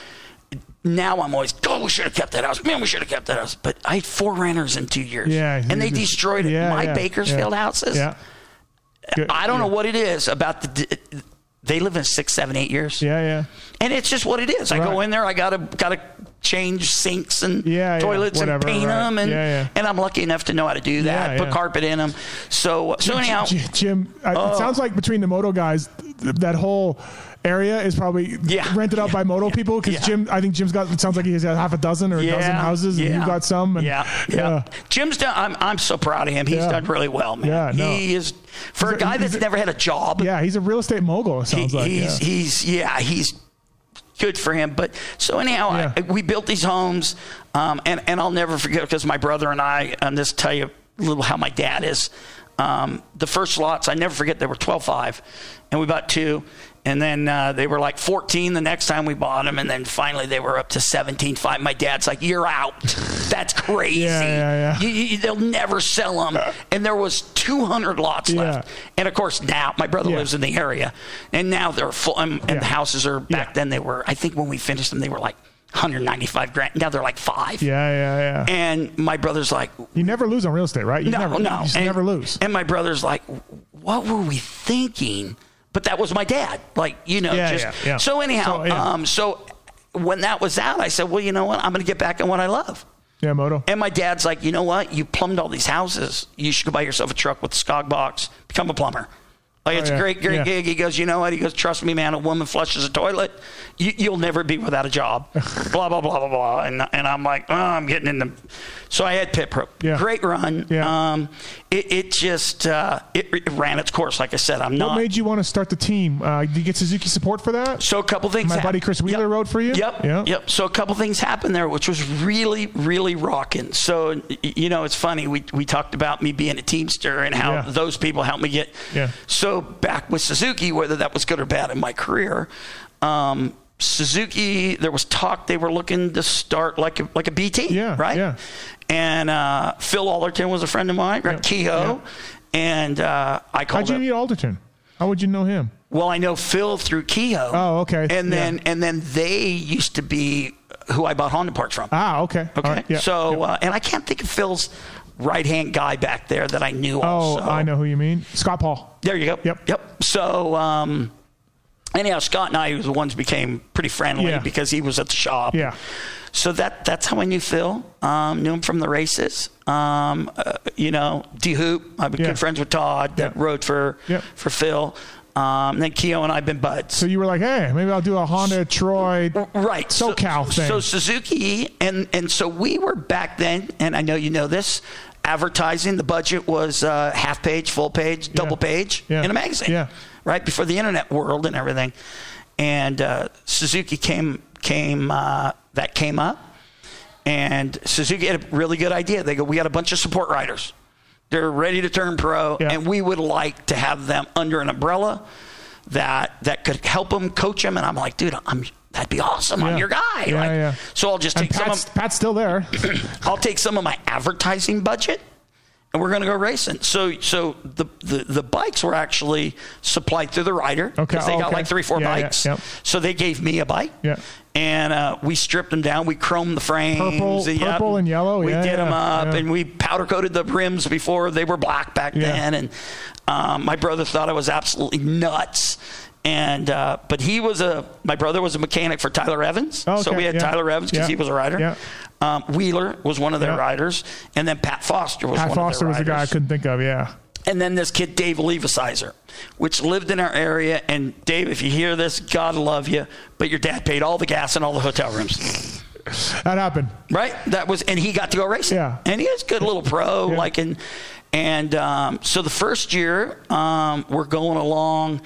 S4: Now I'm always, oh, we should have kept that house. Man, we should have kept that house. But I had four renters in two years.
S1: yeah.
S4: And they destroyed it.
S1: Yeah,
S4: My
S1: yeah,
S4: Bakersfield
S1: yeah.
S4: houses.
S1: Yeah. Good.
S4: I don't know what it is about the. d- They live in six, seven, eight years,
S1: Yeah, yeah.
S4: and it's just what it is. I go
S1: Right.
S4: in there, I gotta gotta change sinks and
S1: Yeah, yeah,
S4: toilets and
S1: whatever,
S4: paint
S1: right.
S4: them, and
S1: Yeah, yeah.
S4: and I'm lucky enough to know how to do that.
S1: Yeah,
S4: put
S1: yeah.
S4: carpet in them. So so anyhow, oh.
S1: J- Jim, I, it sounds like between the moto guys, th- that whole area is probably
S4: Yeah.
S1: rented out by moto people because
S4: Yeah.
S1: Jim, I think Jim's got, it sounds like he has got half a dozen or a dozen houses and you've got some. And, uh,
S4: yeah, yeah. Jim's done. I'm, I'm so proud of him. He's
S1: Yeah.
S4: done really well, man.
S1: Yeah, no.
S4: He is for
S1: He's
S4: a
S1: a-
S4: guy
S1: he's
S4: that's
S1: a-
S4: never had a job.
S1: Yeah, he's a real estate mogul, it
S4: He-
S1: sounds like.
S4: he's
S1: yeah.
S4: he's yeah he's good for him but so anyhow I,
S1: Yeah.
S4: we built these homes um, and and i'll never forget because my brother and i and this tell you a little how my dad is um, the first lots i never forget they were 12-5 and we bought two and then uh, they were like 14 the next time we bought them and then finally they were up to 17-5 my dad's like you're out that's crazy
S1: Yeah, yeah, yeah.
S4: You, you, they'll never sell them and there was 200 lots
S1: Yeah.
S4: left and of course now my brother
S1: Yeah.
S4: lives in the area, and now they're full. And, and
S1: Yeah.
S4: the houses are back
S1: Yeah.
S4: then they were. I think when we finished them, they were like 195 grand. Now they're like five.
S1: yeah, yeah, yeah.
S4: And my brother's like,
S1: You never lose on real estate, right? You
S4: no,
S1: never,
S4: no,
S1: You just
S4: and,
S1: never lose.
S4: And my brother's like, what were we thinking? But that was my dad. Like you know,
S1: Yeah,
S4: just
S1: yeah, yeah.
S4: so anyhow.
S1: So, yeah.
S4: Um, so when that was out, I said, well, you know what? I'm going to get back on what I love.
S1: Yeah, moto.
S4: And my dad's like, you know what? You plumbed all these houses. You should go buy yourself a truck with a skog box, become a plumber. Like, it's
S1: Oh, yeah.
S4: a great, great
S1: Yeah.
S4: gig. He goes, you know what? He goes, trust me, man, a woman flushes a toilet. You, you'll never be without a job. blah, blah, blah, blah, blah. And, and I'm like, oh, I'm getting in the. So I had Pit Pro.
S1: Yeah.
S4: Great run.
S1: Yeah.
S4: Um, it, it just uh, it, it ran its course. Like I said, I'm
S1: What
S4: not.
S1: made you want to start the team? Uh, did you get Suzuki support for that?
S4: So a couple things.
S1: My
S4: hap-
S1: buddy Chris Wheeler
S4: Yep.
S1: rode for you?
S4: Yep.
S1: Yeah.
S4: Yep. So a couple things happened there, which was really, really rocking. So y- you know, it's funny. We we talked about me being a teamster and how
S1: Yeah.
S4: those people helped me get.
S1: Yeah.
S4: So back with Suzuki, whether that was good or bad in my career. Um, Suzuki, there was talk they were looking to start like a, like a BT,
S1: Yeah,
S4: right?
S1: yeah.
S4: And uh, Phil Allerton was a friend of mine, right? Kehoe, and uh, I called
S1: How'd you
S4: up.
S1: meet Alderton? How would you know him?
S4: Well, I know Phil through Kehoe.
S1: Oh, okay.
S4: And
S1: Yeah.
S4: then and then they used to be who I bought Honda parts from.
S1: Ah, okay. All
S4: okay.
S1: right, yeah,
S4: so
S1: yeah.
S4: Uh, and I can't think of Phil's right hand guy back there that I knew.
S1: Oh,
S4: also.
S1: I know who you mean. Scott Paul.
S4: There you go.
S1: Yep.
S4: Yep. So um, anyhow, Scott and I was the ones who became pretty friendly
S1: Yeah.
S4: because he was at the shop.
S1: Yeah.
S4: So that that's how I knew Phil. Um, knew him from the races. Um, uh, you know, D Hoop. I've been
S1: Yeah.
S4: good friends with Todd that
S1: Yeah.
S4: rode for
S1: Yep.
S4: for Phil. Um, and then Keo and I've been buds.
S1: So you were like, hey, maybe I'll do a Honda Troy.
S4: Right.
S1: SoCal
S4: so,
S1: thing.
S4: So Suzuki and and so we were back then, and I know you know this. Advertising the budget was uh, half page, full page, double page
S1: Yeah.
S4: in a magazine.
S1: Yeah.
S4: Right before the internet world and everything, and uh, Suzuki came came uh, that came up, and Suzuki had a really good idea. They go, we got a bunch of support riders. They're ready to turn pro,
S1: Yeah.
S4: and we would like to have them under an umbrella that that could help them, coach them. And I'm like, dude, I'm that'd be awesome.
S1: Yeah.
S4: I'm your guy.
S1: Yeah,
S4: Like,
S1: yeah.
S4: So I'll just
S1: And
S4: take some.
S1: Pat's,
S4: Of,
S1: Pat's still there.
S4: I'll take some of my advertising budget, and we're gonna go racing. So so the the, the bikes were actually supplied through the rider.
S1: Okay,
S4: 'cause They got
S1: okay.
S4: like three four
S1: Yeah, yeah,
S4: bikes.
S1: yep.
S4: So they gave me a bike.
S1: Yeah.
S4: And uh, we stripped them down. We chromed the frames.
S1: Purple-
S4: yep.
S1: purple and yellow,
S4: We
S1: yeah,
S4: did them
S1: yeah,
S4: up,
S1: yeah.
S4: and we powder coated the rims before they were black back
S1: Yeah.
S4: then. And um, my brother thought I was absolutely nuts. And uh, but he was a my brother was a mechanic for Tyler Evans,
S1: Oh,
S4: so
S1: okay,
S4: we had
S1: yeah.
S4: Tyler Evans because
S1: Yeah,
S4: he was a rider.
S1: yeah.
S4: Um, Wheeler was one of their
S1: Yeah.
S4: riders, and then Pat Foster was
S1: Pat
S4: one
S1: Foster
S4: of
S1: was
S4: their
S1: the guy I
S4: riders.
S1: couldn't think of. Yeah.
S4: And then this kid, Dave Levisizer, which lived in our area. And Dave, if you hear this, God love you, but your dad paid all the gas and all the hotel rooms,
S1: That happened.
S4: right? That was, and he got to go racing.
S1: Yeah.
S4: And he is a good little pro,
S1: Yeah.
S4: like in, and um, so the first year um, we're going along.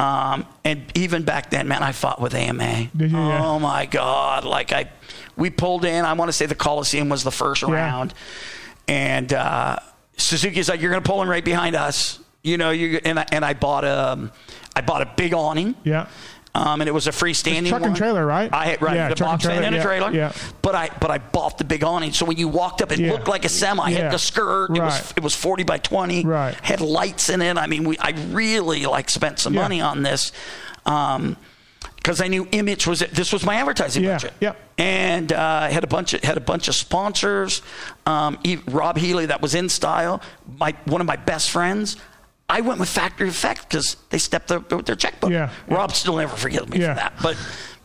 S4: Um, and even back then, man, I fought with AMA.
S1: Did you? Yeah.
S4: Oh my God! Like I, we pulled in. I want to say the Coliseum was the first round, and uh, Suzuki's like, "You're gonna pull in right behind us." You know, you and I, and I bought a, I bought a big awning.
S1: Yeah.
S4: Um, and it was a freestanding
S1: It's truck and
S4: one.
S1: trailer, right?
S4: I had right
S1: Yeah,
S4: the
S1: truck and
S4: box and
S1: trailer,
S4: then a
S1: yeah,
S4: trailer.
S1: yeah.
S4: But I but I bought the big awning, so when you walked up, it
S1: Yeah.
S4: looked like a semi.
S1: Yeah.
S4: Had the skirt. It
S1: Right.
S4: was it was forty by twenty.
S1: Right.
S4: Had lights in it. I mean, we I really like spent some
S1: Yeah.
S4: money on this, um, because I knew image was it. This was my advertising
S1: Yeah,
S4: budget.
S1: yeah.
S4: And uh, had a bunch of had a bunch of sponsors. Um, e- Rob Healy, that was in style. My one of my best friends. I went with Factory Effect because they stepped their, their checkbook.
S1: Yeah, yeah.
S4: Rob still never forgives me
S1: Yeah.
S4: for that, but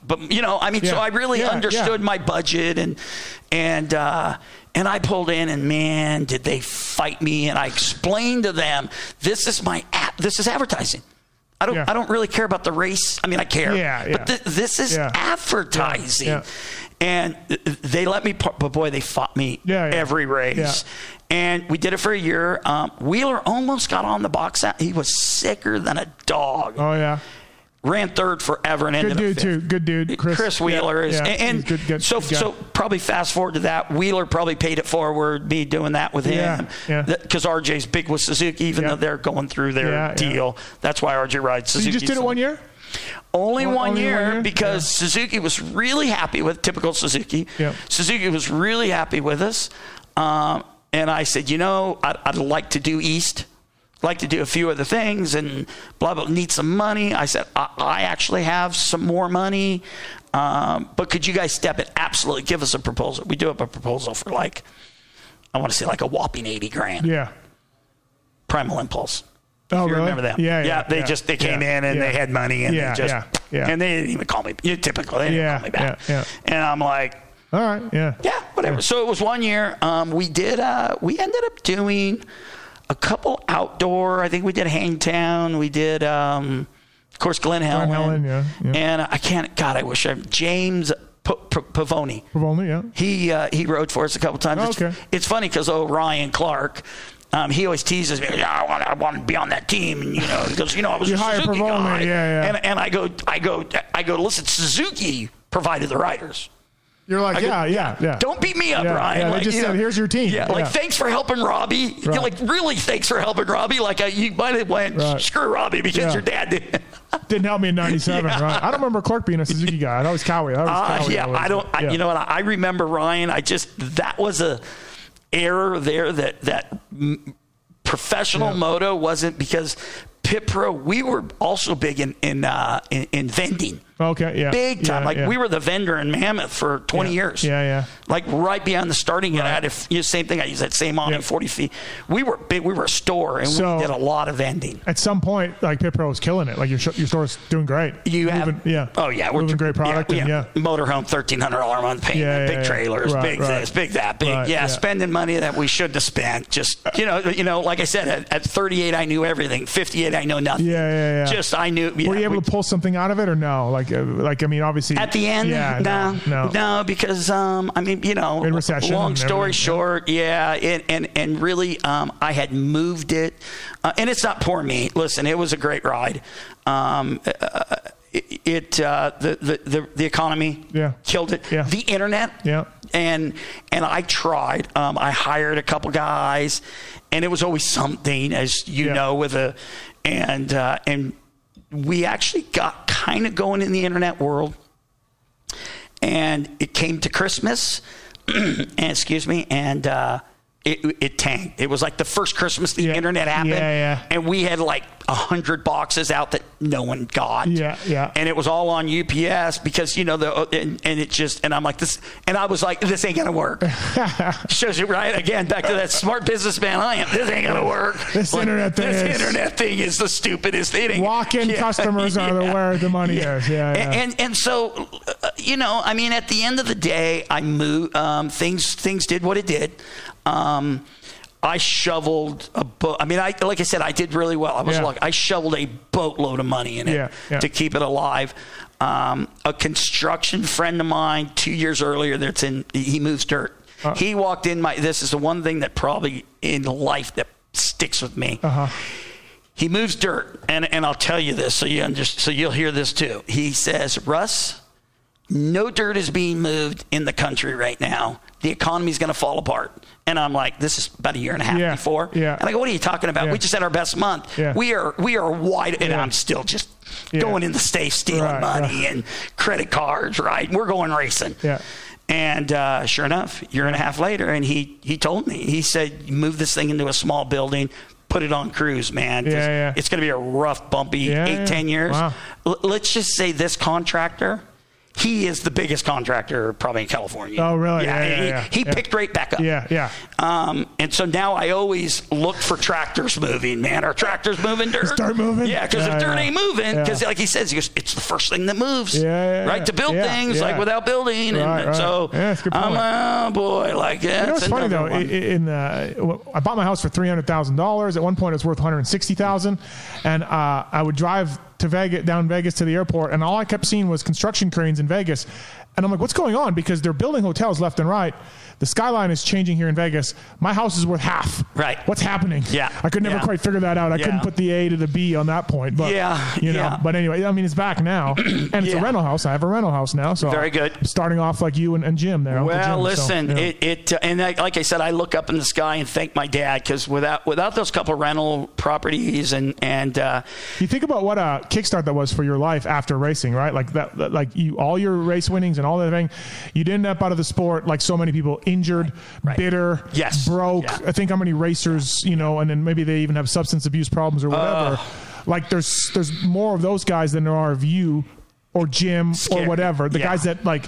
S4: but you know, I mean, so
S1: Yeah.
S4: I really
S1: Yeah,
S4: understood
S1: yeah.
S4: my budget and and uh, and I pulled in and man, did they fight me? And I explained to them, this is my app. This is advertising. I don't
S1: Yeah.
S4: I don't really care about the race. I mean, I care.
S1: Yeah, yeah.
S4: But th- this is
S1: Yeah.
S4: advertising.
S1: Yeah, yeah.
S4: And they let me, par- but boy, they fought me
S1: Yeah, yeah.
S4: every race.
S1: Yeah.
S4: And we did it for a year. Um, Wheeler almost got on the box out. He was sicker than a dog
S1: Oh, yeah.
S4: ran third forever and
S1: Good
S4: ended
S1: dude,
S4: up fifth.
S1: too. Good dude. Chris,
S4: Chris, Wheeler
S1: Yeah,
S4: is,
S1: yeah.
S4: and, and
S1: He's good- good-
S4: so
S1: good guy.
S4: so probably fast forward to that. Wheeler probably paid it forward. Me doing that with
S1: Yeah,
S4: him,
S1: yeah.
S4: because RJ's big with Suzuki, even
S1: Yeah.
S4: though they're going through their
S1: Yeah, yeah.
S4: deal. That's why RJ rides
S1: So
S4: Suzuki.
S1: you just did it
S4: so-
S1: one year?
S4: only
S1: Only
S4: one,
S1: one
S4: year,
S1: year?
S4: because Suzuki was really happy with typical Suzuki.
S1: Yep.
S4: Suzuki was really happy with us. Um, and I said, you know, I'd, I'd like to do East, like to do a few other things and blah, blah, need some money. I said, I, I actually have some more money, um, but could you guys step it? Absolutely. Give us a proposal. We do have a proposal for like, I want to say like a whopping 80 grand.
S1: Yeah.
S4: Primal Impulse.
S1: Oh,
S4: If you
S1: really?
S4: remember them?
S1: Yeah, yeah,
S4: they
S1: yeah.
S4: just they came
S1: Yeah,
S4: in and
S1: yeah.
S4: they had money and
S1: Yeah,
S4: they just
S1: yeah, yeah.
S4: and they didn't even call me. You typical, they didn't
S1: Yeah,
S4: call me back.
S1: yeah,
S4: And I'm like,
S1: All right. Yeah.
S4: yeah, whatever. So it was one year. Um, we did. Uh, we ended up doing a couple outdoor. I think we did Hangtown. We did, um, of course, Glen Helen.
S1: Helen, yeah, yeah.
S4: And I can't. God, I wish I James P- P- Pavoni.
S1: Pavone, yeah.
S4: He uh, he wrote for us a couple times. It's-
S1: Okay.
S4: It's, funny because oh Ryan Clark. Um, he always teases me. Yeah, I want, I want to be on that team, and you know, because you know I was
S1: You
S4: a
S1: hired
S4: Suzuki
S1: Pavone,
S4: guy.
S1: yeah, yeah.
S4: And, and I go, I go, I go. Listen, Suzuki provided the riders.
S1: You're like,
S4: go-
S1: yeah, yeah, yeah.
S4: Don't beat me up,
S1: Yeah,
S4: Ryan.
S1: yeah, they just said, "Here's your team."
S4: Yeah, like
S1: Yeah.
S4: thanks for helping Robbie. You're
S1: Right.
S4: like really thanks for helping Robbie. Like I, you might have went
S1: Right.
S4: screw Robbie because
S1: Yeah.
S4: your dad did.
S1: Didn't help me in '97,
S4: Yeah.
S1: right? I don't remember Clark being a Suzuki guy. I was Cowie. I was
S4: Uh,
S1: Cowie
S4: yeah,
S1: always.
S4: I don't. I,
S1: Yeah.
S4: You know what? I, I remember Ryan. I just that was a error there that that m- professional
S1: Yeah.
S4: moto wasn't because Pipro. We were also big in in uh, in, in vending.
S1: Okay. Yeah.
S4: Big time.
S1: Yeah,
S4: like
S1: yeah.
S4: we were the vendor in Mammoth for 20
S1: Yeah.
S4: years.
S1: Yeah, yeah.
S4: Like right beyond the starting gun. I had a f- you know, same thing. I used that same on
S1: Yeah.
S4: 40 feet. We were big. We were a store and
S1: So-
S4: we did a lot of vending.
S1: At some point, like Pipro was killing it. Like your sh- your store's doing great.
S4: You have,
S1: Moving- yeah.
S4: Oh yeah,
S1: moving great product.
S4: Yeah,
S1: and yeah.
S4: motorhome, thirteen hundred dollar a month payment,
S1: Yeah, yeah,
S4: big
S1: yeah.
S4: trailers,
S1: Right,
S4: big
S1: right.
S4: this, big that, big
S1: Right,
S4: yeah,
S1: yeah.
S4: spending money that we shouldn't have spent. Just you know, you know, like I said, at, at thirty eight, I knew everything. Fifty eight, I know nothing.
S1: Yeah, yeah, yeah.
S4: Just I knew.
S1: Were
S4: yeah,
S1: you able
S4: we-
S1: to pull something out of it or no? Like, uh, like I mean, obviously.
S4: at the end,
S1: Yeah.
S4: no,
S1: No.
S4: because um, I mean, you know,
S1: In recession
S4: Long
S1: and
S4: story
S1: everything,
S4: short, yeah, and and, and really, um, I had moved it, uh, and it's not poor me. Listen, it was a great ride. Um, uh, it it, uh, the, the the the economy
S1: Yeah.
S4: killed it.
S1: Yeah.
S4: The internet
S1: Yeah.
S4: and and I tried. Um, I hired a couple guys, and it was always something, as you
S1: Yeah.
S4: know, with a and uh, and we actually got kind of going in the internet world, and it came to Christmas, and excuse me, and. Uh, it, it tanked. It was like the first Christmas the
S1: Yeah.
S4: internet happened,
S1: Yeah, yeah.
S4: and we had like a hundred boxes out that no one got.
S1: Yeah, yeah.
S4: And it was all on UPS because you know the uh, and, and it just and I'm like this and I was like this ain't gonna work. Shows you right again back to that smart businessman I am. This ain't gonna work.
S1: This
S4: Like,
S1: internet thing
S4: This
S1: is-
S4: internet thing is the stupidest thing.
S1: Walk-in customers are the- where the money is. Yeah,
S4: And-
S1: yeah.
S4: And and so uh, you know I mean at the end of the day I moved um, things things did what it did. Um, I shoveled a boat. I mean, I like I said, I did really well. I was
S1: Yeah.
S4: lucky. I shoveled a boatload of money in it
S1: Yeah, yeah.
S4: to keep it alive. Um, a construction friend of mine two years earlier that's in he moves dirt. he walked in my this is the one thing that probably in life that sticks with me.
S1: Uh-huh.
S4: He moves dirt and and I'll tell you this so you under, so you'll hear this too. He says, "Russ, no dirt is being moved in the country right now. The economy's going to fall apart." And I'm like, "This is about a year and a half
S1: Yeah,
S4: before."
S1: yeah.
S4: And I go, "What are you talking about?
S1: Yeah.
S4: We just had our best month.
S1: Yeah.
S4: We are we are wide and
S1: Yeah.
S4: I'm still just
S1: Yeah.
S4: going in the safe stealing
S1: Right,
S4: money and credit cards, right? We're going racing."
S1: Yeah.
S4: And uh, sure enough, year and a half later, and he he told me he said, "Move this thing into a small building, put it on cruise, man. 'cause
S1: Yeah, yeah.
S4: It's going to be a rough, bumpy
S1: Yeah,
S4: eight
S1: yeah.
S4: ten years.
S1: Wow.
S4: L- let's just say this contractor." He is the biggest contractor probably in California.
S1: Oh, really?
S4: Yeah,
S1: Yeah, yeah,
S4: he,
S1: yeah.
S4: he
S1: Yeah.
S4: picked right back up.
S1: Yeah, yeah.
S4: Um, and so now I always look for tractors moving, man. Are tractors moving dirt?
S1: dirt moving?
S4: Yeah, because
S1: Yeah,
S4: if dirt
S1: yeah.
S4: ain't moving, because
S1: Yeah.
S4: like he says, he goes, it's the first thing that moves.
S1: Yeah, yeah,
S4: right?
S1: yeah.
S4: To build
S1: Yeah,
S4: things,
S1: yeah.
S4: like without building.
S1: Right,
S4: and
S1: right.
S4: so
S1: Yeah, that's a good point.
S4: I'm, oh boy, like, yeah.
S1: You know, it's funny though.
S4: One.
S1: i- i- In the, I bought my house for three hundred thousand dollars. At one point, it was worth one hundred sixty thousand, and uh, I would drive to Vegas, down Vegas to the airport, and all I kept seeing was construction cranes in Vegas, and I'm like, "What's going on?" Because they're building hotels left and right. The skyline is changing here in Vegas. My house is worth half.
S4: Right.
S1: What's happening?
S4: Yeah.
S1: I could never
S4: Yeah.
S1: quite figure that out. I couldn't
S4: Yeah.
S1: put the A to the B on that point. But
S4: Yeah.
S1: You know.
S4: Yeah.
S1: But anyway, I mean, it's back now, and it's
S4: Yeah.
S1: a rental house. I have a rental house now, so
S4: Very good.
S1: Starting off like you and, and Jim there. Uncle
S4: Well,
S1: Jim, so,
S4: listen,
S1: yeah.
S4: it, it uh, and I, like I said, I look up in the sky and thank my dad because without without those couple rental properties and and uh,
S1: You think about what a kickstart that was for your life after racing, right? Like that, that- like you, all your race winnings and all that thing, you'd end up out of the sport like so many people, injured,
S4: Right.
S1: bitter,
S4: Yes.
S1: broke.
S4: Yeah.
S1: I think how many racers, you know, and then maybe they even have substance abuse problems or whatever. like there's there's more of those guys than there are of you or Jim
S4: Scary.
S1: or whatever. The
S4: Yeah.
S1: guys that like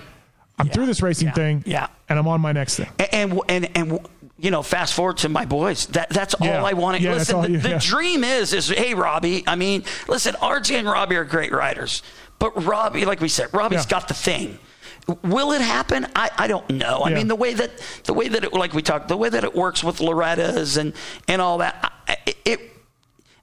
S1: I'm through this racing
S4: Yeah.
S1: thing,
S4: Yeah.
S1: and I'm on my next thing.
S4: and and and you know, fast forward to my boys. That that's
S1: Yeah.
S4: all I wanted.
S1: Yeah, that's
S4: listen,
S1: all
S4: the,
S1: you-
S4: the
S1: yeah.
S4: dream is is hey Robbie. I mean, listen, RJ and Robbie are great riders, but Robbie, like we said, Robbie's
S1: Yeah.
S4: got the thing. Will it happen? I, I don't know. I
S1: Yeah.
S4: mean, the way that the way that it like we talked, the way that it works with Loretta's and and all that. I, it, it,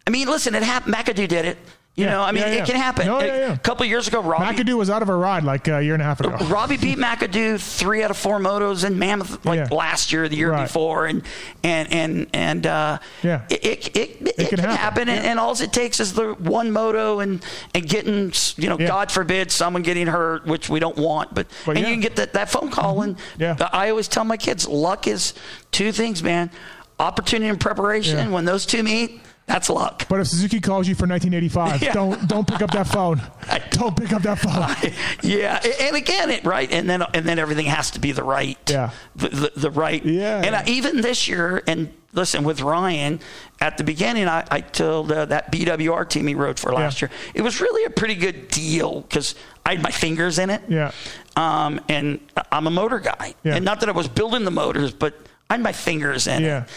S4: I mean, listen, it happened. McAdoo did it. You
S1: Yeah.
S4: know, I mean,
S1: Yeah, yeah.
S4: it can happen.
S1: No,
S4: a,
S1: yeah, yeah.
S4: couple years ago, Robbie.
S1: McAdoo was out of a ride like a year and a half ago.
S4: Robbie beat McAdoo three out of four motos in Mammoth like
S1: Yeah.
S4: last year, the year
S1: Right.
S4: before, and and and and uh,
S1: Yeah.
S4: it it, it, it,
S1: can
S4: can
S1: happen.
S4: happen, and, and all it takes is the one moto and and getting you know
S1: Yeah.
S4: God forbid someone getting hurt, which we don't want, but,
S1: But
S4: and
S1: yeah. Mm-hmm.
S4: you can get that that phone call and
S1: Yeah.
S4: I always tell my kids, luck is two things, man: opportunity and preparation.
S1: Yeah.
S4: When those two meet, that's luck.
S1: But if Suzuki calls you for 1985,
S4: Yeah.
S1: don't don't pick up that phone. Don't pick up that phone.
S4: yeah, a- and again, it right, and then and then everything has to be the right,
S1: Yeah.
S4: the, the, the right,
S1: Yeah.
S4: And I, even this year, and listen with Ryan at the beginning, I, I told uh, that BWR team he rode for last
S1: Yeah.
S4: year, it was really a pretty good deal because I had my fingers in it,
S1: Yeah.
S4: um, and I'm a motor guy,
S1: Yeah.
S4: and not that I was building the motors, but I had my fingers in
S1: Yeah.
S4: it.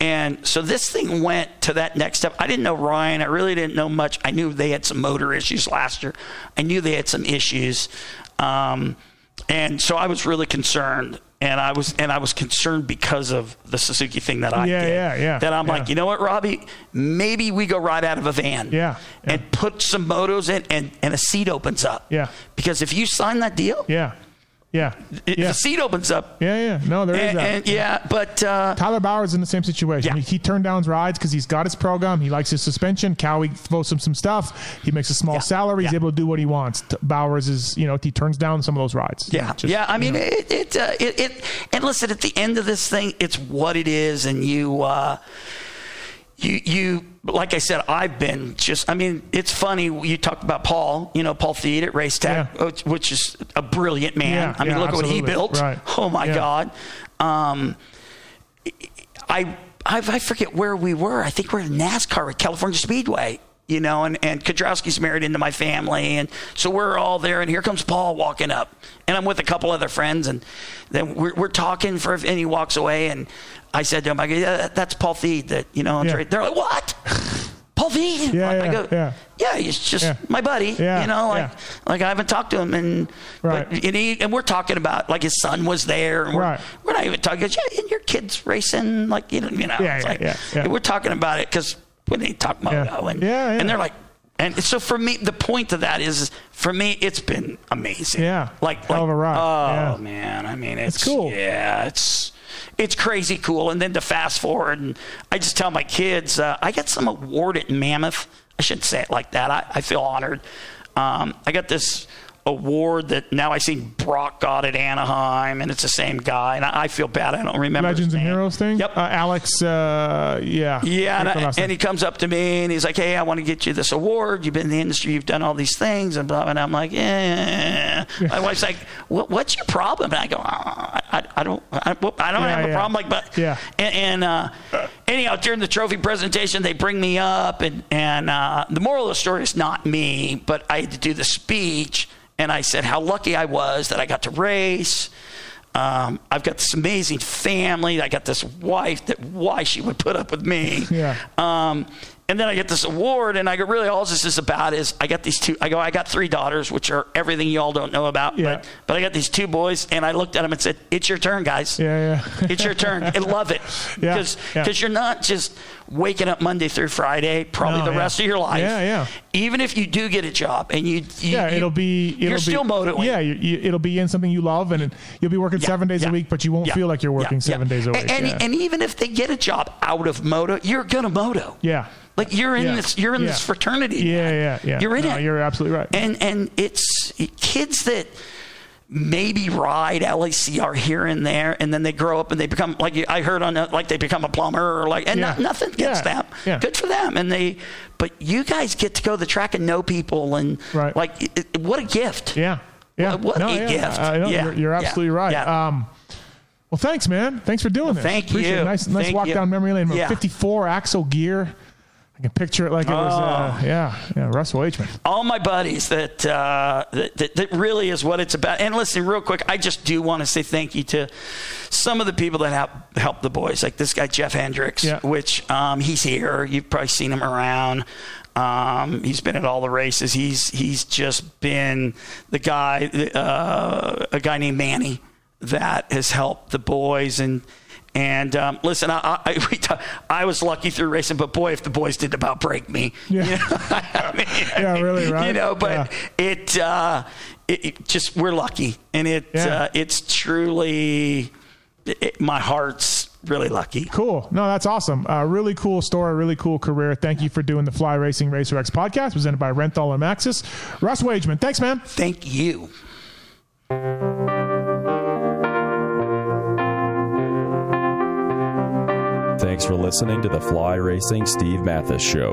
S4: And so this thing went to that next step. I didn't know Ryan. I really didn't know much. I knew they had some motor issues last year. I knew they had some issues, um, and so I was really concerned. And I was and I was concerned because of the Suzuki thing that I
S1: Yeah,
S4: did.
S1: yeah, yeah,
S4: That I'm
S1: yeah.
S4: like, you know what, Robbie? Maybe we go right out of a van.
S1: Yeah, yeah.
S4: And put some motos in, and and a seat opens up.
S1: Yeah.
S4: Because if you sign that deal,
S1: Yeah. Yeah.
S4: if
S1: Yeah.
S4: the seat opens up.
S1: Yeah. Yeah. No, there is
S4: And,
S1: that.
S4: and- yeah, but uh,
S1: Tyler Bowers in the same situation.
S4: Yeah.
S1: He, he turned down rides because he's got his program. He likes his suspension. Cowie throws him some stuff. He makes a small
S4: Yeah.
S1: salary. He's
S4: Yeah.
S1: able to do what he wants. T- Bowers is, you know, he turns down some of those rides.
S4: yeah,
S1: Just-
S4: yeah. I mean, it, it, uh, it, it, and listen, at the end of this thing, it's what it is, and you, uh, you, you. Like I said, I've been just. I mean, it's funny. You talked about Paul. You know, Paul Theed at Race Tech,
S1: Yeah.
S4: which, which is a brilliant man.
S1: Yeah,
S4: I mean,
S1: yeah,
S4: look what he
S1: absolutely.
S4: built.
S1: Right.
S4: Oh my
S1: Yeah.
S4: God. Um, I, I I forget where we were. I think we're in NASCAR at California Speedway. You know, and and Kudrowski's married into my family, and so we're all there. And here comes Paul walking up, and I'm with a couple other friends, and then we're, we're talking for. And he walks away, and I said to him, "I go, yeah, that- that's Paul Feed that you know."
S1: Yeah.
S4: Andre." They're like, "What?" Paul Feed?
S1: Yeah,
S4: I
S1: yeah,
S4: go,
S1: yeah.
S4: "Yeah, he's just
S1: Yeah.
S4: my buddy."
S1: Yeah,
S4: You know, like
S1: yeah.
S4: like I haven't talked to him, and
S1: Right.
S4: but, and he and we're talking about like his son was there, and we're,
S1: Right.
S4: we're not even talking. Yeah, and your kids racing, like you know, you know.
S1: Yeah,
S4: it's
S1: yeah,
S4: like,
S1: yeah, yeah.
S4: We're talking about it because when they talk moto,
S1: Yeah.
S4: and
S1: Yeah, yeah.
S4: and they're like, and so for me, the point of that is, for me, it's been amazing.
S1: Yeah.
S4: like
S1: Hell
S4: like
S1: of a ride. Yeah.
S4: oh man, I mean, it's,
S1: cool.
S4: Yeah, it's. It's crazy cool, and then to fast forward, and I just tell my kids uh, I got some award at Mammoth. I shouldn't say it like that. I, I feel honored. Um, I got this award that now I see Brock got at Anaheim, and it's the same guy, and I, I feel bad. I don't remember his
S1: Legends and
S4: name.
S1: Heroes thing.
S4: Yep.
S1: Uh, Alex. Uh, yeah.
S4: Yeah, and,
S1: What's the
S4: I-
S1: last
S4: and
S1: name?
S4: he comes up to me and he's like, "Hey, I want to get you this award. You've been in the industry. You've done all these things." And blah. And I'm like, "Yeah." My wife's like, what, "What's your problem?" And I go, "Ah, "I, I don't, I, well, I don't
S1: Yeah,
S4: have a
S1: yeah.
S4: problem." Like, but
S1: Yeah.
S4: And, and uh, anyhow, during the trophy presentation, they bring me up, and and uh, the moral of the story is not me, but I had to do the speech, and I said how lucky I was that I got to race. Um, I've got this amazing family. I got this wife that why she would put up with me.
S1: Yeah.
S4: Um, and then I get this award, and I go, really, all this is about is I got these two. I go, I got three daughters, which are everything y'all don't know about.
S1: Yeah.
S4: But, but I got these two boys, and I looked at them and said, "It's your turn, guys.
S1: Yeah, yeah.
S4: it's your turn. I love it
S1: Yeah,
S4: because
S1: yeah.
S4: you're not just waking up Monday through Friday, probably
S1: No,
S4: the
S1: yeah.
S4: rest of your life.
S1: Yeah, yeah.
S4: Even if you do get a job, and you, you
S1: yeah,
S4: you-
S1: it'll be. It'll
S4: you're
S1: be,
S4: still motivated.
S1: Yeah, you, you, it'll be in something you love, and it- you'll be working
S4: Yeah,
S1: seven days
S4: yeah,
S1: a week, but you won't
S4: yeah,
S1: feel like you're
S4: yeah,
S1: working seven
S4: yeah.
S1: days a
S4: And-
S1: week.
S4: And,
S1: yeah.
S4: and even if they get a job out of moto, you're gonna moto.
S1: yeah.
S4: Like you're in
S1: Yeah.
S4: this, you're in
S1: Yeah.
S4: this fraternity.
S1: Yeah,
S4: man.
S1: yeah, yeah.
S4: You're in
S1: No,
S4: it.
S1: you're absolutely right.
S4: And and it's kids that maybe ride LACR here and there, and then they grow up and they become like you- I heard on the- like they become a plumber or like and
S1: Yeah.
S4: no- nothing against
S1: Yeah.
S4: them.
S1: Yeah.
S4: Good for them. And they, but you guys get to go to the track and know people and
S1: Right.
S4: like it, it- what a gift.
S1: Yeah. Yeah.
S4: What- what a
S1: yeah.
S4: gift.
S1: I know.
S4: Yeah.
S1: You're, you're
S4: Yeah.
S1: absolutely right.
S4: Yeah.
S1: Um, well, thanks, man. Thanks for doing this.
S4: thank
S1: Appreciate
S4: you.
S1: It. Nice, nice
S4: Thank
S1: walk
S4: you.
S1: down memory lane.
S4: Yeah.
S1: 54 axle gear. I can picture it like it was, uh,
S4: Oh.
S1: yeah, yeah, Russell H.
S4: all my buddies that, uh, that, that that really is what it's about. And listen, real quick, I just do want to say thank you to some of the people that help help the boys, like this guy Jeff Hendricks,
S1: Yeah.
S4: which um, he's here. You've probably seen him around. Um, he's been at all the races. He's he's just been the guy, uh, a guy named Manny that has helped the boys and. And um, listen, I, I, I, we ta- I was lucky through racing, but boy, if the boys didn't about break me,
S1: Yeah.
S4: I mean,
S1: Yeah, really, right?
S4: You know, but
S1: Yeah.
S4: it, uh, it, it just we're lucky, and it
S1: Yeah.
S4: uh, it's truly it, it- my heart's really lucky.
S1: Cool. No, that's awesome. Uh, really cool story, really cool career. Thank you for doing the Fly Racing Racer X podcast presented by Renthal and Maxis. Russ Wageman, thanks, man.
S4: Thank you.
S5: Thanks for listening to the Fly Racing Steve Mathis Show.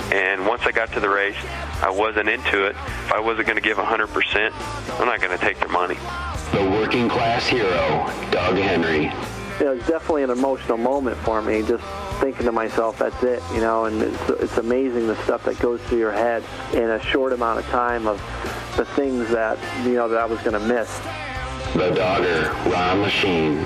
S6: And once I got to the race, I wasn't into it. If I wasn't going to give 100%, I'm not going to take their money.
S3: The working class hero, Doug Henry.
S7: it was definitely an emotional moment for me. Just thinking to myself, that's it, you know. And it's, it's amazing the stuff that goes through your head in a short amount of time of the things that you know that I was going to miss.
S3: The Dogger, Ron Machine.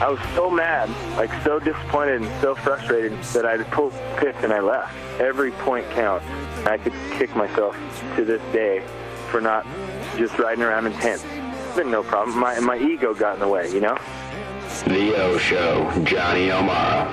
S8: I was so mad, like so disappointed and so frustrated that I just pulled the pick and I left. Every point counts. I could kick myself to this day for not just riding around in tents. It's been no problem. My, my ego got in the way, you know?
S3: The O Show, Johnny O'Mara.